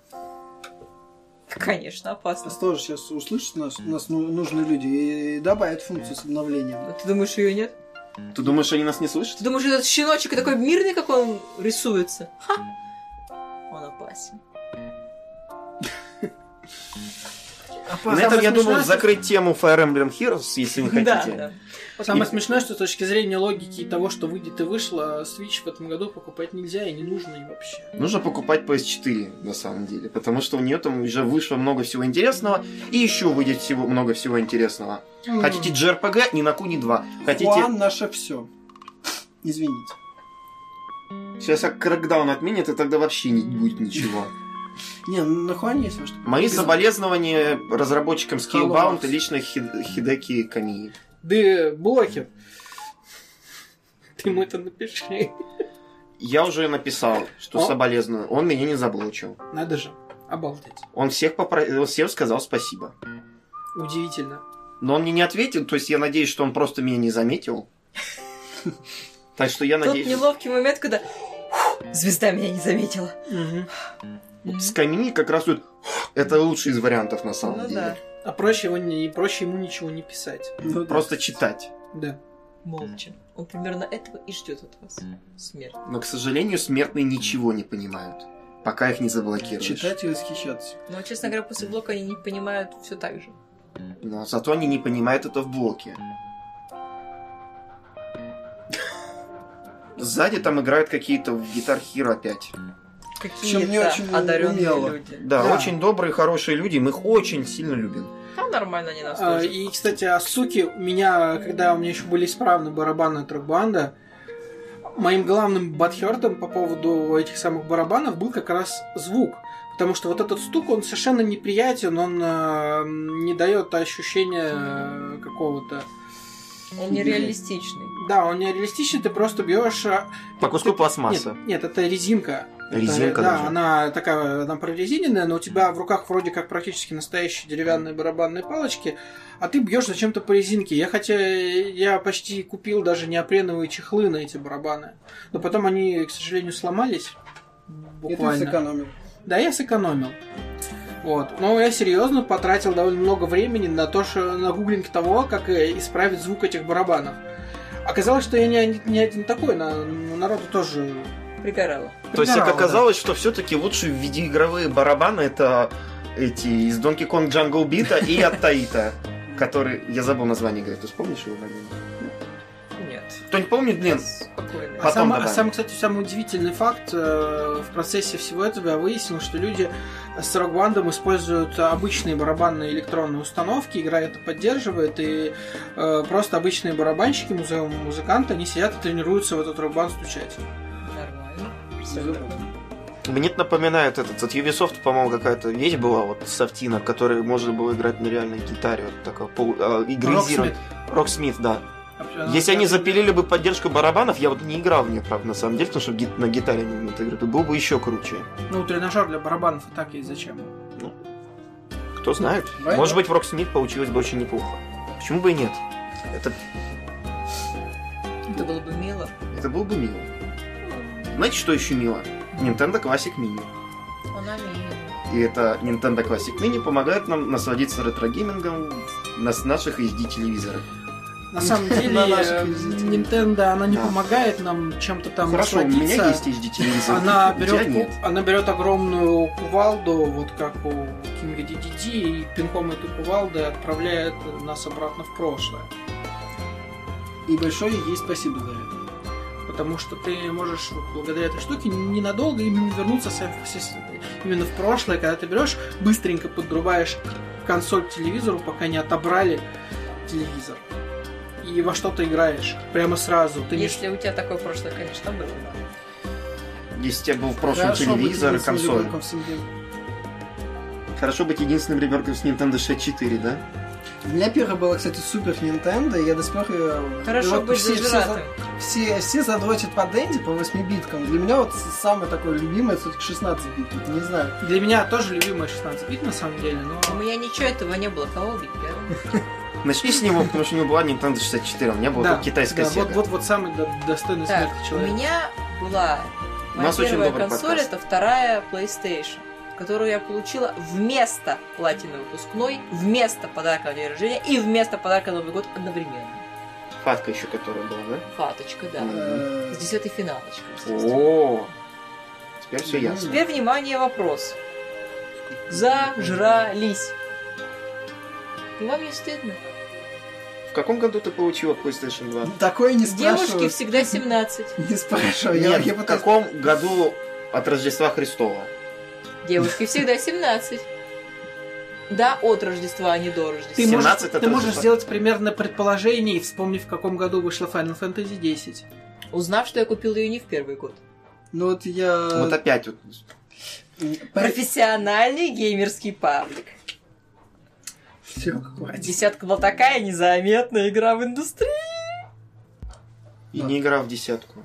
C: Конечно, опасно.
D: Нас тоже сейчас услышат нас, нас ну- нужны люди и добавят функцию с обновлением.
C: Но ты думаешь, ее нет?
B: Ты думаешь, они нас не слышат?
C: Ты думаешь, этот щеночек такой мирный, как он рисуется? Ха! Он опасен.
B: И на этом,
A: Самое
B: я думаю,
A: смешное,
B: закрыть тему Fire Emblem Heroes, если вы
A: Да,
B: хотите.
C: Да.
A: Самое смешное, что с точки зрения логики и того, что выйдет и вышло, Switch в этом году покупать нельзя и не нужно и вообще.
B: Нужно покупать PS4, на самом деле, потому что у нее там уже вышло много всего интересного, и еще выйдет всего, много всего интересного. Хотите JRPG, ни на куни 2. Хотите...
F: Хуан наше все. Извините.
B: Сейчас как Crackdown отменят, и тогда вообще не будет ничего.
F: Не, ну, на Хуане есть во что.
B: Мои
F: Ты-
B: соболезнования разработчикам
F: Hello,
B: Scalebound
F: Mars.
B: и лично Хид- Хидеки Камии.
A: Да, блокер. Ты ему это напиши.
B: Я уже написал, что
A: О.
B: соболезную. Он меня не заблочил.
A: Надо же. Обалдеть.
B: Он всех попро- он всем сказал спасибо.
A: Удивительно.
B: Но он мне не ответил, то есть я надеюсь, что он просто меня не заметил. Так что я
C: Тот
B: надеюсь...
C: неловкий момент, когда «Фух, звезда меня не заметила. Ну
B: С Камии как раз тут... Это лучший из вариантов на самом
C: Ну
B: деле.
C: да.
A: А проще, его не, проще ему ничего не писать.
F: Ну да.
B: Просто читать.
A: Да.
C: Молча. Он примерно этого и ждет от вас. Смерть.
B: Но, к сожалению, смертные ничего не понимают, пока их не заблокируешь.
F: Читать и восхищаться.
C: Но, честно говоря, после блока они не понимают все так же.
B: Но зато они не понимают это в блоке. Сзади там играют какие-то в Guitar Hero опять.
F: Причём не очень
C: Какие-то одаренные
F: умело.
C: люди.
B: Да,
A: Да.
B: очень добрые, хорошие люди, мы их очень сильно любим.
C: Там нормально они нас
A: А,
C: тоже.
A: и, кстати, о суке, у меня, когда у меня еще были исправны барабанная трубанда, моим главным батхердом по поводу этих самых барабанов был как раз звук. Потому что вот этот стук, он совершенно неприятен, он э, не дает ощущения э, какого-то...
C: Он нереалистичный.
A: Да, он не реалистичный, ты просто бьешь... а,
B: По куску пластмассы.
A: Нет, нет, это резинка.
B: Резинка
A: да,
B: даже.
A: она такая, она прорезиненная, но у тебя в руках вроде как практически настоящие деревянные барабанные палочки, а ты бьешь зачем-то по резинке. Я хотя я почти купил даже неопреновые чехлы на эти барабаны, но потом они, к сожалению, сломались.
F: И
A: Буквально.
F: ты сэкономил.
A: Да, я сэкономил. Вот. Но я серьезно потратил довольно много времени на то, что на гуглинг того, как э, исправить звук этих барабанов. Оказалось, что я не, не один такой, на, у народу тоже.
C: Пригорало.
B: То есть, как
A: пригорало, да.
B: оказалось, что все-таки лучше в виде игровые барабаны это эти из Donkey Kong Jungle Beat и от Таита, который... Я забыл название игры, ты вспомнишь его? Марина?
C: Нет.
B: Кто-нибудь помнит,
C: ну,
B: блин?
C: Спокойно.
A: А
B: Потом
A: сам,
B: добавим.
A: а сам, кстати, самый удивительный факт э, в процессе всего этого я выяснил, что люди с рок-бандом используют обычные барабанные электронные установки, игра это поддерживает, и э, просто обычные барабанщики, музы- музыканты, они сидят и тренируются в этот рок-банд стучать.
C: Нормально. Всё
F: Здорово.
C: нормально.
B: Мне это напоминает этот, от Ubisoft, по-моему, какая-то вещь была, вот софтина, в которой можно было играть на реальной гитаре, вот такая пол, э, игризированная. Rocksmith, да.
A: Э,
B: Если они запилили бы поддержку барабанов, я вот не играл в нее, правда, на самом деле, потому что ги- на гитаре не умеют играть, то было бы еще круче.
A: Ну, тренажер для барабанов и так есть зачем.
B: Кто знает.
F: Right.
B: Может быть, в Rocksmith получилось бы очень неплохо. Почему бы и нет? Это,
C: Это было бы мило.
B: это было бы мило. Знаете, что еще мило? Nintendo Classic Mini.
E: Она милая.
B: И это Nintendo Classic Mini помогает нам насладиться ретро-геймингом на с наших HD-телевизорах.
A: На самом деле,
F: На наших
A: э,
F: визителей.
A: Nintendo, она не
B: Да.
A: помогает нам чем-то там
B: Хорошо, у меня
A: насладиться.
B: есть HD-телевизор.
A: Она
B: у тебя
A: берет,
B: нет.
A: ку- она берет огромную кувалду, вот как у Кинга DDD, и пинком этой кувалды отправляет нас обратно в прошлое.
F: И большое ей спасибо за это.
A: Потому что ты можешь вот благодаря этой штуке ненадолго именно вернуться с- с- именно в прошлое, когда ты берешь, быстренько подрубаешь консоль к телевизору, пока не отобрали телевизор. И во что ты играешь прямо сразу. Ты не
C: Если у тебя такое прошлое, конечно, было. да.
B: Если у тебя был в прошлом
F: Хорошо быть
B: телевизор и
F: единственным
B: консоль.
F: ребенком в семье.
B: Хорошо быть единственным ребенком с Nintendo 64, да?
F: У меня первая была, кстати, Супер Нинтендо, и я до сих пор ее...
C: Хорошо быть зажиратым.
F: Все, все задротят по Дэнди, по 8-биткам. Для меня вот самое такое любимое, все-таки 16-битки. Не знаю.
A: Для меня тоже любимая 16 бит на самом деле, но
C: У меня ничего этого не было. Кого убить первым?
B: Начни с него, потому что у него была Nintendo 64, у меня была
A: Да,
B: только китайская
A: да,
B: Sega.
A: вот, вот, вот самый до- достойный
C: Так,
A: смерти
C: у
A: человек.
C: меня была
B: У
C: моя
B: нас очень
C: первая
B: добрый
C: консоль,
B: подкаст.
C: это вторая PlayStation, которую я получила вместо платиновой выпускной, вместо подарка на день рождения и вместо подарка на Новый год одновременно.
B: Хватка еще которая была, да?
C: Фаточка, да.
B: Мгм.
F: Э,
C: С десятой финалочкой, естественно.
B: О, теперь все ясно.
C: Теперь, внимание, вопрос. Зажрались.
E: Ну, Вам не стыдно?
B: В каком году ты получила PlayStation 2?
D: Такое не
E: Девушки
D: спрашиваю.
E: всегда 17.
D: Не спрашиваю. Я,
B: Нет,
D: я
B: в
D: пытаюсь-
B: каком году от Рождества Христова?
E: Девушки всегда 17.
C: Да, от Рождества, а не до Рождества.
A: Ты можешь,
B: 17 это
A: ты можешь
B: Рождество.
A: сделать примерно предположение и вспомнив, в каком году вышла Final Fantasy X.
C: Узнав, что я купил ее не в первый год.
D: Ну вот я...
B: Вот опять вот.
C: Профессиональный геймерский паблик.
D: Всё, хватит.
C: Десятка была такая незаметная игра в индустрии.
B: И не игра в десятку.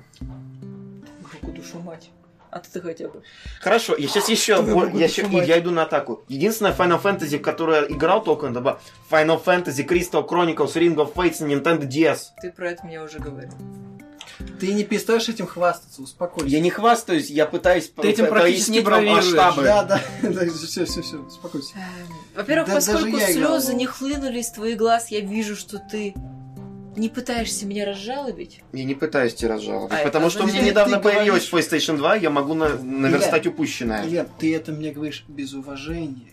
C: Руку душу мать. А ты хотя бы.
B: Хорошо, я сейчас еще,
C: Ты
B: бо-
C: будешь
B: я, щас-
C: снимать.
B: я иду на атаку. Единственное Final Fantasy, в которое я играл только, это была Final Fantasy Crystal Chronicles, Ring of Fates, Nintendo DS.
C: Ты про это мне уже говорил.
D: Ты не перестаешь этим хвастаться, успокойся.
B: Я не хвастаюсь, я пытаюсь по-
A: этим
B: по-
A: практически
B: пояснить вам а
A: проигрываешь.
B: масштабы.
D: Да, да, все, все, все, успокойся.
C: Во-первых,
D: Эм, Да даже
C: поскольку
D: я играл.
C: слезы не хлынули из твоих глаз, я вижу, что ты не пытаешься меня разжаловать.
B: Я не пытаюсь тебя разжаловать,
C: А,
B: потому
C: это
B: что у меня
D: означает,
B: недавно
D: ты
B: появилась PlayStation 2, я могу на- наверстать упущенное.
D: Лен, ты это мне говоришь без уважения.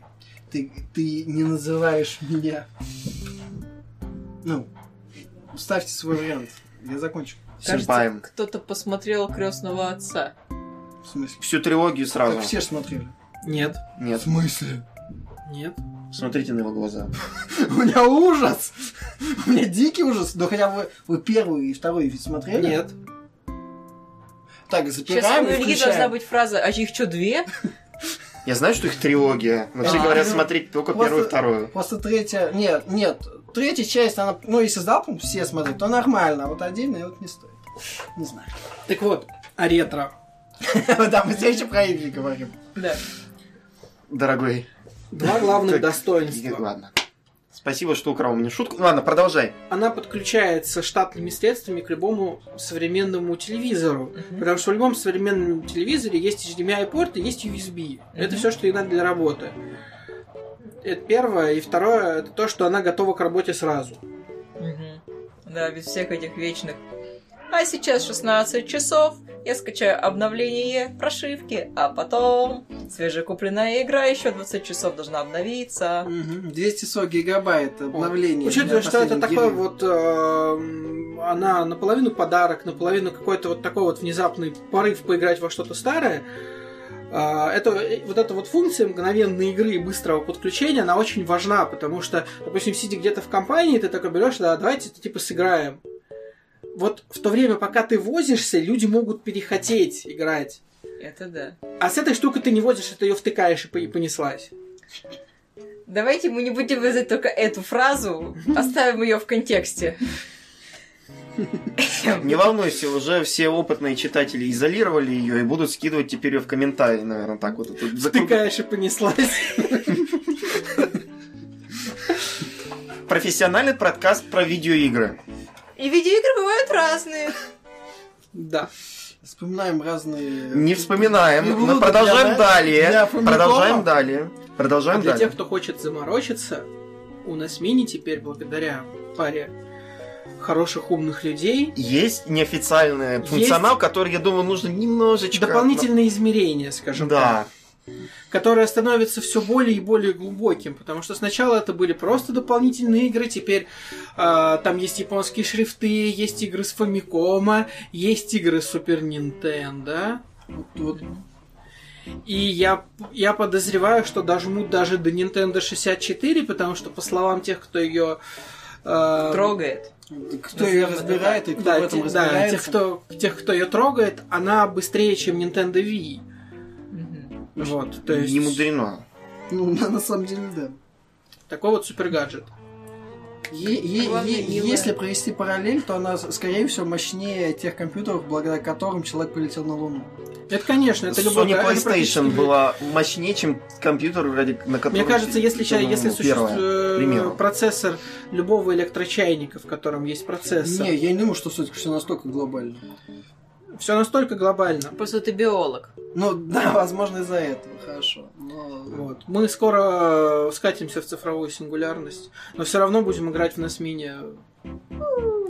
D: Ты, ты не называешь меня. Ну, ставьте свой вариант. Я закончу.
B: Симпаем.
C: кто-то посмотрел крестного отца.
D: В смысле?
B: Всю трилогию сразу.
D: Как все ж смотрели.
A: Нет.
D: В
B: Нет,
D: смысле?
A: Нет.
B: смотрите на его глаза.
D: У меня ужас! У меня дикий ужас. Но хотя бы вы первую и вторую ведь
B: Э?
D: смотрели?
A: Нет.
D: Так,
C: Сейчас
D: запираем
C: у
D: и
C: Ильи
D: включаем.
C: должна быть фраза, а их что, две?
B: Я знаю, что их трилогия, но все
D: А,
B: говорят
D: ну,
B: смотреть только
D: просто-
B: первую и вторую.
D: Просто третья... Нет, нет. Третья часть, она... Ну, если сдал, по-моему, все смотреть, то нормально. А вот отдельная вот не стоит. Не знаю.
A: Так вот, а ретро.
D: Да, мы все еще про игры говорим.
C: Да.
B: Дорогой.
A: Два главных
B: Так,
A: достоинства.
B: Ладно. Спасибо, что украл мне шутку. Ну, Ладно, продолжай.
A: она подключается штатными средствами к любому современному телевизору. Потому что в любом современном телевизоре есть HDMI-порт и есть USB. Это все, что ей надо для работы. Это первое. И второе, это то, что она готова к работе сразу.
C: Мгм. Да, без всех этих вечных. А сейчас 16 часов. Я скачаю обновление прошивки, а потом свежекупленная игра еще 20 часов должна обновиться.
F: Мгм, 240 гигабайт обновления.
A: Учитывая,
F: для
A: что это
F: последней
A: такой
F: героя.
A: вот... эм, она наполовину подарок, наполовину какой-то вот такой вот внезапный порыв поиграть во что-то старое. э, Это, э, вот эта вот функция мгновенной игры и быстрого подключения, она очень важна, потому что, допустим, сидя где-то в компании, ты такой берешь, да, давайте типа сыграем. Вот в то время, пока ты возишься, люди могут перехотеть играть.
C: Это да.
A: А с этой штукой ты не возишь, ты ее втыкаешь и по- и понеслась.
C: Давайте мы не будем вырезать только эту фразу, оставим ее в контексте.
B: Не волнуйся, уже все опытные читатели изолировали ее и будут скидывать теперь ее в комментарии, наверное, так вот. Это закруг-
A: Втыкаешь и понеслась.
B: Профессиональный подкаст про видеоигры.
C: И видеоигры бывают разные.
A: Да.
D: Вспоминаем разные...
B: Не вспоминаем,
D: Ну,
B: но
D: для-
B: продолжаем
D: для- для
B: далее.
D: Фомикома.
B: Продолжаем далее.
A: А
B: Продолжаем
A: для
B: далее.
A: тех, кто хочет заморочиться, у нас мини теперь благодаря паре хороших умных людей
B: Есть неофициальный функционал, который, я думаю, нужно немножечко...
A: дополнительные измерения, скажем так,
B: Да.
A: которое становится все более и более глубоким, потому что сначала это были просто дополнительные игры, теперь а, там есть японские шрифты, есть игры с Фомикома, есть игры с Супер Нинтендо.
D: Вот,
A: И я, я подозреваю, что дожмут даже до Nintendo 64, потому что, по словам тех, кто а, ее...
C: Трогает.
D: кто ее разбирает и кто
A: да,
D: в этом
A: те- да,
D: разбирается.
A: тех, кто, тех, кто ее трогает, она быстрее, чем Nintendo Wii.
C: Мгм.
A: Вот, то есть
B: Не мудрено.
D: Ну, на, на самом деле, да.
A: такой вот супер гаджет.
D: Е- е-
C: Главное,
D: е-
C: милая.
D: если провести параллель, то она, с- скорее всего, мощнее тех компьютеров, благодаря которым человек полетел на Луну.
A: Это, конечно, это любой
B: Sony
A: га- это
B: PlayStation
A: практически-
B: была мощнее, чем компьютер, ради, на котором...
A: Мне кажется, если, ща-
B: по-моему,
A: если
B: первая. примеру.
A: существует процессор любого электрочайника, в котором есть процессор,
D: Не, я не думаю, что все-таки все настолько глобально.
A: все настолько глобально.
C: Просто ты биолог.
D: Ну, да, возможно, из-за этого. Хорошо. Но...
A: Вот. Мы скоро э, скатимся в цифровую сингулярность, но все равно будем играть в нас мини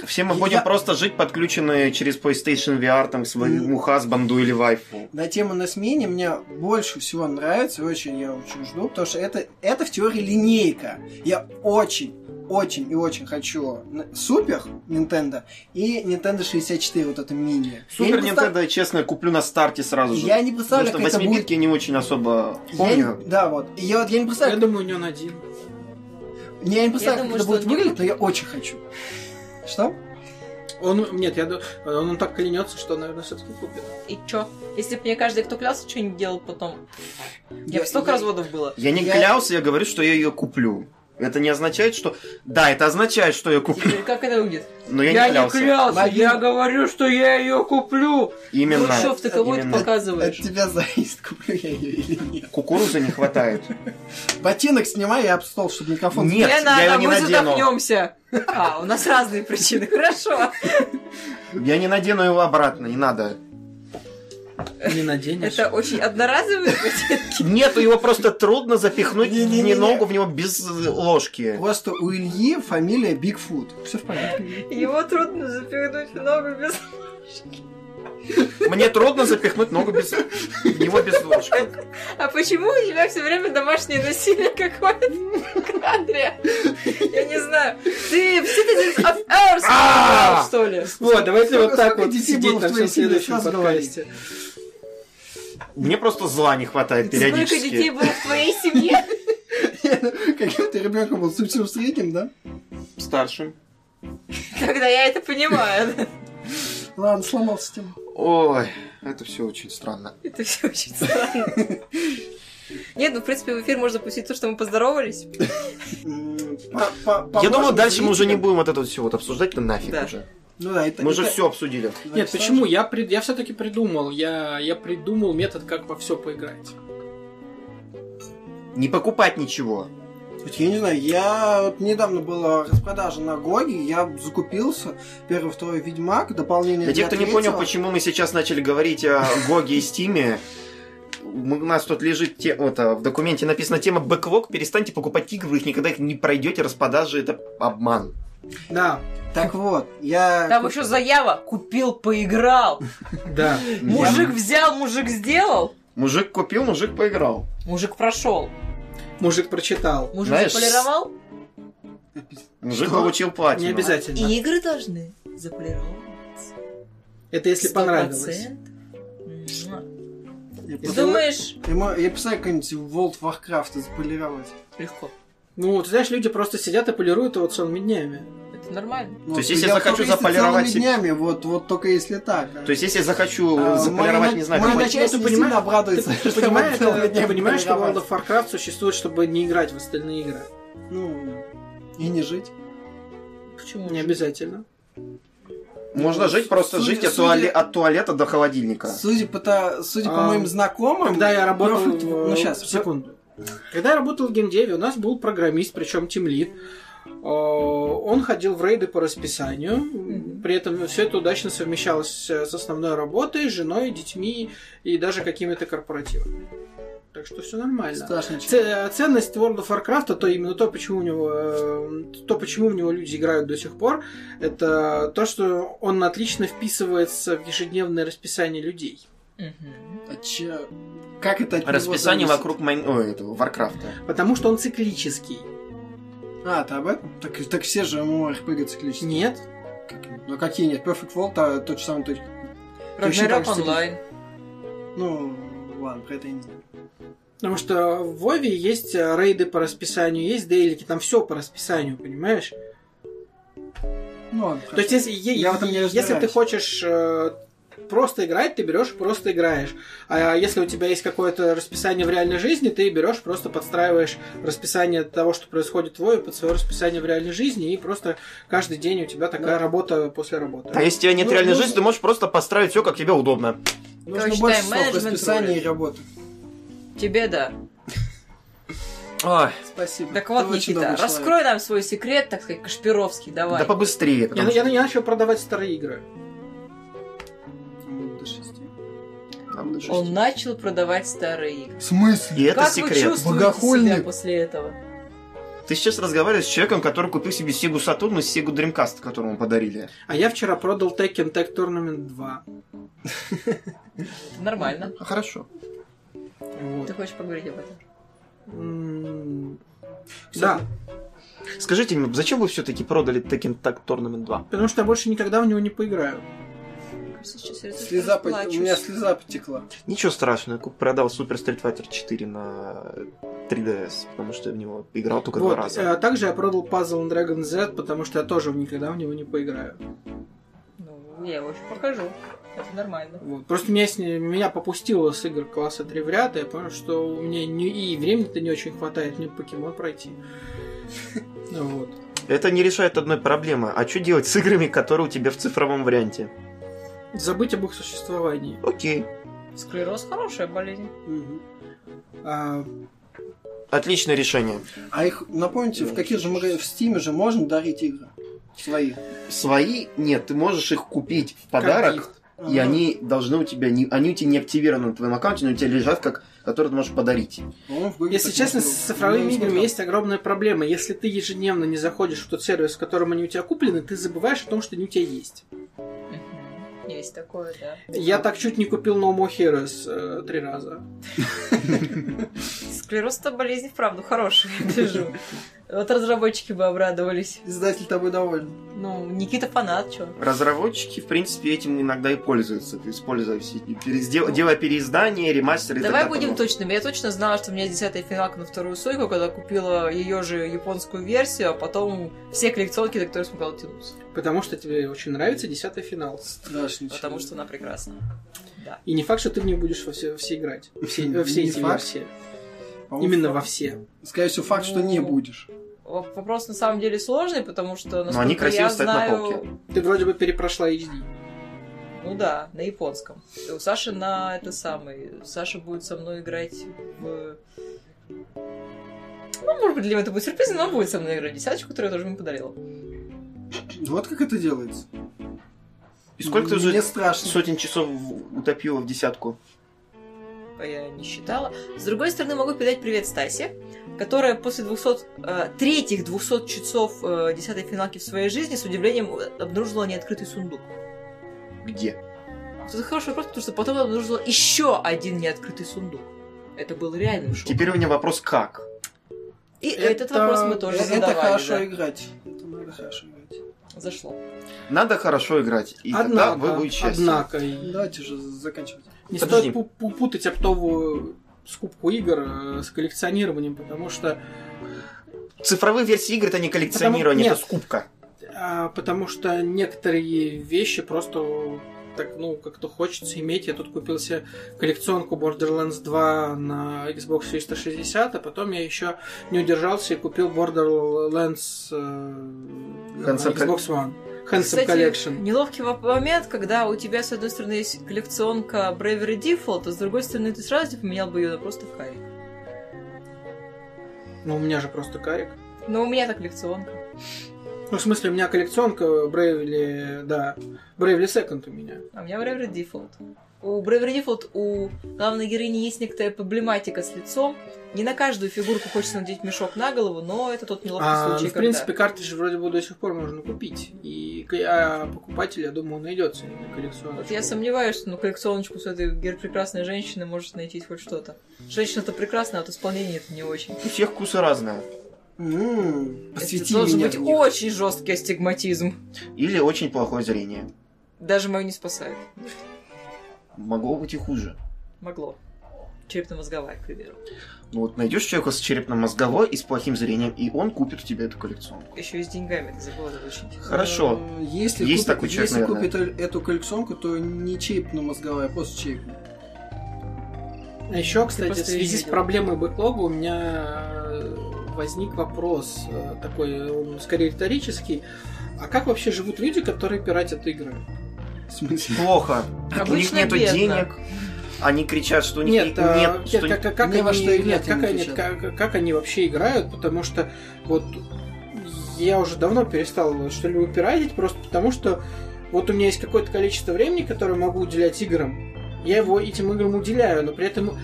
B: Все мы будем
D: Я-
B: просто жить подключенные через PlayStation VR там к своему хазбанду или вайфу.
D: На тему на смене мне больше всего нравится, и очень я очень жду, потому что это, это в теории линейка. Я очень, очень и очень хочу на- Супер Nintendo и Nintendo 64, вот это мини.
B: Супер
D: я не представ-
B: Nintendo, честно, куплю на старте сразу же.
D: Я
B: Потому
D: не представляю,
B: что
D: как это будет.
B: восьмибитки не очень особо
D: Я
B: помню.
D: не- Да, вот. И Я, вот, я
A: Я
D: не представляю,
A: думаю, у него на один.
D: не- я не представляю,
C: думаю,
D: как это
C: что
D: будет
C: он не
D: выглядеть, но я очень хочу. Что?
A: Он, нет, я ду- он, он так клянется, что, наверное, все-таки купит.
C: И чё? Если бы мне каждый, кто клялся, что-нибудь делал потом. Я
D: Я-
C: бы столько
D: я-
C: разводов было.
B: Я не
D: Я-
B: клялся, я говорю, что я ее куплю. Это не означает, что... Да, это означает, что я куплю,
C: Теперь как это выглядит?
B: но я, не клялся.
D: Мобильный.
C: говорю, что я ее куплю.
B: Именно.
C: Ну что, ты кого это
B: Именно.
D: От
C: показываешь?
D: тебя зависит, куплю я ее или нет.
B: Кукурузы не хватает.
D: Ботинок снимай и об стол, чтобы микрофон...
B: Нет,
C: Лена,
B: я
C: а
B: его не
C: мы
B: надену.
C: задохнемся. А, у нас разные причины, хорошо.
B: Я не надену его обратно, не надо.
A: Не а наденешь.
C: Это очень одноразовые ботинки.
B: Нет, его просто трудно запихнуть
D: Не-не-не-не.
B: не ногу в него без э, ложки.
D: Просто у Ильи фамилия Бигфут. Все в порядке.
C: Его трудно запихнуть в ногу без...
B: Мне трудно запихнуть ногу без в него без ложки.
C: А почему у тебя все время домашнее насилие какое-то в кадре? Я не знаю. Ты в Citizens of Earth
B: А!
C: играл, что ли?
A: Вот, давайте
D: Сколько-
A: вот так
D: сколько
A: вот
D: детей
A: сидеть
D: было в
A: на всем
D: твоей семье?
A: следующем
D: Сразу говори.
A: подкасте.
B: Мне просто зла не хватает
C: Сколько детей
B: периодически.
C: было в твоей семье?
D: Каким ты ребенком был? Супсим средним, да?
B: Старшим.
C: Тогда я это понимаю.
D: Ладно, сломал систему.
B: Ой, это все очень странно.
C: Это все очень странно. Нет, ну, в принципе, в эфир можно пустить то, что мы поздоровались.
B: Я думаю, дальше мы уже не будем вот это вот все вот обсуждать, да нафиг
C: Да.
B: уже.
D: Ну да, это...
B: Мы же
D: это-
B: все обсудили.
A: Нет, почему? Я, прид- я все-таки придумал. Я, я придумал метод, как во все поиграть.
B: Не покупать ничего.
D: Вот Я не знаю, я вот недавно была распродажа на Гоге, я закупился. Первый, второй Ведьмак, дополнение
B: Для тех, кто не понял,
D: третьего.
B: почему мы сейчас начали говорить о Гоге и Стиме, мы- у нас тут лежит те, вот, а, в документе написана тема бэклог, перестаньте покупать игры, вы их никогда их не пройдете, распродажи это обман.
A: Да,
D: Так вот, я...
C: Там еще заява. Купил, поиграл.
A: да.
C: Мужик взял, мужик сделал.
B: Мужик купил, мужик поиграл.
C: Мужик прошел.
A: Мужик прочитал.
C: Мужик
B: Знаешь,
C: заполировал.
B: Мужик
D: Что?
B: получил платину.
A: Не обязательно.
C: И игры должны заполироваться.
A: Это если понравилось.
C: 100%. Муа.
D: Я
C: Ну, Ты
D: писал-
C: думаешь?
D: Я мо- я писал какой-нибудь World of Warcraft заполировать.
C: Легко.
A: Ну, ты знаешь, люди просто сидят и полируют его целыми днями.
C: Это нормально.
D: Ну,
B: есть, если
D: я
B: захочу
D: только если
B: заполировать
D: целыми
B: себе-
D: днями, вот, вот только если так.
B: То есть, если я захочу
D: А,
B: заполировать,
D: моя-
B: не знаю,
D: моя
B: какой-
A: Ну,
D: начальство
A: ты
D: не
A: понимаешь-
D: сильно
A: Ты,
D: обрадуется,
A: ты
D: что
A: понимаешь,
D: мы целыми
A: ты
D: днями
A: понимаешь, что World
D: полировать.
A: of Warcraft существует, чтобы не играть в остальные игры?
D: Ну, и не жить.
C: Почему?
A: Не обязательно.
B: можно жить, просто
D: Судя-
B: жить от,
D: судя-
B: туале- от туалета до холодильника.
D: Судя по, та- судя по
A: А,
D: моим знакомым...
A: Когда я работал...
D: Perfect- Ну, сейчас,
A: секунду. Когда я работал в Гендеве, у нас был программист, причем тимлид. Э, Он ходил в рейды по расписанию, при этом все это удачно совмещалось э, с основной работой, с женой, детьми и даже какими-то корпоративами. Так что все нормально.
D: Страшно.
A: Ц- Ценность World of Warcraft, а то именно то, почему у него, э, то, почему в него люди играют до сих пор, это то, что он отлично вписывается в ежедневное расписание людей.
C: Мгм.
D: А чё- Как это от него
B: Расписание
D: зависит?
B: вокруг Майн... Ой, этого, Варкрафта.
A: Потому что он циклический.
D: А, ты об этом? Так, так все же MMORPG циклические.
A: Нет.
D: Ну какие нет? Perfect World, а тот же самый... Тот... Точно так
C: Рагнарёк
D: же
C: онлайн.
D: Ну, ладно, про это я не знаю.
A: Потому что в Вове есть э, рейды по расписанию, есть дейлики, там все по расписанию, понимаешь?
D: Ну, ладно,
A: То есть, если, е-
D: Я в этом не
A: если ты
D: разбираюсь.
A: хочешь э, просто играть, ты берешь и просто играешь. А если у тебя есть какое-то расписание в реальной жизни, ты берешь, просто подстраиваешь расписание того, что происходит в Вове, под свое расписание в реальной жизни, и просто каждый день у тебя такая
D: Да.
A: работа после работы.
B: А если у тебя нет
D: Ну,
B: реальной
D: ну,
B: жизни, ты можешь просто поставить все, как тебе удобно.
D: Нужно
C: Короче,
D: больше слов,
C: тайм-менеджмент
D: расписание
C: рулит.
D: и работа.
C: Тебе да.
B: Ой,
D: Спасибо.
C: Так
D: Ты
C: вот,
D: очень
C: Никита,
D: добрый человек.
C: раскрой нам свой секрет, так сказать, Кашпировский,
B: да
C: давай.
B: побыстрее.
A: Я,
B: потому
A: на-
B: что
A: я, на- я начал продавать старые игры.
D: Минут до шести.
B: нам до шести.
C: Он начал продавать старые игры.
D: В смысле?
B: И это
C: как вы
B: секрет.
C: чувствуете
D: Богохульник.
C: себя после этого?
B: Ты сейчас разговариваешь с человеком, который купил себе Sega Saturn и Sega Dreamcast, которому подарили.
A: А я вчера продал Tekken Tag Tournament 2.
C: Нормально.
B: А, Хорошо.
A: Вот.
C: Ты хочешь поговорить об этом?
A: М, Да,
B: Скажите мне, зачем вы все-таки продали Tekken Tag Tournament 2?
A: потому что я больше никогда в него не поиграю.
E: Сейчас я
F: Слеза пот- У
E: расплачусь.
F: меня слеза потекла.
B: Ничего страшного, я куп- продал Super Street Fighter 4 на 3DS, потому что я в него играл только
A: Вот,
B: два раза.
A: э, Также я продал Puzzle and Dragon Z, потому что я тоже никогда в него не поиграю.
C: Ну, я его еще покажу. Это нормально.
A: Вот. Просто меня, с- меня попустило с игр класса 3 в ряд, и я понял, что у меня не, и времени-то не очень хватает мне покемон пройти. Ну Вот.
B: Это не решает одной проблемы. А что делать с играми, которые у тебя в цифровом варианте?
A: Забыть об их существовании.
B: Окей.
C: Склероз хорошая болезнь.
F: Мгм.
A: А,
B: Отличное решение.
F: А их, напомните, в каких же магазинах, в Стиме же можно дарить игры? Свои.
B: Свои нет, ты можешь их купить в подарок, и
F: Ага.
B: они должны у тебя не, они у тебя не активированы на твоем аккаунте, но у тебя лежат как, которые ты можешь подарить.
F: По-моему, Ну, в Google
A: Если
F: так Ну,
A: честно,
F: можно
A: с
F: было.
A: цифровыми
D: Ну,
F: Я не
A: играми
F: смотрел.
A: есть огромная проблема. Если ты ежедневно не заходишь в тот сервис, в котором они у тебя куплены, ты забываешь о том, что они у тебя есть.
C: Мгм. Есть такое, да.
A: Я так чуть не купил No More Heroes э, три раза.
C: Склероз-то болезнь, вправду, хорошая, я гляжу. Вот разработчики бы обрадовались.
F: Издатель тобой доволен.
C: Ну, Никита фанат, чё.
B: Разработчики, в принципе, этим иногда и пользуются, используя все, перез- дел- делая переиздания, ремастеры. и так
C: Давай
B: далее.
C: будем точными. Я точно знала, что у меня есть десятая финалка на вторую Сойку, когда купила ее же японскую версию, а потом все коллекционки, до которых смогла тянуться.
A: Потому что тебе очень нравится десятый финал.
F: Страшно.
C: Потому что она прекрасна. Да.
A: И не факт, что ты в них будешь во все, все играть. Все, во все
F: Не
A: эти
F: факт.
A: версии.
F: По-моему,
A: Именно
F: факт.
A: во все.
F: Скорее всего, факт, что не
C: Ну.
F: будешь.
C: Воп- Вопрос на самом деле сложный, потому что насколько
B: они красиво
C: я
B: стоят на
C: знаю...
B: полке.
A: Ты вроде бы перепрошла HD.
C: Ну да, на японском. И У Саши на это самый. Саша будет со мной играть в... Ну, может быть, для него это будет сюрприз, но он будет со мной играть в десяточку, которую я тоже ему подарила.
F: Вот как это делается.
B: И сколько ты
F: Мне
B: уже
F: страшно.
B: сотен часов в- утопила в десятку?
C: а я не считала. С другой стороны, могу передать привет Стасе, которая после 200, э, третьих 200 часов э, десятой финалки в своей жизни с удивлением обнаружила неоткрытый сундук.
B: Где?
C: Вот Это хороший вопрос, потому что потом она обнаружила еще один неоткрытый сундук. Это был реальный шок.
B: Теперь у меня вопрос как?
C: И
A: Это-
C: этот вопрос мы
F: Э,
C: тоже
F: Это,
C: задавали.
F: хорошо
C: да.
F: играть. Это надо хорошо играть.
C: Зашло.
B: Надо хорошо играть, и тогда вы будете счастливы.
A: однако,
F: Давайте же заканчивать.
A: не
B: Подожди.
A: стоит пу- пу- путать оптовую скупку игр э, с коллекционированием, потому что,
B: Цифровые версии игр это не коллекционирование,
A: Потому-
B: это скупка.
A: а, потому что некоторые вещи просто так, ну, как-то хочется иметь. Я тут купил себе коллекционку Borderlands 2 на Xbox 360, а потом я еще не удержался и купил Borderlands э, на
B: Handsome
A: Xbox One. Handsome
C: Кстати,
A: Collection.
C: неловкий воп- момент, когда у тебя, с одной стороны, есть коллекционка Bravery Default, а с другой стороны, ты сразу же поменял бы ее на просто в Харри.
A: Ну, у меня же просто карик.
C: Но у меня-то коллекционка.
A: Ну, в смысле, у меня коллекционка Bravely, да, Bravely Second у меня.
C: А у меня Bravery Default. У Bravery Default у главной героини есть некоторая проблематика с лицом. Не на каждую фигурку хочется надеть мешок на голову, но это тот неловкий
A: А,
C: случай,
A: в принципе, картридж вроде бы до сих пор можно купить. И к- а покупатель, я думаю, найдется именно
C: когда...
A: коллекционер.
C: Вот я сомневаюсь, что ну, коллекционочку с этой гер- прекрасной женщины может найти хоть что-то. Женщина-то прекрасная, а вот исполнение это не очень.
B: У всех вкусы разные.
F: М,
C: это
F: М-м, Посвяти
C: должен
F: меня
C: быть
F: в них.
C: очень жесткий астигматизм.
B: Или очень плохое зрение.
C: Даже мою не спасает.
B: Могло быть и хуже.
C: Могло. Черепно-мозговая, к примеру.
B: Ну вот найдешь человека с черепно-мозговой и с плохим зрением, и он купит у тебя эту коллекционку.
C: Еще и с деньгами это забыла озвучить.
B: Хорошо.
F: Э, Если
B: Есть
F: купит-
B: такой человек,
F: если
B: наверное.
F: купит э- эту коллекционку, то не черепно-мозговая, а просто черепно.
A: А еще, кстати,
C: просто
A: в связи
C: её
A: с
C: видел.
A: проблемой бэклога у меня э, возник вопрос э, такой, он скорее риторический. А как вообще живут люди, которые пиратят игры?
F: В смысле?
B: Плохо. у
C: Обычно
B: них нету
C: бедно.
B: денег. Они кричат, что у них
A: Нет,
B: не-
A: а,
B: нет,
A: нет,
B: что не-
A: как, как
F: не
A: они,
F: во что играть
A: нет, как,
F: они
A: они,
F: отвечают.
A: как- как они вообще играют, потому что вот я уже давно перестал что-либо пиратить, просто потому что вот у меня есть какое-то количество времени, которое могу уделять играм. Я его этим играм уделяю, но при этом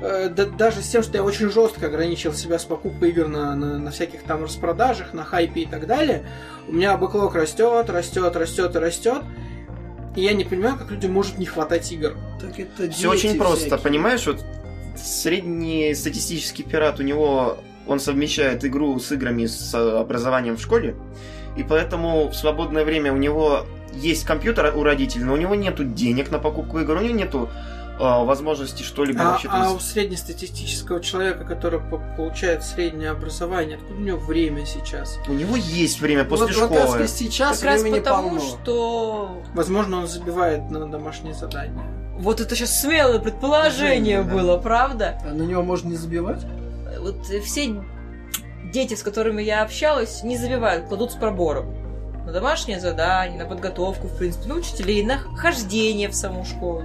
A: э, да- даже с тем, что я очень жестко ограничил себя с покупкой игр на, на- на всяких там распродажах, на хайпе и так далее, у меня бэклог растет, растет, растет и растет. И я не понимаю, как людям может не хватать игр.
F: Так это дети
B: Все очень просто,
F: всякие.
B: понимаешь? Вот средний статистический пират у него он совмещает игру с играми с э, образованием в школе, и поэтому в свободное время у него есть компьютер у родителей, но у него нету денег на покупку игр, у него нету э, возможности что-либо
A: А,
B: вообще.
A: а у среднестатистического человека, который по- получает среднее образование, откуда у него время сейчас?
B: У него есть время после
F: вот,
B: школы.
F: Вот, так сказать, сейчас
C: Как раз
F: времени
C: потому,
F: полно.
C: что...
A: Возможно, он забивает на домашние задания.
C: Вот это сейчас смелое предположение
F: Жень, да.
C: было, правда?
F: А на него можно не забивать?
C: Вот все дети, с которыми я общалась, не забивают, кладут с пробором. На домашнее задание, на подготовку, в принципе, на учителей, на хождение в саму школу.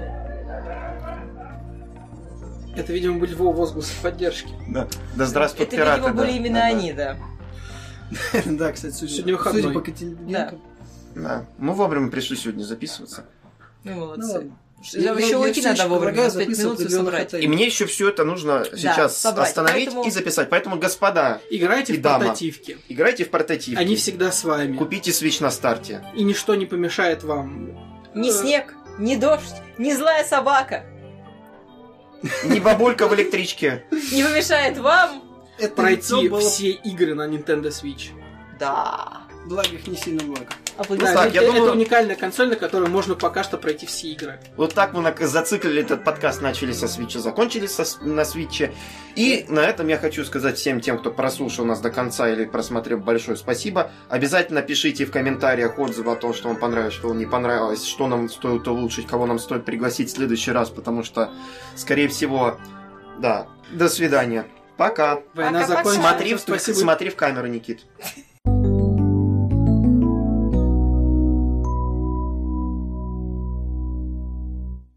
A: Это, видимо, были его возгласы поддержки.
B: Да. Да здравствует
C: это,
B: пираты.
C: видимо,
B: да.
C: были именно
B: Да, да.
C: они, да.
F: Да, кстати, судя,
A: Сегодня выходной.
F: судя по Ну Катериненко.
C: Да.
B: Да. Мы вовремя пришли сегодня записываться.
C: Ну,
F: Ну
C: молодцы.
F: ладно.
C: Ш- еще уйти надо вовремя, за 5 минут все собрать.
B: И мне еще все это нужно сейчас
C: собрать.
B: остановить
C: Поэтому-
B: и записать. Поэтому, господа,
A: Играйте
B: И
A: в
B: дама.
A: портативки.
B: играйте в портативки.
A: Они всегда с вами.
B: Купите Switch на старте.
A: И ничто не помешает вам.
C: Ни снег, ни дождь, ни злая собака
B: Не бабулька в электричке.
C: не помешает вам.
F: Это
A: Пройти
F: лицо было...
A: все игры на Nintendo Switch.
C: Да.
F: Благо их не сильно много.
A: Да,
B: Ну так, я
A: это,
B: думаю-
A: это уникальная консоль, на которой можно пока что пройти все игры.
B: Вот так мы нак- зациклили этот подкаст, начали со свитча, закончили со с- на свитче. И на этом я хочу сказать всем тем, кто прослушал нас до конца или просмотрел, большое спасибо. Обязательно пишите в комментариях отзывы о том, что вам понравилось, что вам не понравилось, что нам стоит улучшить, кого нам стоит пригласить в следующий раз, потому что, скорее всего, да. До свидания. Пока.
A: Война
E: Пока-пока.
A: закончилась.
B: Смотри в,
A: Спасибо.
B: смотри в камеру, Никит.